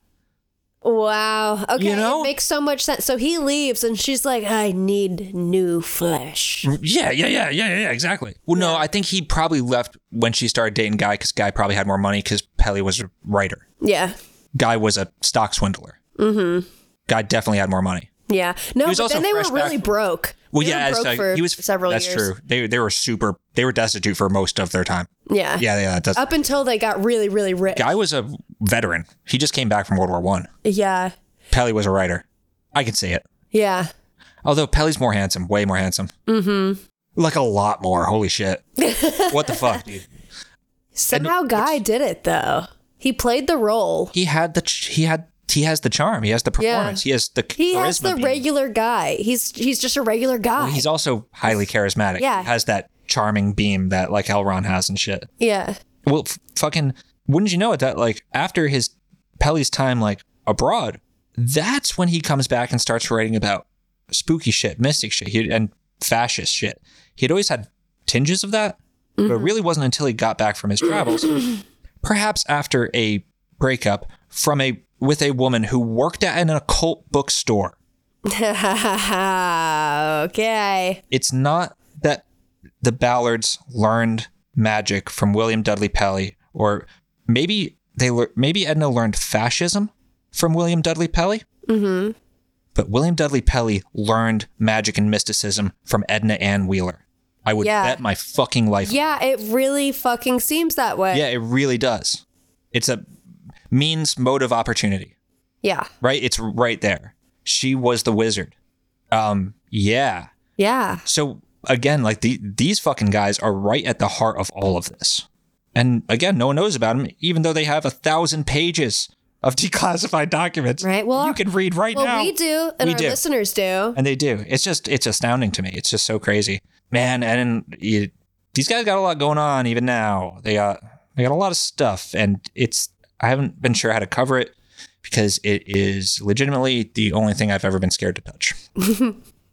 [SPEAKER 1] Wow. Okay.
[SPEAKER 2] You know?
[SPEAKER 1] It makes so much sense. So he leaves and she's like, I need new flesh.
[SPEAKER 2] Yeah, yeah, yeah, yeah, yeah, yeah, exactly. Well, no, I think he probably left when she started dating Guy because Guy probably had more money because Pelly was a writer.
[SPEAKER 1] Yeah.
[SPEAKER 2] Guy was a stock swindler. Mm-hmm. Guy definitely had more money.
[SPEAKER 1] Yeah. No,
[SPEAKER 2] was
[SPEAKER 1] but
[SPEAKER 2] also
[SPEAKER 1] then they were
[SPEAKER 2] fresh back
[SPEAKER 1] really
[SPEAKER 2] from-
[SPEAKER 1] broke.
[SPEAKER 2] Well,
[SPEAKER 1] They
[SPEAKER 2] yeah,
[SPEAKER 1] were
[SPEAKER 2] as,
[SPEAKER 1] broke
[SPEAKER 2] uh,
[SPEAKER 1] for
[SPEAKER 2] he was.
[SPEAKER 1] several
[SPEAKER 2] that's
[SPEAKER 1] years.
[SPEAKER 2] true. They they were super. They were destitute for most of their time.
[SPEAKER 1] Yeah.
[SPEAKER 2] Yeah, yeah, that's.
[SPEAKER 1] Up until they got really, really rich.
[SPEAKER 2] Guy was a veteran. He just came back from World War One.
[SPEAKER 1] Yeah.
[SPEAKER 2] Pelly was a writer. I can see it.
[SPEAKER 1] Yeah.
[SPEAKER 2] Although Pelly's more handsome, way more handsome. Mm-hmm. Like a lot more. Holy shit. what the fuck, dude?
[SPEAKER 1] Somehow Guy did it though. He played the role.
[SPEAKER 2] He had the ch- he had he has the charm. He has the performance. He has the
[SPEAKER 1] He has
[SPEAKER 2] charisma
[SPEAKER 1] the
[SPEAKER 2] being-
[SPEAKER 1] regular guy. He's he's just a regular guy.
[SPEAKER 2] He's also highly charismatic.
[SPEAKER 1] Yeah.
[SPEAKER 2] He has that charming beam that like Elron has and shit.
[SPEAKER 1] yeah. (laughs)
[SPEAKER 2] Well, f- fucking, wouldn't you know it that like after his Pelly's time like abroad, that's when he comes back and starts writing about spooky shit, mystic shit, he, and fascist shit. He'd always had tinges of that, but it really wasn't until he got back from his travels, perhaps after a breakup from a with a woman who worked at an occult bookstore.
[SPEAKER 1] okay.
[SPEAKER 2] it's not that the Ballards learned magic from William Dudley Pelly, or maybe they lear- maybe Edna learned fascism from William Dudley Pelly. Mm-hmm. But William Dudley Pelly learned magic and mysticism from Edna Ann Wheeler. I would
[SPEAKER 1] Yeah.
[SPEAKER 2] bet my fucking life.
[SPEAKER 1] Yeah, it really fucking seems that way.
[SPEAKER 2] yeah, it really does. It's a means motive opportunity
[SPEAKER 1] Yeah.
[SPEAKER 2] right? It's right there. She was the wizard. Um, yeah.
[SPEAKER 1] Yeah.
[SPEAKER 2] So again, like the, these fucking guys are right at the heart of all of this. And again, no one knows about them, even though they have a thousand pages of (laughs) declassified documents.
[SPEAKER 1] Right. Well,
[SPEAKER 2] you can read right
[SPEAKER 1] well,
[SPEAKER 2] now.
[SPEAKER 1] we do, and
[SPEAKER 2] We
[SPEAKER 1] our
[SPEAKER 2] do.
[SPEAKER 1] listeners do.
[SPEAKER 2] And they do. It's just it's astounding to me. It's just so crazy, man. And you, these guys got a lot going on even now. They got they got a lot of stuff, and it's I haven't been sure how to cover it because it is legitimately the only thing I've ever been scared to touch.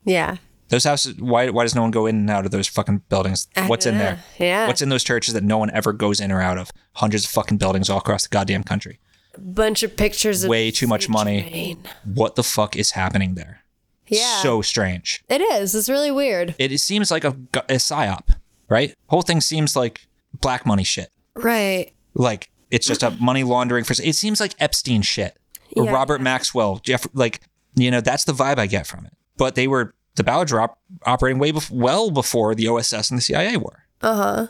[SPEAKER 1] Yeah.
[SPEAKER 2] Those houses. Why why does no one go in and out of those fucking buildings? What's in there?
[SPEAKER 1] Yeah.
[SPEAKER 2] What's in those churches that no one ever goes in or out of? Hundreds of fucking buildings all across the goddamn country.
[SPEAKER 1] Bunch of pictures. Of
[SPEAKER 2] Way too much money.
[SPEAKER 1] Train.
[SPEAKER 2] What the fuck is happening there?
[SPEAKER 1] Yeah.
[SPEAKER 2] So strange.
[SPEAKER 1] it is. It's really weird.
[SPEAKER 2] it, it seems like a, gu- a psyop, right? Whole thing seems like black money shit.
[SPEAKER 1] Right.
[SPEAKER 2] Like it's just a money laundering for. It seems like Epstein shit or
[SPEAKER 1] Yeah,
[SPEAKER 2] Robert Maxwell, Jeff. Like you know, that's the vibe I get from it. But they were the Ballards were op- operating way bef- well before the OSS and the CIA were.
[SPEAKER 1] Uh huh.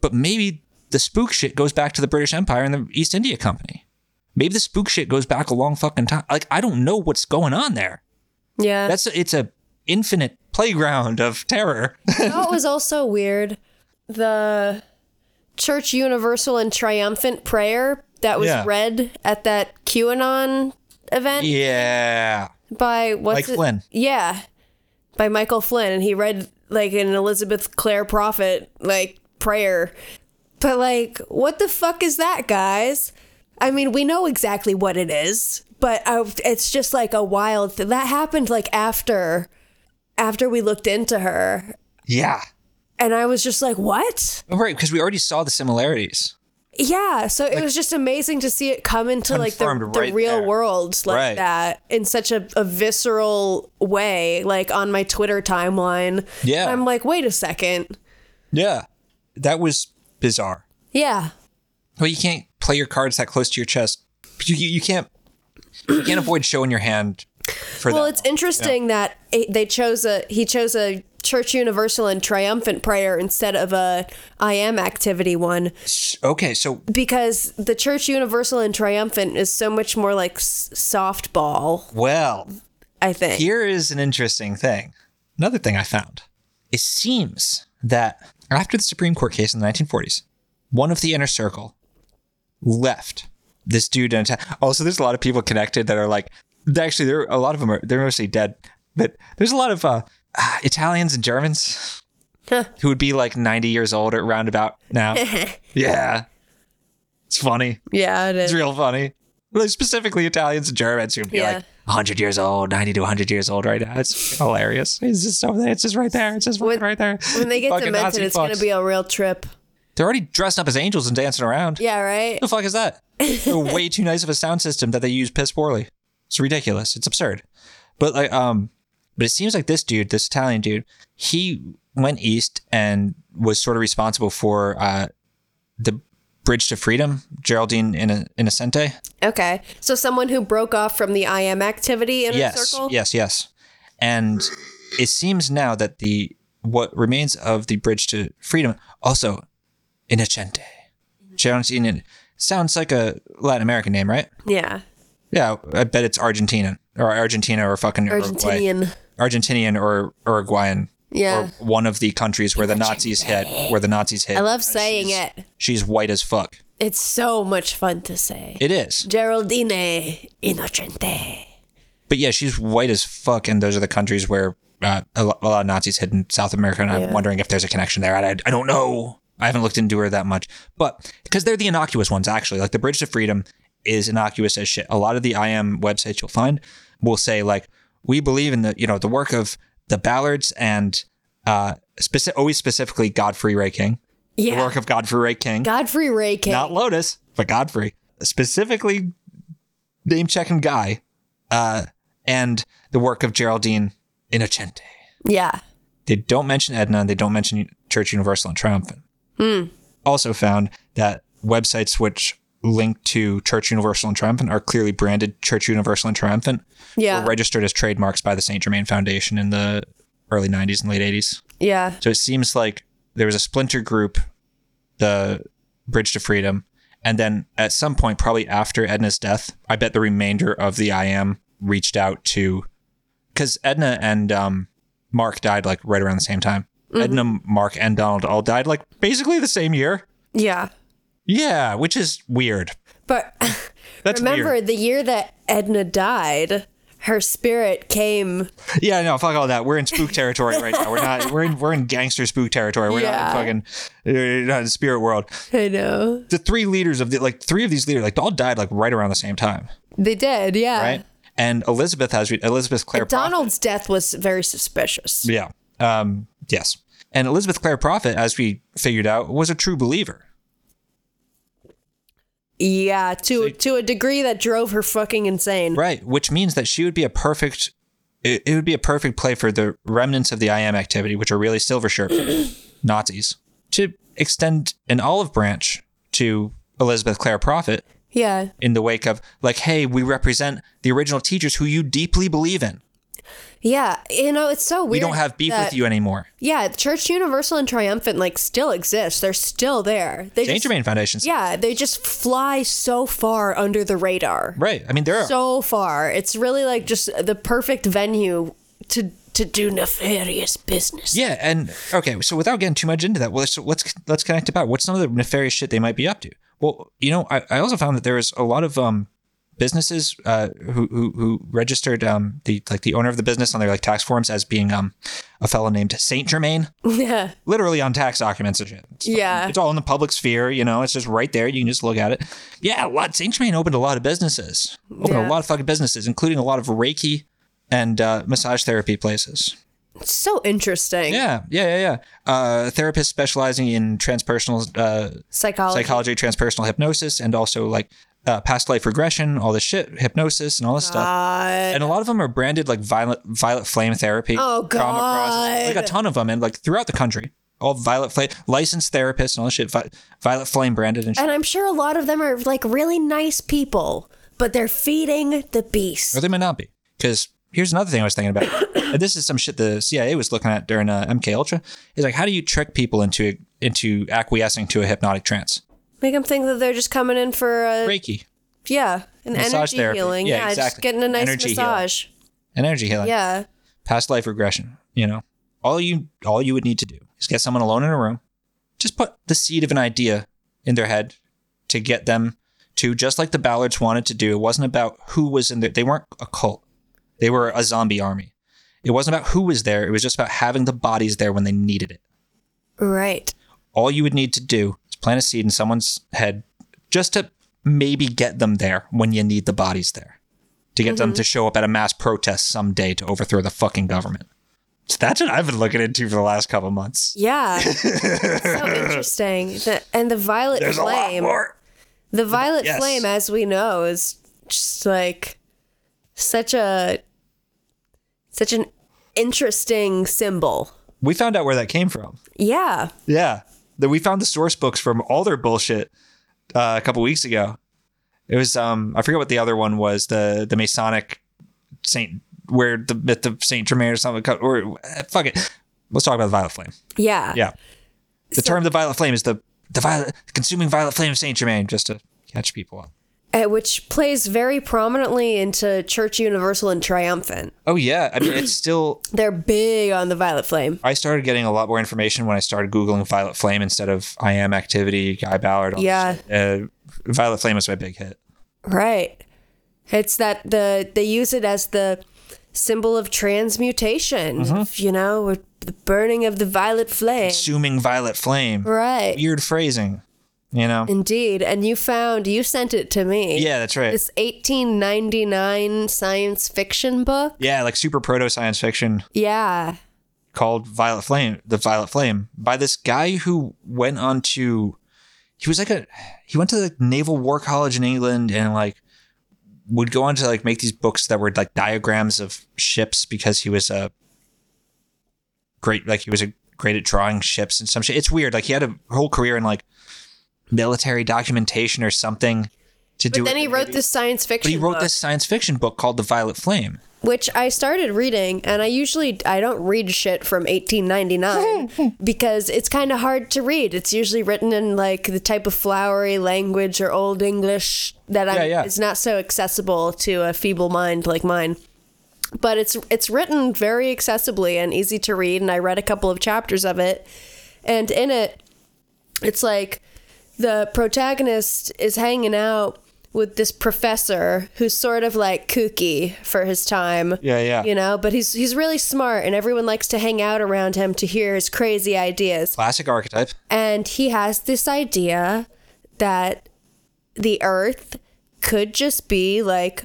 [SPEAKER 2] But maybe the spook shit goes back to the British Empire and the East India Company. Maybe the spook shit goes back a long fucking time. Like I don't know what's going on there.
[SPEAKER 1] Yeah.
[SPEAKER 2] That's it's a infinite playground of terror. (laughs)
[SPEAKER 1] That was also weird. The Church Universal and Triumphant Prayer that was
[SPEAKER 2] Yeah.
[SPEAKER 1] read at that QAnon event
[SPEAKER 2] yeah.
[SPEAKER 1] by what's
[SPEAKER 2] Mike
[SPEAKER 1] it-
[SPEAKER 2] Flynn.
[SPEAKER 1] Yeah, by Michael Flynn, and he read like an Elizabeth Clare prophet like prayer. But like, what the fuck is that, guys? I mean, we know exactly what it is, but I, it's just like a wild. Th- that happened like after, after we looked into her,
[SPEAKER 2] Yeah.
[SPEAKER 1] and I was just like, "What?"
[SPEAKER 2] Right, because we already saw the similarities.
[SPEAKER 1] Yeah, so it was just amazing to see it come into like the,
[SPEAKER 2] Confirmed
[SPEAKER 1] the
[SPEAKER 2] right
[SPEAKER 1] real
[SPEAKER 2] there.
[SPEAKER 1] world like
[SPEAKER 2] Right.
[SPEAKER 1] that in such a, a visceral way, like on my Twitter timeline.
[SPEAKER 2] Yeah.
[SPEAKER 1] I'm like, wait a second.
[SPEAKER 2] Yeah. That was bizarre.
[SPEAKER 1] Yeah,
[SPEAKER 2] Well, you can't play your cards that close to your chest. You, you, you can't you can't avoid showing your hand for
[SPEAKER 1] Well,
[SPEAKER 2] that.
[SPEAKER 1] it's interesting that it- they chose a he chose a Church Universal and Triumphant Prayer instead of a I Am Activity one
[SPEAKER 2] okay, so
[SPEAKER 1] because the Church Universal and Triumphant is so much more like s- softball.
[SPEAKER 2] well,
[SPEAKER 1] I think.
[SPEAKER 2] here is an interesting thing. Another thing I found. It seems that after the Supreme Court case in the 1940s, one of the inner circle left this dude in town. Also, there's a lot of people connected that are like, actually, there are a lot of them are they're mostly dead, but there's a lot of uh, (sighs) ah, Italians and Germans who would be like 90 years old or roundabout now. yeah, it's funny.
[SPEAKER 1] yeah, it is.
[SPEAKER 2] It's real funny. Like, Specifically, Italians and Germans who'd be
[SPEAKER 1] Yeah.
[SPEAKER 2] like 100 years old, 90 to 100 years old right now. It's hilarious. It's just over there. It's just right there. It's just
[SPEAKER 1] When-
[SPEAKER 2] right there.
[SPEAKER 1] When they get
[SPEAKER 2] Fucking
[SPEAKER 1] demented,
[SPEAKER 2] Nazi
[SPEAKER 1] it's going
[SPEAKER 2] fucks.
[SPEAKER 1] to be a real trip.
[SPEAKER 2] They're already dressed up as angels and dancing around.
[SPEAKER 1] Yeah, right?
[SPEAKER 2] What the fuck is that?
[SPEAKER 1] (laughs)
[SPEAKER 2] They're way too nice of a sound system that they use piss poorly. It's ridiculous. It's absurd. But like, um, but it seems like this dude, this Italian dude, he went east and was sort of responsible for uh, the Bridge to Freedom, Geraldine Inno- Innocente.
[SPEAKER 1] Okay. So someone who broke off from the IM activity in a
[SPEAKER 2] yes,
[SPEAKER 1] circle?
[SPEAKER 2] Yes, yes. And it seems now that the what remains of the bridge to freedom also Innocente. Geraldine sounds like a Latin American name, right?
[SPEAKER 1] Yeah.
[SPEAKER 2] Yeah, I bet it's Argentinian or Argentina or fucking Uruguay.
[SPEAKER 1] Argentinian.
[SPEAKER 2] Argentinian or Uruguayan.
[SPEAKER 1] Yeah.
[SPEAKER 2] Or one of the countries where the Nazis hit, where the Nazis hit.
[SPEAKER 1] I love saying
[SPEAKER 2] she's-
[SPEAKER 1] it.
[SPEAKER 2] She's white as fuck.
[SPEAKER 1] It's so much fun to say.
[SPEAKER 2] It is.
[SPEAKER 1] Geraldine Inocente.
[SPEAKER 2] But yeah, she's white as fuck, and those are the countries where uh, a, lo- a lot of Nazis hid in South America, and I'm wondering if there's a connection there. I, I I don't know. I haven't looked into her that much, but because they're the innocuous ones, actually. Like the Bridge to Freedom is innocuous as shit. A lot of the IM websites you'll find will say like, "We believe in the you know the work of the Ballards and uh, speci- always specifically Godfrey Ray King, the
[SPEAKER 1] Yeah.
[SPEAKER 2] work of Godfrey Ray King,
[SPEAKER 1] Godfrey Ray King.
[SPEAKER 2] not Lotus, but Godfrey, specifically name checking guy, uh, and the work of Geraldine Innocente.
[SPEAKER 1] yeah.
[SPEAKER 2] They don't mention Edna, and they don't mention Church Universal and Triumphant. Also found that websites which link to Church Universal and Triumphant are clearly branded Church Universal and Triumphant,
[SPEAKER 1] Yeah.
[SPEAKER 2] were registered as trademarks by the St. Germain Foundation in the early 90s and late 80s.
[SPEAKER 1] Yeah.
[SPEAKER 2] So it seems like there was a splinter group, the Bridge to Freedom, and then at some point, probably after Edna's death, I bet the remainder of the IM reached out to, because Edna and um, Mark died like right around the same time. Edna, Mark, and Donald all died like basically the same year.
[SPEAKER 1] Yeah.
[SPEAKER 2] Yeah, which is weird.
[SPEAKER 1] But
[SPEAKER 2] (laughs) That's
[SPEAKER 1] remember
[SPEAKER 2] weird.
[SPEAKER 1] the year that Edna died, her spirit came.
[SPEAKER 2] Yeah, no, fuck all that. We're in spook territory right now. We're not. We're in. We're in gangster spook territory. We're
[SPEAKER 1] Yeah.
[SPEAKER 2] not in fucking. uh, Not in spirit world.
[SPEAKER 1] I know.
[SPEAKER 2] the three leaders of the like three of these leaders like all died like right around the same time,
[SPEAKER 1] They did. Yeah.
[SPEAKER 2] right? And Elizabeth has Elizabeth Clare
[SPEAKER 1] Donald's death was very suspicious.
[SPEAKER 2] Prophet, yeah, um, yes. And Elizabeth Clare Prophet, as we figured out, was a true believer.
[SPEAKER 1] Yeah, to to a degree that drove her fucking insane.
[SPEAKER 2] Right, which means that she would be a perfect. It, it would be a perfect play for the remnants of the IM activity, which are really silver shirt Nazis, to extend an olive branch to Elizabeth Clare Prophet
[SPEAKER 1] Yeah.
[SPEAKER 2] in the wake of like, hey, we represent the original teachers who you deeply believe in.
[SPEAKER 1] Yeah, you know, it's so weird.
[SPEAKER 2] We don't have beef
[SPEAKER 1] that-
[SPEAKER 2] with you anymore.
[SPEAKER 1] Yeah, Church Universal and Triumphant like still exists. They're still there. They
[SPEAKER 2] Saint
[SPEAKER 1] just,
[SPEAKER 2] Germain Foundation's
[SPEAKER 1] Yeah, they just fly so far under the radar.
[SPEAKER 2] right. I mean, there are
[SPEAKER 1] So far. It's really like just the perfect venue to to do nefarious business.
[SPEAKER 2] yeah, and okay. So without getting too much into that, well, let's let's let's connect about what's some of the nefarious shit they might be up to. Well, you know, I, I also found that there was a lot of um businesses uh who who, who registered um the like the owner of the business on their like tax forms as being um a fellow named Saint Germain,
[SPEAKER 1] (laughs) Yeah.
[SPEAKER 2] literally on tax documents and shit. It's
[SPEAKER 1] Yeah.
[SPEAKER 2] it's all in the public sphere. You know, it's just right there. You can just look at it. Yeah, a lot. Saint Germain opened a lot of businesses, opened
[SPEAKER 1] Yeah.
[SPEAKER 2] a lot of fucking businesses, including a lot of Reiki and uh, massage therapy places.
[SPEAKER 1] It's so interesting.
[SPEAKER 2] Yeah, yeah, yeah, yeah. Uh, therapists specializing in transpersonal uh,
[SPEAKER 1] Psychology.
[SPEAKER 2] psychology, transpersonal hypnosis, and also like uh, past life regression, all this shit, hypnosis, and all this stuff.
[SPEAKER 1] God.
[SPEAKER 2] And a lot of them are branded like violet, violet flame therapy.
[SPEAKER 1] Oh,
[SPEAKER 2] trauma process- Like
[SPEAKER 1] God.
[SPEAKER 2] a ton of them, and like throughout the country, all violet flame licensed therapists and all this shit, vi- violet flame branded and shit.
[SPEAKER 1] And I'm sure a lot of them are like really nice people, but they're feeding the beast.
[SPEAKER 2] Or they might not be. Because here's another thing I was thinking about. and this is some shit the CIA was looking at during uh, MK Ultra. Is like, how do you trick people into into acquiescing to a hypnotic trance?
[SPEAKER 1] Make them think that they're just coming in for a
[SPEAKER 2] Reiki,
[SPEAKER 1] yeah, an
[SPEAKER 2] Massage
[SPEAKER 1] energy
[SPEAKER 2] therapy.
[SPEAKER 1] healing. Yeah,
[SPEAKER 2] Yeah,
[SPEAKER 1] just
[SPEAKER 2] exactly.
[SPEAKER 1] getting a nice
[SPEAKER 2] Energy healing.
[SPEAKER 1] massage.
[SPEAKER 2] an energy healing,
[SPEAKER 1] Yeah,
[SPEAKER 2] past life regression. You know, all you all you would need to do is get someone alone in a room, just put the seed of an idea in their head to get them to just like the Ballards wanted to do. It wasn't about who was in there. They weren't a cult. They were a zombie army. It wasn't about who was there. It was just about having the bodies there when they needed it.
[SPEAKER 1] right.
[SPEAKER 2] all you would need to do is plant a seed in someone's head just to maybe get them there when you need the bodies there to get them to show up at a mass protest someday to overthrow the fucking government so that's what i've been looking into for the last couple months (laughs)
[SPEAKER 1] Yeah, so interesting. The, and the violet
[SPEAKER 2] there's a lot
[SPEAKER 1] flame,
[SPEAKER 2] more
[SPEAKER 1] the violet
[SPEAKER 2] Yes.
[SPEAKER 1] flame, as we know, is just like such a such an interesting symbol.
[SPEAKER 2] we found out where that came from
[SPEAKER 1] Yeah,
[SPEAKER 2] yeah that we found the source books from all their bullshit uh, a couple weeks ago it was um i forget what the other one was the the masonic saint where the myth of saint germain or something or uh, fuck it let's talk about the violet flame
[SPEAKER 1] yeah,
[SPEAKER 2] Yeah. The term the violet flame is the the violet consuming violet flame of Saint Germain, just to catch people up.
[SPEAKER 1] eh, which plays very prominently into Church Universal and Triumphant.
[SPEAKER 2] Oh yeah, I mean it's still.
[SPEAKER 1] They're big on the Violet Flame.
[SPEAKER 2] I started getting a lot more information when I started googling Violet Flame instead of I am Activity, Guy Ballard. All this
[SPEAKER 1] Yeah.
[SPEAKER 2] shit. uh, Violet Flame was my big hit.
[SPEAKER 1] Right. It's that the they use it as the symbol of transmutation,
[SPEAKER 2] Mm-hmm.
[SPEAKER 1] you know, with the burning of the violet flame.
[SPEAKER 2] Assuming Violet Flame.
[SPEAKER 1] Right.
[SPEAKER 2] Weird phrasing, you know.
[SPEAKER 1] Indeed. And you found you sent it to me.
[SPEAKER 2] Yeah, that's right.
[SPEAKER 1] This 1899 science fiction book.
[SPEAKER 2] Yeah, like super proto science fiction.
[SPEAKER 1] Yeah.
[SPEAKER 2] called Violet Flame, the Violet Flame, by this guy who went on to, he was like a, he went to the Naval War College in England and like would go on to like make these books that were like diagrams of ships because he was a great, like he was a great at drawing ships and some shit. It's weird. Like he had a whole career in like military documentation or something to do.
[SPEAKER 1] But then
[SPEAKER 2] with
[SPEAKER 1] he
[SPEAKER 2] the
[SPEAKER 1] wrote
[SPEAKER 2] Navy.
[SPEAKER 1] this science fiction
[SPEAKER 2] But he wrote
[SPEAKER 1] book,
[SPEAKER 2] this science fiction book called The Violet Flame.
[SPEAKER 1] which I started reading and I usually I don't read shit from
[SPEAKER 2] (laughs)
[SPEAKER 1] 1899 because it's kind of hard to read. It's usually written in like the type of flowery language or old English that I
[SPEAKER 2] Yeah, yeah.
[SPEAKER 1] it's not so accessible to a feeble mind like mine. But it's it's written very accessibly and easy to read and I read a couple of chapters of it and in it it's like the protagonist is hanging out with this professor who's sort of like kooky for his time.
[SPEAKER 2] Yeah, yeah.
[SPEAKER 1] You know, but he's he's really smart and everyone likes to hang out around him to hear his crazy ideas.
[SPEAKER 2] Classic archetype.
[SPEAKER 1] And he has this idea that the earth could just be like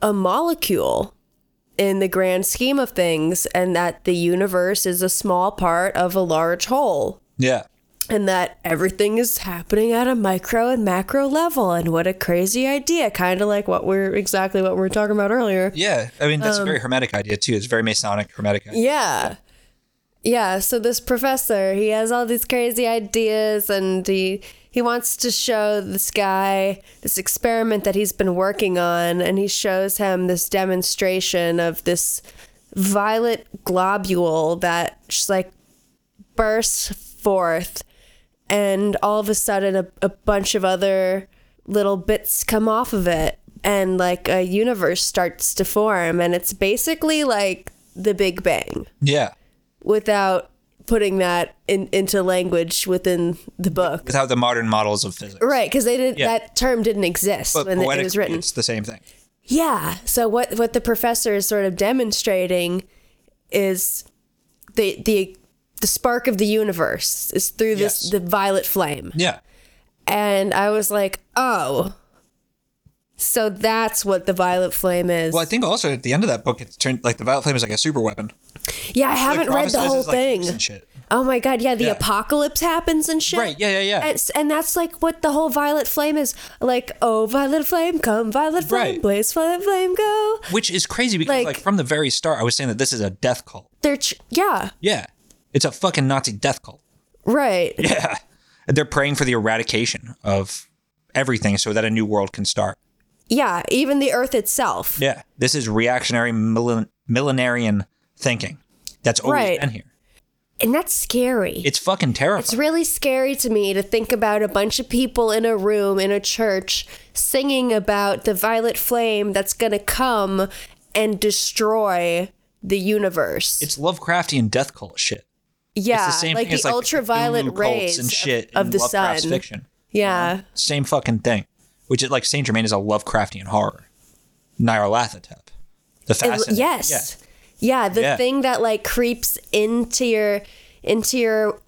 [SPEAKER 1] a molecule in the grand scheme of things and that the universe is a small part of a large whole
[SPEAKER 2] Yeah.
[SPEAKER 1] and that everything is happening at a micro and macro level and what a crazy idea kind of like what we're exactly what we were talking about earlier
[SPEAKER 2] Yeah, I mean that's a very
[SPEAKER 1] Um,
[SPEAKER 2] hermetic idea too. It's a very Masonic hermetic. Idea.
[SPEAKER 1] yeah yeah so this professor he has all these crazy ideas and he he wants to show this guy this experiment that he's been working on and he shows him this demonstration of this violet globule that just like bursts forth and all of a sudden a, a bunch of other little bits come off of it and like a universe starts to form and it's basically like the big bang
[SPEAKER 2] Yeah,
[SPEAKER 1] without putting that in, into language within the book
[SPEAKER 2] without the modern models of physics.
[SPEAKER 1] right because they didn't
[SPEAKER 2] Yeah.
[SPEAKER 1] that term didn't exist
[SPEAKER 2] But
[SPEAKER 1] when it was
[SPEAKER 2] poetically,
[SPEAKER 1] written
[SPEAKER 2] it's the same thing.
[SPEAKER 1] yeah. So what what the professor is sort of demonstrating is the the the spark of the universe is through this
[SPEAKER 2] Yes.
[SPEAKER 1] the violet flame.
[SPEAKER 2] Yeah,
[SPEAKER 1] And I was like, "Oh. So that's what the violet flame is."
[SPEAKER 2] well, I think also at the end of that book, it's turned like the violet flame is like a super weapon.
[SPEAKER 1] yeah, I haven't read the whole thing.
[SPEAKER 2] shit.
[SPEAKER 1] Oh my god, yeah, the
[SPEAKER 2] Yeah.
[SPEAKER 1] apocalypse happens and shit.
[SPEAKER 2] Right, yeah, yeah, yeah.
[SPEAKER 1] And, s- and that's like what the whole Violet Flame is. Like, oh, Violet Flame, come, Violet Flame,
[SPEAKER 2] Right.
[SPEAKER 1] blaze, Violet Flame, go.
[SPEAKER 2] Which is crazy because like,
[SPEAKER 1] Like-
[SPEAKER 2] from the very start, I was saying that this is a death cult.
[SPEAKER 1] They're, ch- yeah,
[SPEAKER 2] Yeah, it's a fucking Nazi death cult. (laughs)
[SPEAKER 1] right.
[SPEAKER 2] Yeah, And they're praying for the eradication of everything so that a new world can start.
[SPEAKER 1] Yeah, even the Earth itself.
[SPEAKER 2] Yeah, this is reactionary millen- millenarian thinking. That's always
[SPEAKER 1] Right.
[SPEAKER 2] been here.
[SPEAKER 1] And that's scary.
[SPEAKER 2] It's fucking terrifying.
[SPEAKER 1] It's really scary to me to think about a bunch of people in a room in a church singing about the violet flame that's going to come and destroy the universe.
[SPEAKER 2] It's Lovecraftian death cult shit.
[SPEAKER 1] yeah,
[SPEAKER 2] it's the same
[SPEAKER 1] like the
[SPEAKER 2] thing as like
[SPEAKER 1] ultraviolet
[SPEAKER 2] Cthulhu cults
[SPEAKER 1] rays
[SPEAKER 2] and shit
[SPEAKER 1] of,
[SPEAKER 2] in
[SPEAKER 1] of the
[SPEAKER 2] Lovecraft's
[SPEAKER 1] sun.
[SPEAKER 2] Fiction,
[SPEAKER 1] Yeah.
[SPEAKER 2] same fucking thing. Which is like Saint Germain is a Lovecraftian horror. Nyarlathotep, the
[SPEAKER 1] It-
[SPEAKER 2] fascinating.
[SPEAKER 1] yes.
[SPEAKER 2] yeah.
[SPEAKER 1] Yeah, the
[SPEAKER 2] Yeah.
[SPEAKER 1] thing that like creeps into your into your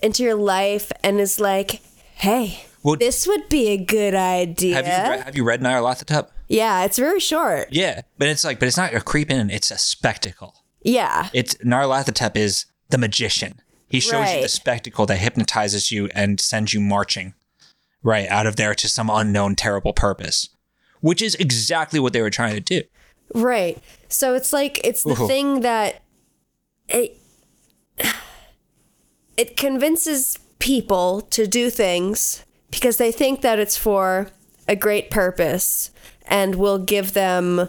[SPEAKER 1] into your life and is like, "Hey,
[SPEAKER 2] Well,
[SPEAKER 1] this would be a good idea."
[SPEAKER 2] have you re- have you read Nyarlathotep?
[SPEAKER 1] Yeah, it's very short.
[SPEAKER 2] Yeah, but it's like, but it's not a creep in. It's a spectacle.
[SPEAKER 1] Yeah.
[SPEAKER 2] It's Nyarlathotep is the magician. He shows you the
[SPEAKER 1] Right.
[SPEAKER 2] spectacle that hypnotizes you and sends you marching right out of there to some unknown terrible purpose, which is exactly what they were trying to do.
[SPEAKER 1] Right. So it's like it's the
[SPEAKER 2] Ooh.
[SPEAKER 1] thing that it it convinces people to do things because they think that it's for a great purpose and will give them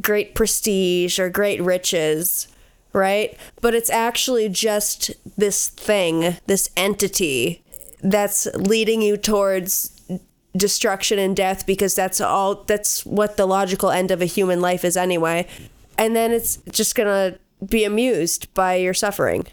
[SPEAKER 1] great prestige or great riches, right? But it's actually just this thing, this entity that's leading you towards destruction and death because that's all that's what the logical end of a human life is anyway. And then it's just going to be amused by your suffering.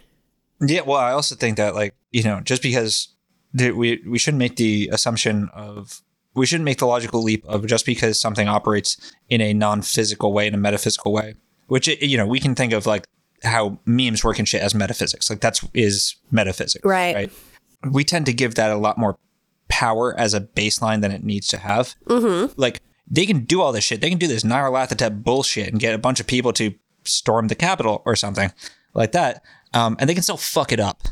[SPEAKER 2] Yeah, well, I also think that like you know, just because that we we shouldn't make the assumption of we shouldn't make the logical leap of just because something operates in a non-physical way in a metaphysical way, which it, you know we can think of like how memes work and shit as metaphysics. Like that's is metaphysics,
[SPEAKER 1] Right.
[SPEAKER 2] We tend to give that a lot more power as a baseline than it needs to have. Mm-hmm. Like they can do all this shit. They can do this Nyarlathotep bullshit and get a bunch of people to storm the Capitol or something like that, um, and they can still fuck it up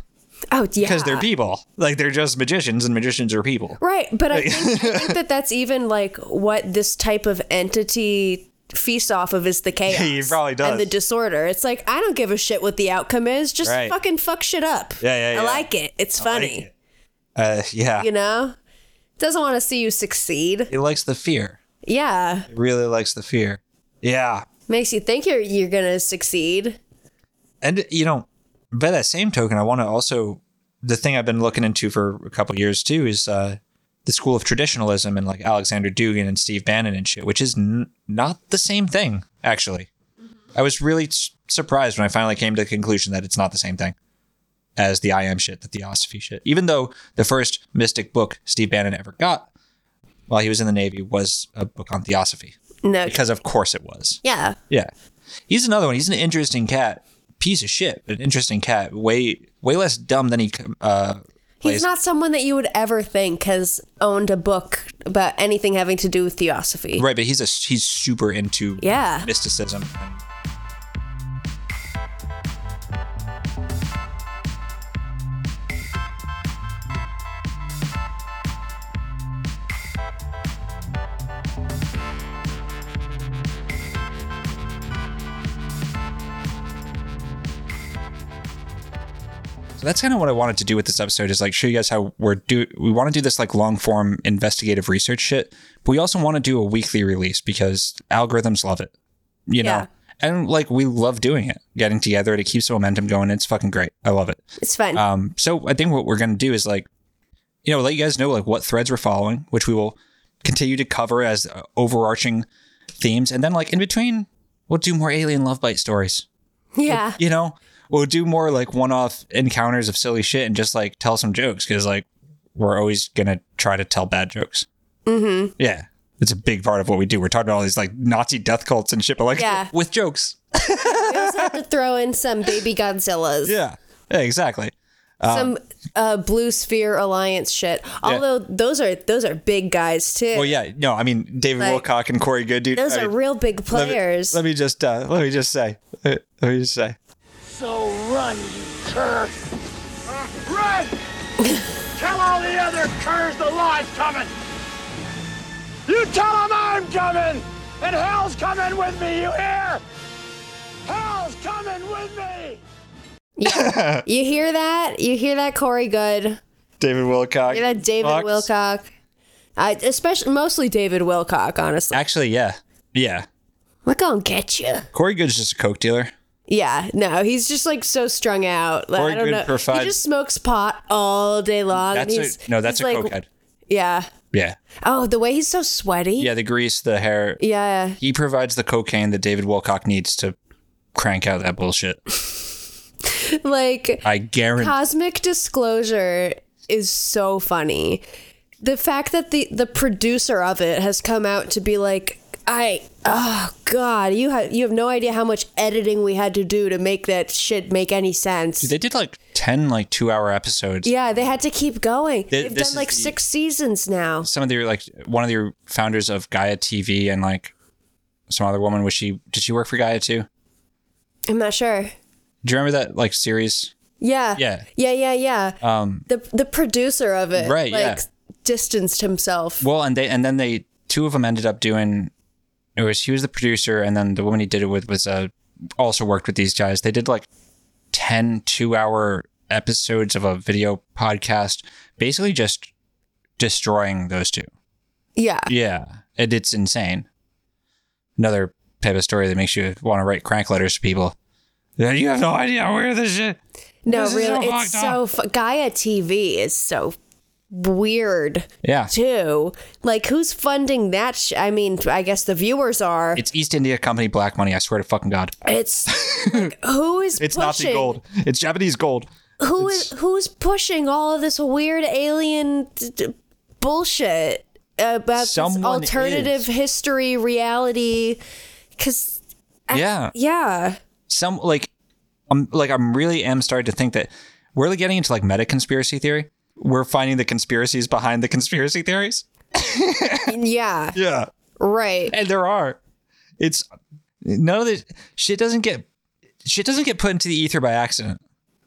[SPEAKER 1] Oh, yeah.
[SPEAKER 2] because they're people. Like they're just magicians, and magicians are people.
[SPEAKER 1] Right, but I think, I
[SPEAKER 2] (laughs)
[SPEAKER 1] think that that's even like what this type of entity feasts off of is the chaos.
[SPEAKER 2] (laughs) he probably does.
[SPEAKER 1] And the disorder. It's like I don't give a shit what the outcome is. Just
[SPEAKER 2] Right.
[SPEAKER 1] fucking fuck shit up.
[SPEAKER 2] Yeah, yeah,
[SPEAKER 1] I
[SPEAKER 2] yeah.
[SPEAKER 1] like it. It's funny.
[SPEAKER 2] Uh, yeah,
[SPEAKER 1] You know, doesn't want to see you succeed.
[SPEAKER 2] he likes the fear.
[SPEAKER 1] Yeah,
[SPEAKER 2] He really likes the fear. Yeah,
[SPEAKER 1] makes you think you're you're gonna succeed.
[SPEAKER 2] and you know, by that same token, I want to also the thing I've been looking into for a couple years too is uh, the school of traditionalism and like Alexander Dugin and Steve Bannon and shit, which is n- not the same thing actually. I was really s- surprised when I finally came to the conclusion that it's not the same thing as the I am shit, the theosophy shit. Even though the first mystic book Steve Bannon ever got while he was in the Navy was a book on theosophy,
[SPEAKER 1] No,
[SPEAKER 2] because of course it was.
[SPEAKER 1] yeah,
[SPEAKER 2] Yeah. He's another one. He's an interesting cat. Piece of shit, but an interesting cat. Way way less dumb than he uh
[SPEAKER 1] he's
[SPEAKER 2] plays-
[SPEAKER 1] not someone that you would ever think has owned a book about anything having to do with theosophy.
[SPEAKER 2] right, but he's a he's super into
[SPEAKER 1] Yeah.
[SPEAKER 2] mysticism. So that's kind of what I wanted to do with this episode is like show you guys how we're do we want to do this like long form investigative research shit, but we also want to do a weekly release because algorithms love it. You know?
[SPEAKER 1] Yeah.
[SPEAKER 2] And like we love doing it, getting together. It keeps the momentum going. It's fucking great. I love it.
[SPEAKER 1] It's fun.
[SPEAKER 2] Um, so I think what we're gonna do is like, you know, let you guys know like what threads we're following, which we will continue to cover as uh, overarching themes, and then like in between, we'll do more alien love bite stories.
[SPEAKER 1] yeah, (laughs)
[SPEAKER 2] You know, we'll do more like one-off encounters of silly shit and just like tell some jokes because like we're always gonna try to tell bad jokes. Mm-hmm. Yeah. It's a big part of what we do. We're talking about all these like Nazi death cults and shit, but like
[SPEAKER 1] Yeah.
[SPEAKER 2] with jokes.
[SPEAKER 1] we also have to throw in some baby Godzillas.
[SPEAKER 2] Yeah. Um, Yeah, exactly.
[SPEAKER 1] some uh, Blue Sphere Alliance shit. Although those are those are big guys too.
[SPEAKER 2] Well, yeah, no, I mean David
[SPEAKER 1] Like,
[SPEAKER 2] Wilcock and Corey Gooddude.
[SPEAKER 1] Those
[SPEAKER 2] I
[SPEAKER 1] are
[SPEAKER 2] mean,
[SPEAKER 1] real big
[SPEAKER 2] let me-
[SPEAKER 1] players.
[SPEAKER 2] Let me, just uh, let me just say. Let me just say.
[SPEAKER 5] So run, you cur! Run! tell all the other curs the lie's coming! You tell them I'm coming! And hell's coming with me, you hear? Hell's coming with me!
[SPEAKER 2] (laughs)
[SPEAKER 1] you hear that? You hear that, Corey Good?
[SPEAKER 2] David Wilcock.
[SPEAKER 1] You hear that, David
[SPEAKER 2] Fox.
[SPEAKER 1] Wilcock? I, especially, mostly David Wilcock. Honestly,
[SPEAKER 2] Actually, yeah, yeah.
[SPEAKER 1] we're gonna get you.
[SPEAKER 2] Corey Good's just a coke dealer.
[SPEAKER 1] Yeah, no, he's just like so strung out. Like,
[SPEAKER 2] Corey
[SPEAKER 1] I don't
[SPEAKER 2] Good
[SPEAKER 1] know.
[SPEAKER 2] provides-
[SPEAKER 1] He just smokes pot all day long. and
[SPEAKER 2] That's
[SPEAKER 1] Oh, he's,
[SPEAKER 2] a, no, that's a
[SPEAKER 1] he's,
[SPEAKER 2] coke
[SPEAKER 1] like,
[SPEAKER 2] head.
[SPEAKER 1] Yeah.
[SPEAKER 2] Yeah,
[SPEAKER 1] Oh, the way he's so sweaty.
[SPEAKER 2] yeah. The grease, the hair.
[SPEAKER 1] Yeah.
[SPEAKER 2] He provides the cocaine that David Wilcock needs to crank out that bullshit.
[SPEAKER 1] Like
[SPEAKER 2] I guarantee.
[SPEAKER 1] Cosmic Disclosure is so funny. The fact that the the producer of it has come out to be like, I oh god, you have you have no idea how much editing we had to do to make that shit make any sense.
[SPEAKER 2] they did like ten like two hour episodes.
[SPEAKER 1] Yeah, they had to keep going.
[SPEAKER 2] Th-
[SPEAKER 1] They've
[SPEAKER 2] this
[SPEAKER 1] done
[SPEAKER 2] is
[SPEAKER 1] like
[SPEAKER 2] the-
[SPEAKER 1] six seasons now.
[SPEAKER 2] Some of the like one of the founders of Gaia TV and like some other woman was she did she work for Gaia too?
[SPEAKER 1] I'm not sure.
[SPEAKER 2] Do you remember that like series?
[SPEAKER 1] Yeah.
[SPEAKER 2] Yeah.
[SPEAKER 1] Yeah, yeah, yeah.
[SPEAKER 2] Um,
[SPEAKER 1] the the producer of it
[SPEAKER 2] Right,
[SPEAKER 1] like
[SPEAKER 2] yeah.
[SPEAKER 1] distanced himself.
[SPEAKER 2] Well, and they and then they two of them ended up doing. It was he was the producer, and then the woman he did it with was uh, also worked with these guys. They did like 10 two hour episodes of a video podcast, basically just destroying those two.
[SPEAKER 1] Yeah.
[SPEAKER 2] Yeah, and it's insane. Another type of story that makes you want to write crank letters to people. Yeah, You have no idea where this shit.
[SPEAKER 1] No,
[SPEAKER 2] This is
[SPEAKER 1] really,
[SPEAKER 2] so
[SPEAKER 1] it's
[SPEAKER 2] fucked
[SPEAKER 1] so fu- Gaia TV is so weird
[SPEAKER 2] Yeah.
[SPEAKER 1] too. Like, who's funding that? Sh- I mean, I guess the viewers are.
[SPEAKER 2] It's East India Company black money. I swear to fucking God.
[SPEAKER 1] It's
[SPEAKER 2] (laughs)
[SPEAKER 1] like, who is
[SPEAKER 2] It's
[SPEAKER 1] pushing?
[SPEAKER 2] Nazi gold. It's Japanese gold.
[SPEAKER 1] Who is who's pushing all of this weird alien d- d- bullshit about this
[SPEAKER 2] Someone
[SPEAKER 1] alternative
[SPEAKER 2] is.
[SPEAKER 1] history reality? Because
[SPEAKER 2] yeah. (laughs)
[SPEAKER 1] yeah,
[SPEAKER 2] Some like, I'm like I'm really am starting to think that we're like, getting into like meta conspiracy theory. We're finding the conspiracies behind the conspiracy theories.
[SPEAKER 1] yeah,
[SPEAKER 2] Yeah.
[SPEAKER 1] right.
[SPEAKER 2] and there are. It's none of this shit doesn't get shit doesn't get put into the ether by accident.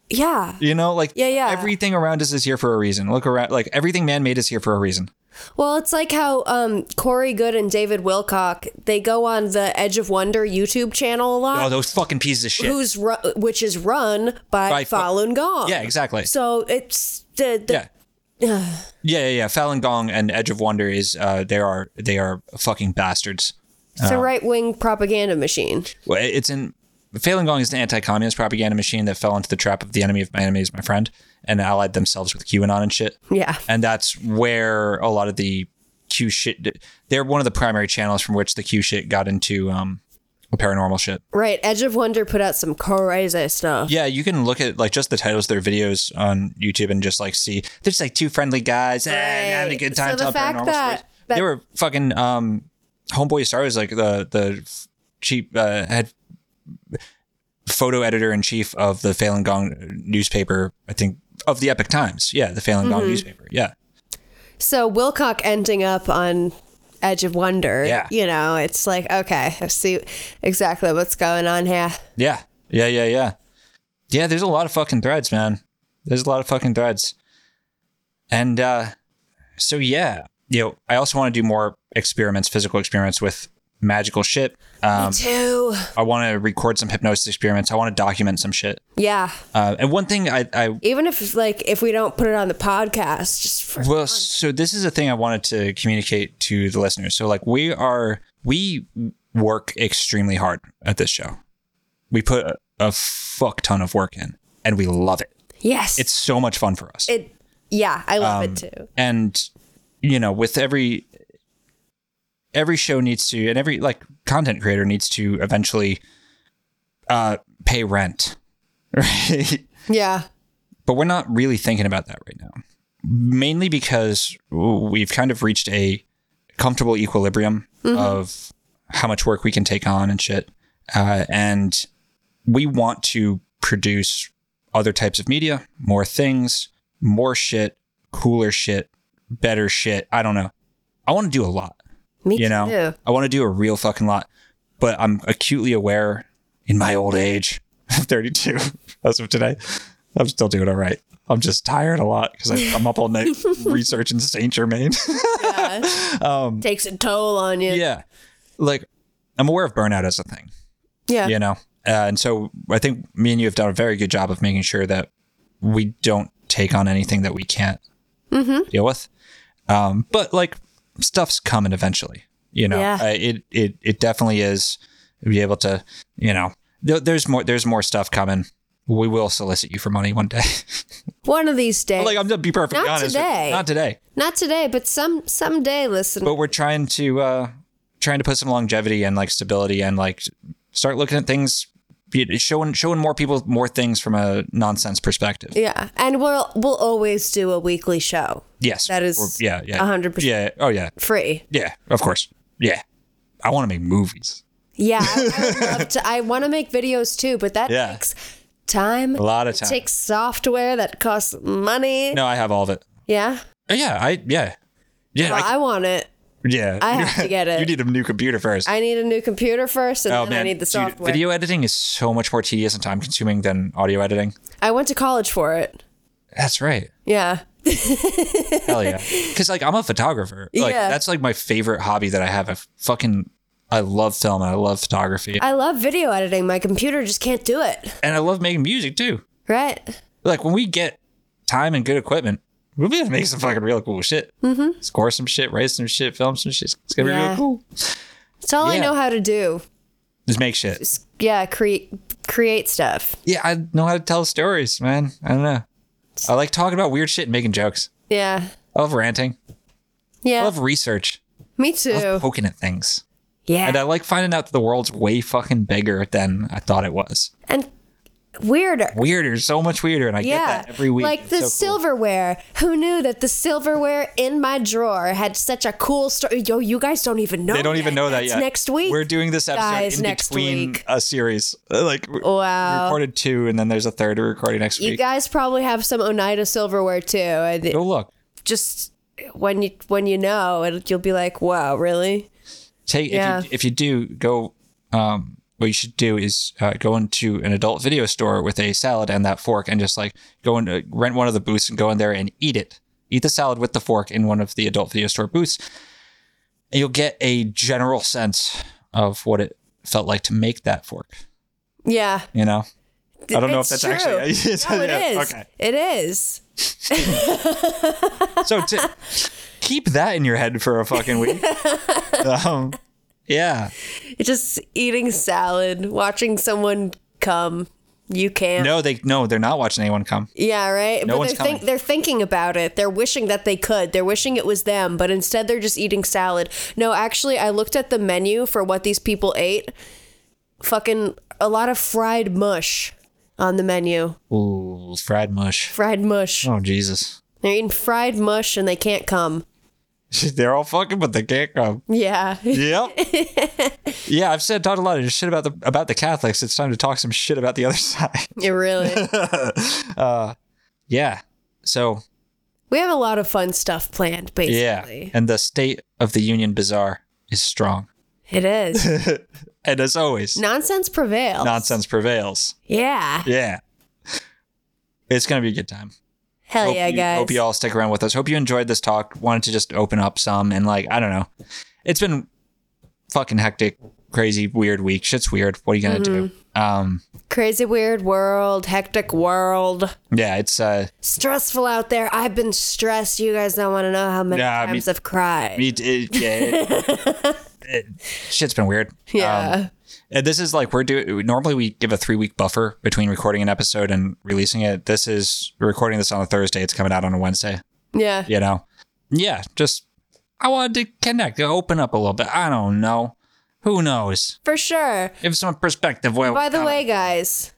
[SPEAKER 1] Yeah.
[SPEAKER 2] You know, like
[SPEAKER 1] Yeah, yeah.
[SPEAKER 2] everything around us is here for a reason. Look around, like everything man made is here for a reason.
[SPEAKER 1] Well, it's like how um, Corey Good and David Wilcock they go on the Edge of Wonder YouTube channel a
[SPEAKER 2] Oh,
[SPEAKER 1] lot,
[SPEAKER 2] those fucking pieces of shit.
[SPEAKER 1] Uh, who's ru- which is run by,
[SPEAKER 2] By Fa-
[SPEAKER 1] Falun Gong.
[SPEAKER 2] yeah, exactly.
[SPEAKER 1] So it's the, the (sighs)
[SPEAKER 2] yeah. yeah, yeah, yeah. Falun Gong and Edge of Wonder is uh, they are they are fucking bastards.
[SPEAKER 1] it's a right wing propaganda machine.
[SPEAKER 2] Well, it- it's in Falun Gong is an anti-communist propaganda machine that fell into the trap of the enemy of my enemy is my friend and allied themselves with QAnon and shit.
[SPEAKER 1] Yeah.
[SPEAKER 2] and that's where a lot of the Q shit. They're one of the primary channels from which the Q shit got into um, paranormal shit.
[SPEAKER 1] Right. Edge of Wonder put out some crazy stuff.
[SPEAKER 2] Yeah, you can look at like just the titles of their videos on YouTube and just like see they're just like two friendly guys eh, having a
[SPEAKER 1] Right.
[SPEAKER 2] good time
[SPEAKER 1] So the
[SPEAKER 2] telling
[SPEAKER 1] fact
[SPEAKER 2] paranormal
[SPEAKER 1] that-
[SPEAKER 2] stories.
[SPEAKER 1] that-
[SPEAKER 2] they were fucking um, homeboy star was like the the f- cheap uh, head photo editor in chief of the Falun Gong newspaper. I think of the Epic Times. Yeah, the Falun
[SPEAKER 1] Mm-hmm.
[SPEAKER 2] Gong newspaper. Yeah.
[SPEAKER 1] So Wilcock ending up on Edge of Wonder.
[SPEAKER 2] Yeah.
[SPEAKER 1] You know, it's like, okay, I see exactly what's going on here.
[SPEAKER 2] Yeah. Yeah, yeah, yeah. Yeah, there's a lot of fucking threads, man. There's a lot of fucking threads. And uh so yeah, you know, I also want to do more experiments, physical experiments with magical shit. Um
[SPEAKER 1] Two.
[SPEAKER 2] I want to record some hypnosis experiments. I want to document some shit.
[SPEAKER 1] Yeah.
[SPEAKER 2] Uh, and one thing I I
[SPEAKER 1] Even if like if we don't put it on the podcast, just for
[SPEAKER 2] well, so this is a thing I wanted to communicate to the listeners. So like we are we work extremely hard at this show. We put a, a fuck ton of work in and we love it.
[SPEAKER 1] yes.
[SPEAKER 2] it's so much fun for us. Um,
[SPEAKER 1] it yeah, I love it too.
[SPEAKER 2] and you know, with every every show needs to and every like content creator needs to eventually uh pay rent. (laughs) Right?
[SPEAKER 1] Yeah.
[SPEAKER 2] but we're not really thinking about that right now. Mainly because we've kind of reached a comfortable equilibrium of how much work we can take on and shit. Uh, and we want to produce other types of media, more things, more shit, cooler shit, better shit. I don't know. I want to do a lot
[SPEAKER 1] Me
[SPEAKER 2] you
[SPEAKER 1] too.
[SPEAKER 2] know i want to do a real fucking lot but i'm acutely aware in my old age (laughs) 32 as of today i'm still doing all right i'm just tired a lot because i'm up all night researching saint germain (laughs)
[SPEAKER 1] Takes a toll on you.
[SPEAKER 2] yeah like i'm aware of burnout as a thing
[SPEAKER 1] Yeah.
[SPEAKER 2] you know uh, and so i think me and you have done a very good job of making sure that we don't take on anything that we can't
[SPEAKER 1] Mm-hmm.
[SPEAKER 2] deal with um, but like stuff's coming eventually you know
[SPEAKER 1] Yeah.
[SPEAKER 2] Uh, it, it it definitely is be able to you know there- there's more there's more stuff coming we will solicit you for money one day (laughs)
[SPEAKER 1] One of these days.
[SPEAKER 2] like i'm gonna be perfectly
[SPEAKER 1] Not
[SPEAKER 2] honest with-
[SPEAKER 1] today.
[SPEAKER 2] not today
[SPEAKER 1] Not today, but some someday listen.
[SPEAKER 2] but we're trying to uh trying to put some longevity and like stability and like start looking at things be- showing showing more people more things from a nonsense perspective
[SPEAKER 1] yeah. And we'll we'll always do a weekly show.
[SPEAKER 2] yes
[SPEAKER 1] That is
[SPEAKER 2] Or- yeah yeah
[SPEAKER 1] 100%.
[SPEAKER 2] yeah oh yeah
[SPEAKER 1] Free.
[SPEAKER 2] yeah of course yeah i want to make movies
[SPEAKER 1] Yeah, I, I would love to. I want to make videos too, but that
[SPEAKER 2] Yeah.
[SPEAKER 1] takes time.
[SPEAKER 2] a lot of
[SPEAKER 1] It
[SPEAKER 2] time
[SPEAKER 1] takes software that costs money.
[SPEAKER 2] no i have all of it Uh,
[SPEAKER 1] Yeah,
[SPEAKER 2] yeah i yeah yeah
[SPEAKER 1] well,
[SPEAKER 2] I-
[SPEAKER 1] I, want it.
[SPEAKER 2] yeah
[SPEAKER 1] I have
[SPEAKER 2] (laughs)
[SPEAKER 1] to get it.
[SPEAKER 2] you need a new computer first
[SPEAKER 1] I need a new computer first, and
[SPEAKER 2] oh
[SPEAKER 1] then
[SPEAKER 2] man
[SPEAKER 1] I need the
[SPEAKER 2] Dude,
[SPEAKER 1] software.
[SPEAKER 2] video editing is so much more tedious and time consuming than audio editing
[SPEAKER 1] I went to college for it.
[SPEAKER 2] that's right
[SPEAKER 1] Yeah,
[SPEAKER 2] Hell (laughs) yeah. Because, like, I'm a photographer. Like,
[SPEAKER 1] Yeah.
[SPEAKER 2] that's, like, my favorite hobby that I have. I fucking, I love film and I love photography.
[SPEAKER 1] I love video editing. My computer just can't do it.
[SPEAKER 2] and I love making music, too.
[SPEAKER 1] Right?
[SPEAKER 2] Like, when we get time and good equipment, we'll be able to make some fucking real cool shit. Mm-hmm. Score some shit, write some shit, film some shit. It's going to be
[SPEAKER 1] Yeah.
[SPEAKER 2] real cool.
[SPEAKER 1] It's all I
[SPEAKER 2] Yeah.
[SPEAKER 1] know how to do.
[SPEAKER 2] Just make shit.
[SPEAKER 1] Yeah, create create stuff.
[SPEAKER 2] Yeah, I know how to tell stories, man. I don't know. I like talking about weird shit and making jokes.
[SPEAKER 1] Yeah,
[SPEAKER 2] I love ranting. I
[SPEAKER 1] Yeah.
[SPEAKER 2] love research.
[SPEAKER 1] me
[SPEAKER 2] I
[SPEAKER 1] too.
[SPEAKER 2] love poking at things.
[SPEAKER 1] yeah.
[SPEAKER 2] And uh, I like finding out that the world's way fucking bigger than I thought it was.
[SPEAKER 1] and weirder.
[SPEAKER 2] Weirder, so much weirder, and I
[SPEAKER 1] Yeah.
[SPEAKER 2] get that every week.
[SPEAKER 1] Like
[SPEAKER 2] It's
[SPEAKER 1] the
[SPEAKER 2] so cool.
[SPEAKER 1] silverware. Who knew that the silverware in my drawer had such a cool story? Yo, you guys don't even know.
[SPEAKER 2] They don't
[SPEAKER 1] yet.
[SPEAKER 2] even know that
[SPEAKER 1] That's
[SPEAKER 2] yet.
[SPEAKER 1] Next week.
[SPEAKER 2] we're doing this episode
[SPEAKER 1] guys,
[SPEAKER 2] in
[SPEAKER 1] next
[SPEAKER 2] between
[SPEAKER 1] week.
[SPEAKER 2] a series. (laughs) Uh, Like we- we
[SPEAKER 1] Wow.
[SPEAKER 2] recorded two, and then there's a third we're recording next
[SPEAKER 1] You
[SPEAKER 2] week.
[SPEAKER 1] guys probably have some Oneida silverware too. And it-
[SPEAKER 2] Go look.
[SPEAKER 1] just when you when you know, it, you'll be like, "Wow, really?"
[SPEAKER 2] Take
[SPEAKER 1] Yeah.
[SPEAKER 2] if, you, if you do go. Um, what you should do is uh, go into an adult video store with a salad and that fork, and just like go and uh, rent one of the booths and go in there and eat it. Eat the salad with the fork in one of the adult video store booths, and you'll get a general sense of what it felt like to make that fork.
[SPEAKER 1] Yeah,
[SPEAKER 2] You know, I don't know if
[SPEAKER 1] It's
[SPEAKER 2] that's actually. (laughs)
[SPEAKER 1] true. no, it
[SPEAKER 2] Yeah,
[SPEAKER 1] is.
[SPEAKER 2] Okay.
[SPEAKER 1] It is.
[SPEAKER 2] So
[SPEAKER 1] (laughs)
[SPEAKER 2] to keep that in your head for a fucking week. Um, yeah.
[SPEAKER 1] It's just eating salad, watching someone come. You can't.
[SPEAKER 2] No, they no, they're not watching anyone come.
[SPEAKER 1] Yeah, right.
[SPEAKER 2] No
[SPEAKER 1] but
[SPEAKER 2] one's
[SPEAKER 1] they're, think,
[SPEAKER 2] coming.
[SPEAKER 1] they're thinking about it. They're wishing that they could. They're wishing it was them, but instead they're just eating salad. No, actually, I looked at the menu for what these people ate. Fucking a lot of fried mush on the menu.
[SPEAKER 2] Ooh, fried mush.
[SPEAKER 1] Fried mush.
[SPEAKER 2] Oh Jesus.
[SPEAKER 1] They're eating fried mush and they can't come.
[SPEAKER 2] (laughs) They're all fucking, but they can't come.
[SPEAKER 1] Yeah. (laughs)
[SPEAKER 2] Yep. yeah, I've said talked a lot of shit about the about the Catholics. It's time to talk some shit about the other (laughs) side.
[SPEAKER 1] It
[SPEAKER 2] (laughs)
[SPEAKER 1] really.
[SPEAKER 2] Yeah. So
[SPEAKER 1] we have a lot of fun stuff planned, basically.
[SPEAKER 2] yeah, and the state of the Union Bazaar is strong,
[SPEAKER 1] It is.
[SPEAKER 2] and as always,
[SPEAKER 1] Nonsense prevails.
[SPEAKER 2] nonsense prevails.
[SPEAKER 1] Yeah.
[SPEAKER 2] Yeah. It's gonna be a good time.
[SPEAKER 1] Hell
[SPEAKER 2] hope
[SPEAKER 1] yeah,
[SPEAKER 2] you,
[SPEAKER 1] guys.
[SPEAKER 2] Hope you all stick around with us. Hope you enjoyed this talk. Wanted to just open up some and like I don't know. It's been fucking hectic, crazy, weird week. Shit's weird. What are you gonna do?
[SPEAKER 1] Mm-hmm.
[SPEAKER 2] Um,
[SPEAKER 1] Crazy, weird world, hectic world.
[SPEAKER 2] yeah, it's uh,
[SPEAKER 1] stressful out there. I've been stressed. You guys don't want to know how many
[SPEAKER 2] Yeah, me-
[SPEAKER 1] times I've cried.
[SPEAKER 2] it, it- yeah,
[SPEAKER 1] (laughs)
[SPEAKER 2] it- it- shit's been weird.
[SPEAKER 1] yeah.
[SPEAKER 2] Um, and this is like we're doing. Normally we give a three week buffer between recording an episode and releasing it. This is we're recording this on a Thursday. It's coming out on a Wednesday.
[SPEAKER 1] yeah.
[SPEAKER 2] you know yeah just i wanted to connect open up a little bit i don't know who knows
[SPEAKER 1] For sure.
[SPEAKER 2] give some perspective well,
[SPEAKER 1] By the way, guys,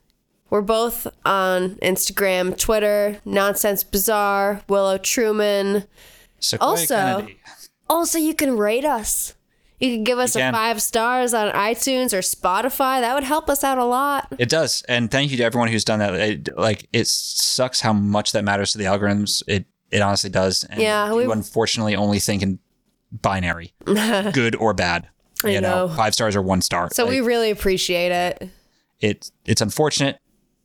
[SPEAKER 1] we're both on Instagram, Twitter, Nonsense Bazaar, Willow Truman.
[SPEAKER 2] Sequoia
[SPEAKER 1] also-
[SPEAKER 2] Kennedy.
[SPEAKER 1] Also, you can rate us. You can give us
[SPEAKER 2] You
[SPEAKER 1] a
[SPEAKER 2] can.
[SPEAKER 1] five stars on iTunes or Spotify. That would help us out a lot.
[SPEAKER 2] it does and thank you to everyone who's done that it, like it sucks how much that matters to the algorithms it it honestly does and
[SPEAKER 1] Yeah,
[SPEAKER 2] we
[SPEAKER 1] we've-
[SPEAKER 2] unfortunately only think in
[SPEAKER 1] (laughs)
[SPEAKER 2] binary good or bad
[SPEAKER 1] I
[SPEAKER 2] you know,
[SPEAKER 1] know.
[SPEAKER 2] five stars or one star
[SPEAKER 1] So
[SPEAKER 2] Like,
[SPEAKER 1] we really appreciate it.
[SPEAKER 2] it it's unfortunate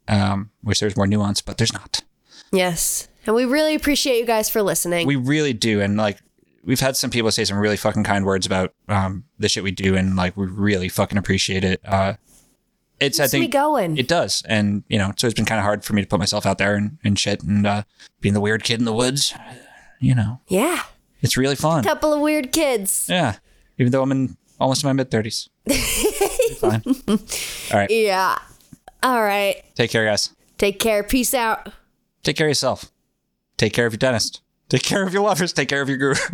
[SPEAKER 2] um wish there's more nuance but there's not
[SPEAKER 1] Yes. And we really appreciate you guys for listening.
[SPEAKER 2] we really do and like we've had some people say some really fucking kind words about um the shit we do and like we really fucking appreciate it uh it's i
[SPEAKER 1] Keeps me
[SPEAKER 2] think
[SPEAKER 1] going.
[SPEAKER 2] it does and you know so it's been kind of hard for me to put myself out there and, and shit and uh being the weird kid in the woods you know
[SPEAKER 1] yeah.
[SPEAKER 2] it's really fun
[SPEAKER 1] Couple of weird kids.
[SPEAKER 2] yeah even though i'm in almost in my
[SPEAKER 1] (laughs)
[SPEAKER 2] mid-30s fine
[SPEAKER 1] Yeah. All right.
[SPEAKER 2] take care guys
[SPEAKER 1] Take care. Peace out.
[SPEAKER 2] take care of yourself take care of your dentist take care of your lovers take care of your guru (laughs)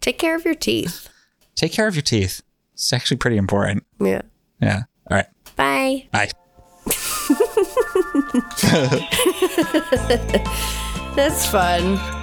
[SPEAKER 1] Take care of your teeth.
[SPEAKER 2] take care of your teeth it's actually pretty important
[SPEAKER 1] Yeah.
[SPEAKER 2] yeah all right
[SPEAKER 1] Bye.
[SPEAKER 2] bye
[SPEAKER 1] That's fun.